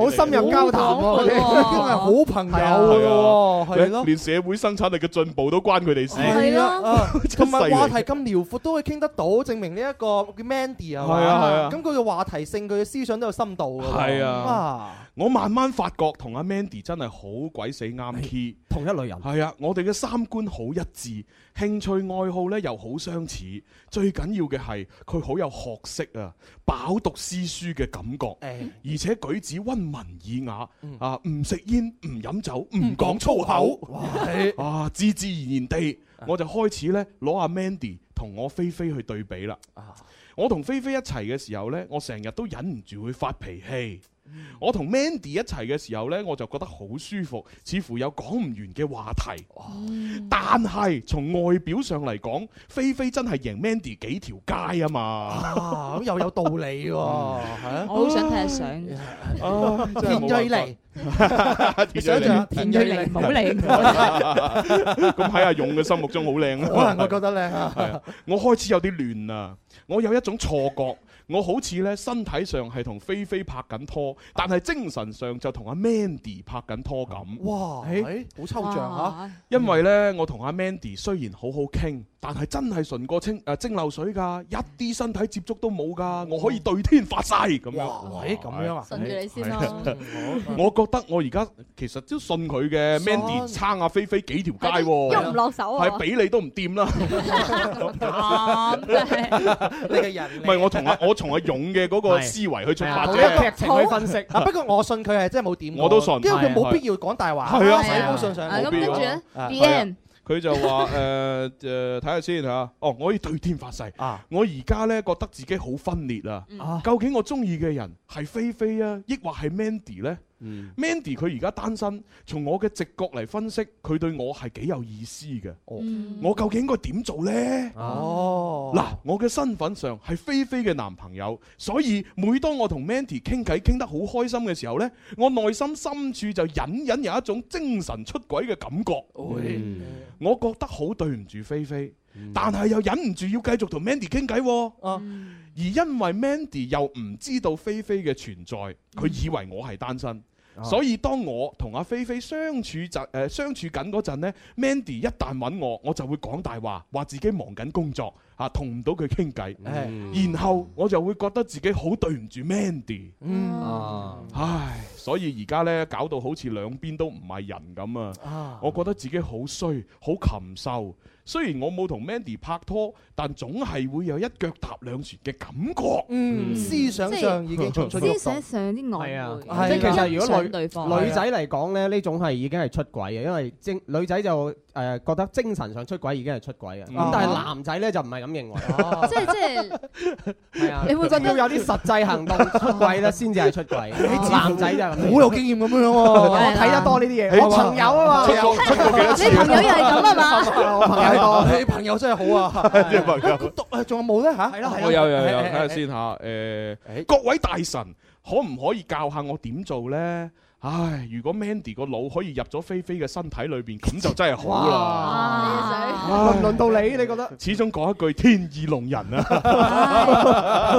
Speaker 8: 好深入交談喎，佢哋已經係好朋友
Speaker 7: 係
Speaker 8: 咯
Speaker 7: 啊
Speaker 8: 喎，係咯。
Speaker 7: 連社會生產力嘅進步都關佢哋事。
Speaker 8: 係啦， 同埋
Speaker 7: 啊哦真係
Speaker 8: 話
Speaker 7: 犀
Speaker 8: 題
Speaker 7: 利
Speaker 8: 咁遼闊都可以傾得到，證明呢一個叫 Mandy 啊，
Speaker 7: 係啊係啊
Speaker 8: 咁佢嘅話題性，佢嘅思想都有深度㗎喎。
Speaker 7: 係啊，我慢慢發覺同阿 Mandy 真係好鬼死啱 key，
Speaker 10: 同一類人。
Speaker 7: 係啊，我哋嘅三觀好一致，興趣愛好呢又好相似，最緊要嘅係佢好有學識啊，飽讀詩書嘅感覺，而且舉止温文爾雅啊，唔食煙，唔飲酒，唔講粗口，啊，自自然然地，我就開始呢攞阿 Mandy 同我菲菲去對比啦。我同菲菲一齊嘅時候呢，我成日都忍唔住會發脾氣。我同 Mandy 一齊嘅時候呢，我就覺得好舒服，似乎有講唔完嘅話題。但係從外表上嚟講，菲菲真係贏 Mandy 幾條街啊嘛。
Speaker 8: 啊咁又有道理喎，
Speaker 7: 嗯
Speaker 8: 係啊
Speaker 7: 哦
Speaker 9: 我好想睇下相。
Speaker 8: 田蕊妮，
Speaker 7: 你
Speaker 8: 想象田蕊妮
Speaker 9: 唔好理
Speaker 7: 咁喺阿勇嘅心目中好靚
Speaker 8: 可
Speaker 7: 啊
Speaker 8: 能我覺得 靚啊
Speaker 7: 係啊，我開始有啲亂啦，我有一種錯覺，我好似咧身體上係同菲菲拍緊拖，但係精神上就同阿 Mandy 拍緊拖咁。
Speaker 8: 哇，誒好抽象啊嚇，
Speaker 7: 因為呢，我同阿 Mandy 雖然好好傾，但係真係純過清誒呃蒸馏水㗎，一啲身體接觸都冇㗎，我可以對天發誓咁樣。
Speaker 8: 喂咁樣啊
Speaker 7: 係
Speaker 8: 順住你先啦
Speaker 7: 係我覺得我而家其實都信佢嘅
Speaker 8: 信
Speaker 7: ，Mandy 撐阿菲菲幾條街喎，
Speaker 13: 喐唔落手啊
Speaker 7: 係俾你都唔掂啦。
Speaker 8: 你嘅人
Speaker 7: 唔係我同阿我從阿勇嘅嗰個思維去出發
Speaker 8: 啊好
Speaker 7: 啫，
Speaker 8: 啊，不過我信佢係真係冇點過，
Speaker 7: 我都信
Speaker 8: 因為佢冇必要講大話，
Speaker 7: 係啊
Speaker 8: 使
Speaker 7: 係啊
Speaker 8: 封信上
Speaker 7: 啊咁跟住咧
Speaker 8: 啊
Speaker 7: The end 佢就話 誒誒睇下先嚇，哦，我可以對天發誓，我而家咧覺得自己好分裂啊
Speaker 8: 嗯啊！
Speaker 7: 究竟我中意嘅人係菲菲啊，抑或係 Mandy 呢
Speaker 8: 嗯
Speaker 7: m a n d y 佢而家單身，從我嘅直覺嚟分析，佢對我係幾有意思嘅。哦我究竟應該點做呢？
Speaker 8: 嗯哦，
Speaker 7: 嗱，我嘅身份上係菲菲嘅男朋友，所以每當我同 Mandy 傾偈傾得好開心嘅時候呢，我內心深處就隱隱有一種精神出軌嘅感覺。嗯我覺得好對唔住菲菲，但係又忍唔住要繼續同 Mandy 傾偈喎。而因為 Mandy 又唔知道菲菲嘅存在，佢以為我係單身。所以當我同阿菲菲相處就誒、呃相處緊嗰陣呢 m a n d y 一旦揾我，我就會講大話，話自己忙緊工作，啊同唔到佢傾偈，
Speaker 8: 嗯
Speaker 7: 然後我就會覺得自己好對唔住 Mandy，、唉，
Speaker 8: 嗯
Speaker 7: 所以而家呢，搞到好似兩邊都唔係人咁啊！
Speaker 8: 啊
Speaker 7: 我覺得自己好衰，好禽獸。雖然我冇同 Mandy 拍拖，但總係會有一腳踏兩船嘅感覺。
Speaker 8: 嗯，思想上已經蠢出
Speaker 9: 思想上有啲
Speaker 10: 係啊
Speaker 9: 曖，
Speaker 10: 即
Speaker 9: 昧，
Speaker 10: 係其實如果女
Speaker 9: 對方
Speaker 10: 女仔嚟講咧，呢種係已經係出軌嘅，因為精女仔就誒覺得精神上出軌已經係出軌嘅，咁但係男仔咧就唔係咁認為，
Speaker 9: 即係即係
Speaker 10: 係啊，
Speaker 9: 你會覺得
Speaker 10: 要有啲實際行動出軌咧先至係出 軌，男仔就係咁
Speaker 7: 啊
Speaker 10: 認為
Speaker 8: 好有經驗咁樣喎，我
Speaker 10: 睇得多呢啲嘢，我朋友啊嘛，
Speaker 8: 出過出過幾多次啊你朋友又係咁啊 嘛
Speaker 10: 我朋
Speaker 7: 啊
Speaker 10: 友多，
Speaker 8: 你朋友真係好啊，
Speaker 7: 啲朋友
Speaker 8: 咁讀啊仲有冇咧嚇？係啦
Speaker 7: 哦我有有有，啊睇下先嚇。誒，各位大神，可唔可以教下我點做呢？唉，如果 Mandy 個腦可以入咗菲菲嘅身體裏邊，咁就真係好啦。
Speaker 10: 輪唔輪到你？你覺得？
Speaker 7: 始終講一句天意弄人 啊！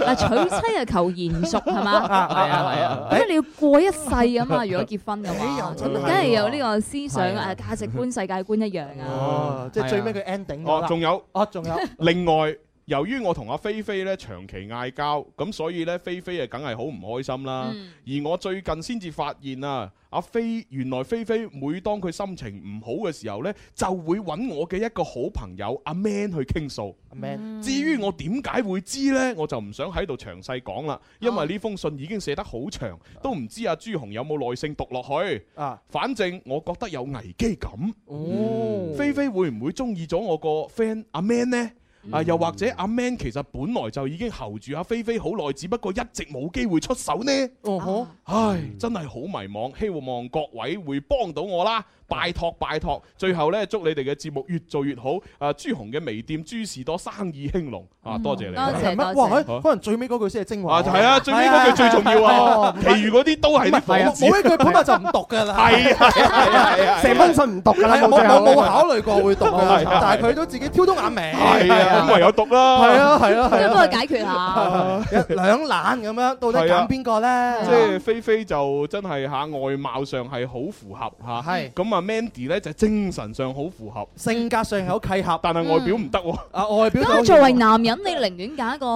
Speaker 9: 嗱娶妻啊求賢淑 係嘛？
Speaker 7: 係啊係啊
Speaker 9: 因為你要過一世啊 嘛，如果結婚嘅話，
Speaker 8: 真係
Speaker 7: 哦
Speaker 9: 梗係有呢個思想
Speaker 8: 係
Speaker 9: 誒價值觀、世界觀一樣啊。
Speaker 8: 哦，即係最尾佢 ending 咗
Speaker 7: 哦，
Speaker 8: 啦
Speaker 7: 仲有
Speaker 8: 哦， 仲有。
Speaker 7: 另外，由於我同阿菲菲咧長期嗌交，咁所以咧菲菲啊梗係好唔開心啦。而我最近先至發現啊，阿菲原來菲菲每當佢心情唔好嘅時候咧，就會揾我嘅一個好朋友阿 Man 去傾訴。
Speaker 8: Man
Speaker 7: 至於我點解會知呢？我就唔想喺度詳細講啦，因為呢封信已經寫得好長，都唔知阿朱紅有冇耐性讀落去。
Speaker 8: 啊，
Speaker 7: 反正我覺得有危機感。哦，菲菲會唔會中意咗我個 friend 阿 Man 呢？啊，又或者阿 Man 其實本來就已經候住阿菲菲好耐，只不過一直冇機會出手呢。
Speaker 8: 哦
Speaker 7: 嗯唉，真係好迷茫，希望各位會幫到我啦。拜託拜託，最後咧祝你哋嘅節目越做越好。啊，朱紅嘅微店朱士多生意興隆啊！多謝你，
Speaker 8: 乜哇，可可能最尾嗰句先係精華。
Speaker 7: 啊，係啊，最尾嗰句最重要啊， 其餘嗰啲都係啲
Speaker 8: 係啊
Speaker 7: 幌子
Speaker 8: 冇一句本來就唔讀㗎啦。
Speaker 7: 係啊係啊係啊
Speaker 8: 成封信唔讀㗎
Speaker 7: 係
Speaker 8: 啦。
Speaker 7: 啊
Speaker 8: 我
Speaker 7: 冇
Speaker 8: 冇
Speaker 7: 冇
Speaker 8: 冇考慮過會讀㗎
Speaker 7: 係啊，
Speaker 8: 但係佢都自己挑通眼眉。
Speaker 7: 係啊，咁唯有讀啦。
Speaker 8: 係啊係啊係啊都幫佢
Speaker 9: 解決
Speaker 8: 下一兩懶咁樣，到底
Speaker 7: 係啊
Speaker 8: 揀邊個咧？
Speaker 7: 即係菲菲就真係嚇外貌上係好符合嚇，
Speaker 8: 係
Speaker 7: 咁啊 Mandy 咧就精神上好符合，
Speaker 8: 性格上有契合，
Speaker 7: 但係外表唔得喎。
Speaker 8: 啊，外表
Speaker 9: 咁作為男人，你寧願揀一個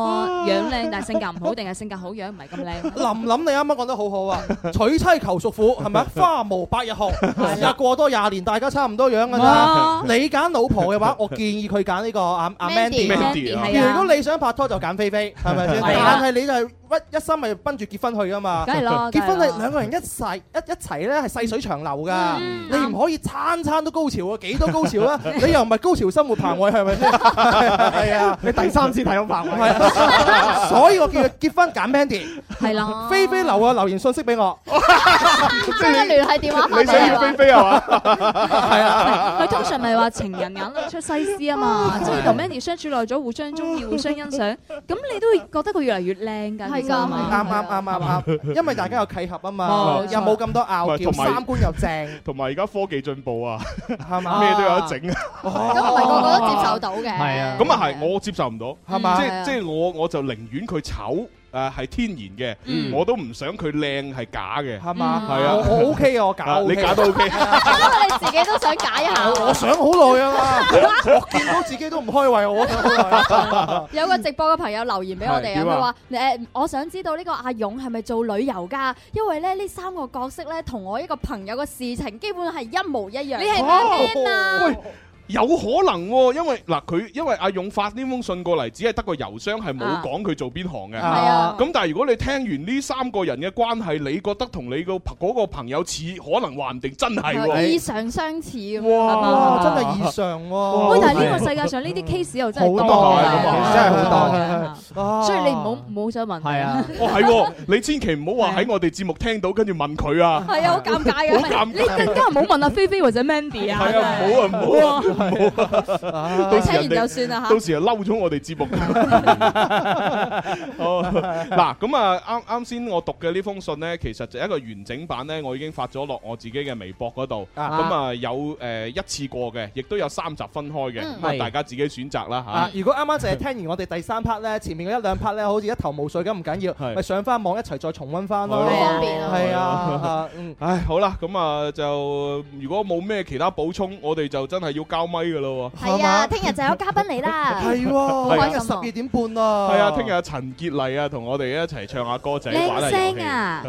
Speaker 9: 樣靚但係性格唔好，定係性格好樣唔係 咁靚？
Speaker 8: 林林，你啱啱講得好好啊！娶妻求淑婦係咪花無百日紅，日過多廿年，大家差唔多樣㗎
Speaker 9: 哇
Speaker 8: 啦。你揀老婆 嘅話，我建議佢揀呢個阿阿
Speaker 9: Mandy，
Speaker 8: Mandy。
Speaker 9: Mandy，係啊
Speaker 8: 如果你想拍拖就揀菲菲，係咪先？
Speaker 9: 係啊
Speaker 8: 但係你就係屈一心咪奔住結婚去㗎嘛。
Speaker 9: 梗 係咯
Speaker 8: 結婚
Speaker 9: 梗係咯
Speaker 8: 係兩個人一齊一一齊咧係細水長流㗎。你唔可以餐餐都高潮啊！幾多高潮啊？你又唔係高潮生活棚位係咪先？係啊，你第三次睇我棚位， 所以我叫佢結婚揀 Mandy。
Speaker 9: 係 啦，
Speaker 8: 菲菲留啊留言信息俾我，即
Speaker 9: 係聯繫電話號碼
Speaker 2: 嗯
Speaker 8: 你
Speaker 2: 啊
Speaker 8: 想要菲菲係嘛？係啊，
Speaker 9: 佢通常咪話情人眼裏出西施啊嘛，即係同 Mandy 相處耐咗，互相中意，互相欣賞，咁你都會覺得佢越嚟越靚㗎。
Speaker 8: 係
Speaker 9: 其
Speaker 8: 㗎，
Speaker 9: 實係嘛
Speaker 8: 啱啱啱啱啱，因為大家有契合啊嘛
Speaker 7: 冇，錯
Speaker 8: 又冇咁多拗撬，
Speaker 7: 同埋
Speaker 8: 三觀又正，
Speaker 7: 同埋而家科技進步啊，
Speaker 8: 係哦
Speaker 2: 嘛
Speaker 7: 咩都有得整啊。
Speaker 2: 咁唔係個個都接受到嘅。
Speaker 7: 係啊，咁啊係，我接受唔到，
Speaker 2: 係嘛
Speaker 7: 即
Speaker 2: 係啊
Speaker 7: 係即係我我就寧願佢醜。誒係天然嘅，我都唔想佢靚係假嘅，係
Speaker 8: 嘛
Speaker 7: 係啊，
Speaker 8: 我我 OK 啊我假
Speaker 7: 啊你
Speaker 8: OK
Speaker 7: 假都 OK，
Speaker 2: 因 為你自己都想解一下。
Speaker 8: 我想好耐啊嘛，我見到自己都唔開胃，我想好耐。
Speaker 2: 有個直播嘅朋友留言俾我哋啊，
Speaker 8: 係點
Speaker 2: 佢
Speaker 8: 啊
Speaker 2: 話誒，我想知道呢個阿勇係咪做旅遊㗎？因為咧呢三個角色咧，同我一個朋友嘅事情基本係一模一樣。你
Speaker 7: 哦
Speaker 2: 係咩 friend 啊？
Speaker 7: 喂有可能喎，因為嗱佢因為阿勇發呢封信過嚟，只係得個郵箱係冇
Speaker 2: 啊
Speaker 7: 講佢做邊行嘅。
Speaker 9: 哦
Speaker 2: 啊
Speaker 7: 咁但係如果你聽完呢三個人嘅關係，你覺得同你個
Speaker 9: 嗯
Speaker 7: 嗰個朋友似，可能話唔定真係喎。
Speaker 2: 哦異常相似咁。
Speaker 8: 哇，真係異常喎！
Speaker 9: 喂，但係呢個世界上呢啲 case
Speaker 2: 嗯
Speaker 9: 又真係多
Speaker 7: 好
Speaker 9: 嘅
Speaker 7: 多係咁啊
Speaker 9: 真係
Speaker 7: 好多
Speaker 8: 啊
Speaker 7: 啊
Speaker 9: 多嘅，所以你唔好唔好想問。係 啊，
Speaker 7: 哦係喎，你千祈唔好話喺我哋節目聽到，跟住問佢啊。
Speaker 9: 係啊，好尷尬嘅。
Speaker 7: 好尷尬
Speaker 9: 你更加唔好問阿菲菲或者 Mandy 啊。
Speaker 7: 係啊，唔好啊，唔好啊，唔好啊！到時人
Speaker 9: 聽完
Speaker 7: 哋
Speaker 9: 就算啦嚇
Speaker 7: 到時又嬲咗我哋 節目。好嗱，咁啊，啱啱先我讀嘅呢封信呢，其實就一個完整版呢，我已經發咗落我自己嘅微博嗰度。咁
Speaker 8: 啊
Speaker 7: 啊，有誒一次過嘅，亦都有三集分開嘅，
Speaker 8: 嗯
Speaker 7: 咁啊
Speaker 8: 係
Speaker 7: 大家自己選擇啦
Speaker 8: 啊！如果啱啱淨係聽完我哋第三 part 咧，前面嗰一兩 part 咧，好似一頭霧水咁，唔緊要，咪上翻網一齊再重温翻咯，
Speaker 7: 好方
Speaker 2: 便啊
Speaker 8: 係啊
Speaker 7: 嚇
Speaker 8: 啊，。
Speaker 7: 唉，好啦，咁啊就如果冇咩其他補充，我哋就真係要交咪噶咯喎。
Speaker 2: 係啊，聽日就有嘉賓嚟啦。
Speaker 8: 係
Speaker 7: 係啊
Speaker 8: 喎，今日十二點半啦。
Speaker 10: 哦
Speaker 7: 系啊，聽日阿陳潔麗啊，同我哋一齊唱下歌仔，
Speaker 8: 靚
Speaker 7: 玩下遊戲
Speaker 8: 聲啊！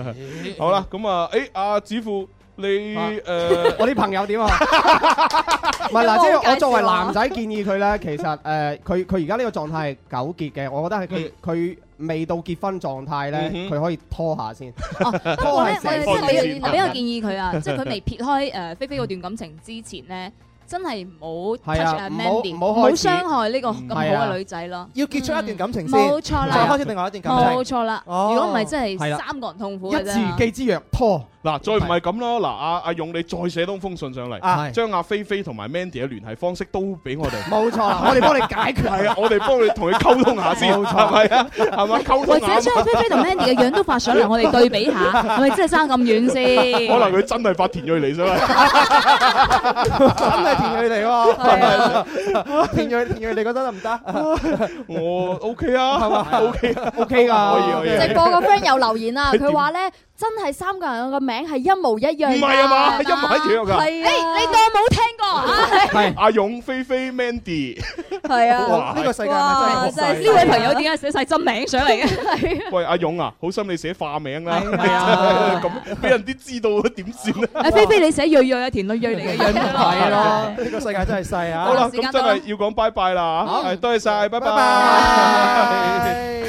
Speaker 7: 好啦，咁啊，誒，阿子富，你
Speaker 10: 啊
Speaker 7: 誒，
Speaker 10: 我啲朋友點啊？唔係嗱，即係我作為男仔建議佢咧，其實誒，佢佢而家呢個狀態係糾結嘅，我覺得係佢佢未到結婚狀態咧，
Speaker 9: 嗯
Speaker 10: 佢可以拖下先。
Speaker 9: 不過
Speaker 10: 拖
Speaker 9: 咧，
Speaker 10: 下
Speaker 9: 我哋
Speaker 10: 先
Speaker 9: 即係俾我比較建議佢啊，即係 佢未撇開誒菲菲嗰段感情之前咧，真係唔好 touch
Speaker 8: 係啊
Speaker 9: 阿
Speaker 8: 唔好
Speaker 9: Mandy，
Speaker 8: 唔
Speaker 9: 唔
Speaker 8: 好
Speaker 9: 好
Speaker 8: 開始
Speaker 9: 傷害呢個咁好
Speaker 8: 係
Speaker 9: 嘅
Speaker 8: 啊
Speaker 9: 女仔咯。
Speaker 8: 要結束一段感情
Speaker 9: 嗯
Speaker 8: 先，
Speaker 9: 冇錯啦，
Speaker 8: 再開始另外一段感情。
Speaker 9: 冇錯啦，
Speaker 8: 哦
Speaker 9: 如果唔係真係
Speaker 7: 係啦
Speaker 9: 三個人痛苦嘅
Speaker 7: 一
Speaker 9: 啫。
Speaker 10: 之約拖。
Speaker 7: 嗱，再唔係咁咯，嗱，阿阿勇，你再寫多封信上
Speaker 10: 啊
Speaker 7: 嚟，
Speaker 10: 係
Speaker 7: 將阿菲菲同埋 Mandy 嘅聯繫方式都俾我哋。
Speaker 10: 冇錯 啦我哋幫你解決
Speaker 7: 係啊，我哋幫你同佢溝通下先，
Speaker 10: 冇錯
Speaker 7: 係咪啊？係咪溝
Speaker 9: 或者
Speaker 7: 通下？
Speaker 9: 將菲菲同 Mandy 嘅樣都發上嚟，我哋對比下，係咪真係爭咁遠
Speaker 8: 啊
Speaker 9: 先？
Speaker 7: 可能佢真係發田蕊嚟啫嘛。
Speaker 8: 真係田蕊嚟 喎，田蕊田蕊你覺得得唔得？
Speaker 7: 我 OK 啊，OK 啊
Speaker 10: OK 㗎
Speaker 7: 可以可以。
Speaker 2: 直播個 friend 有留言 啊，
Speaker 7: 係點
Speaker 2: 佢話咧真係三個人個名係一模一樣㗎。
Speaker 7: 唔係啊嘛，一模一樣㗎。
Speaker 2: 係啊，你你當冇聽過啊？
Speaker 7: 係阿勇、菲菲、Mandy。
Speaker 2: 係啊
Speaker 7: 哇
Speaker 2: 呢個世界咪真係好
Speaker 8: 啊
Speaker 2: 細
Speaker 9: 呢位朋友點解寫晒真名上 嚟嘅？
Speaker 7: 喂，阿勇啊，好心你寫化名啦，
Speaker 9: 啊
Speaker 7: 咁俾人啲知道點算
Speaker 9: 阿
Speaker 7: 咧？
Speaker 9: 菲菲，你寫鋭鋭啊，田女鋭嚟嘅鋭咪
Speaker 8: 係咯，呢個世界真係細啊！
Speaker 7: 好啦，咁真係要講拜拜啦嚇，係多謝晒，拜拜。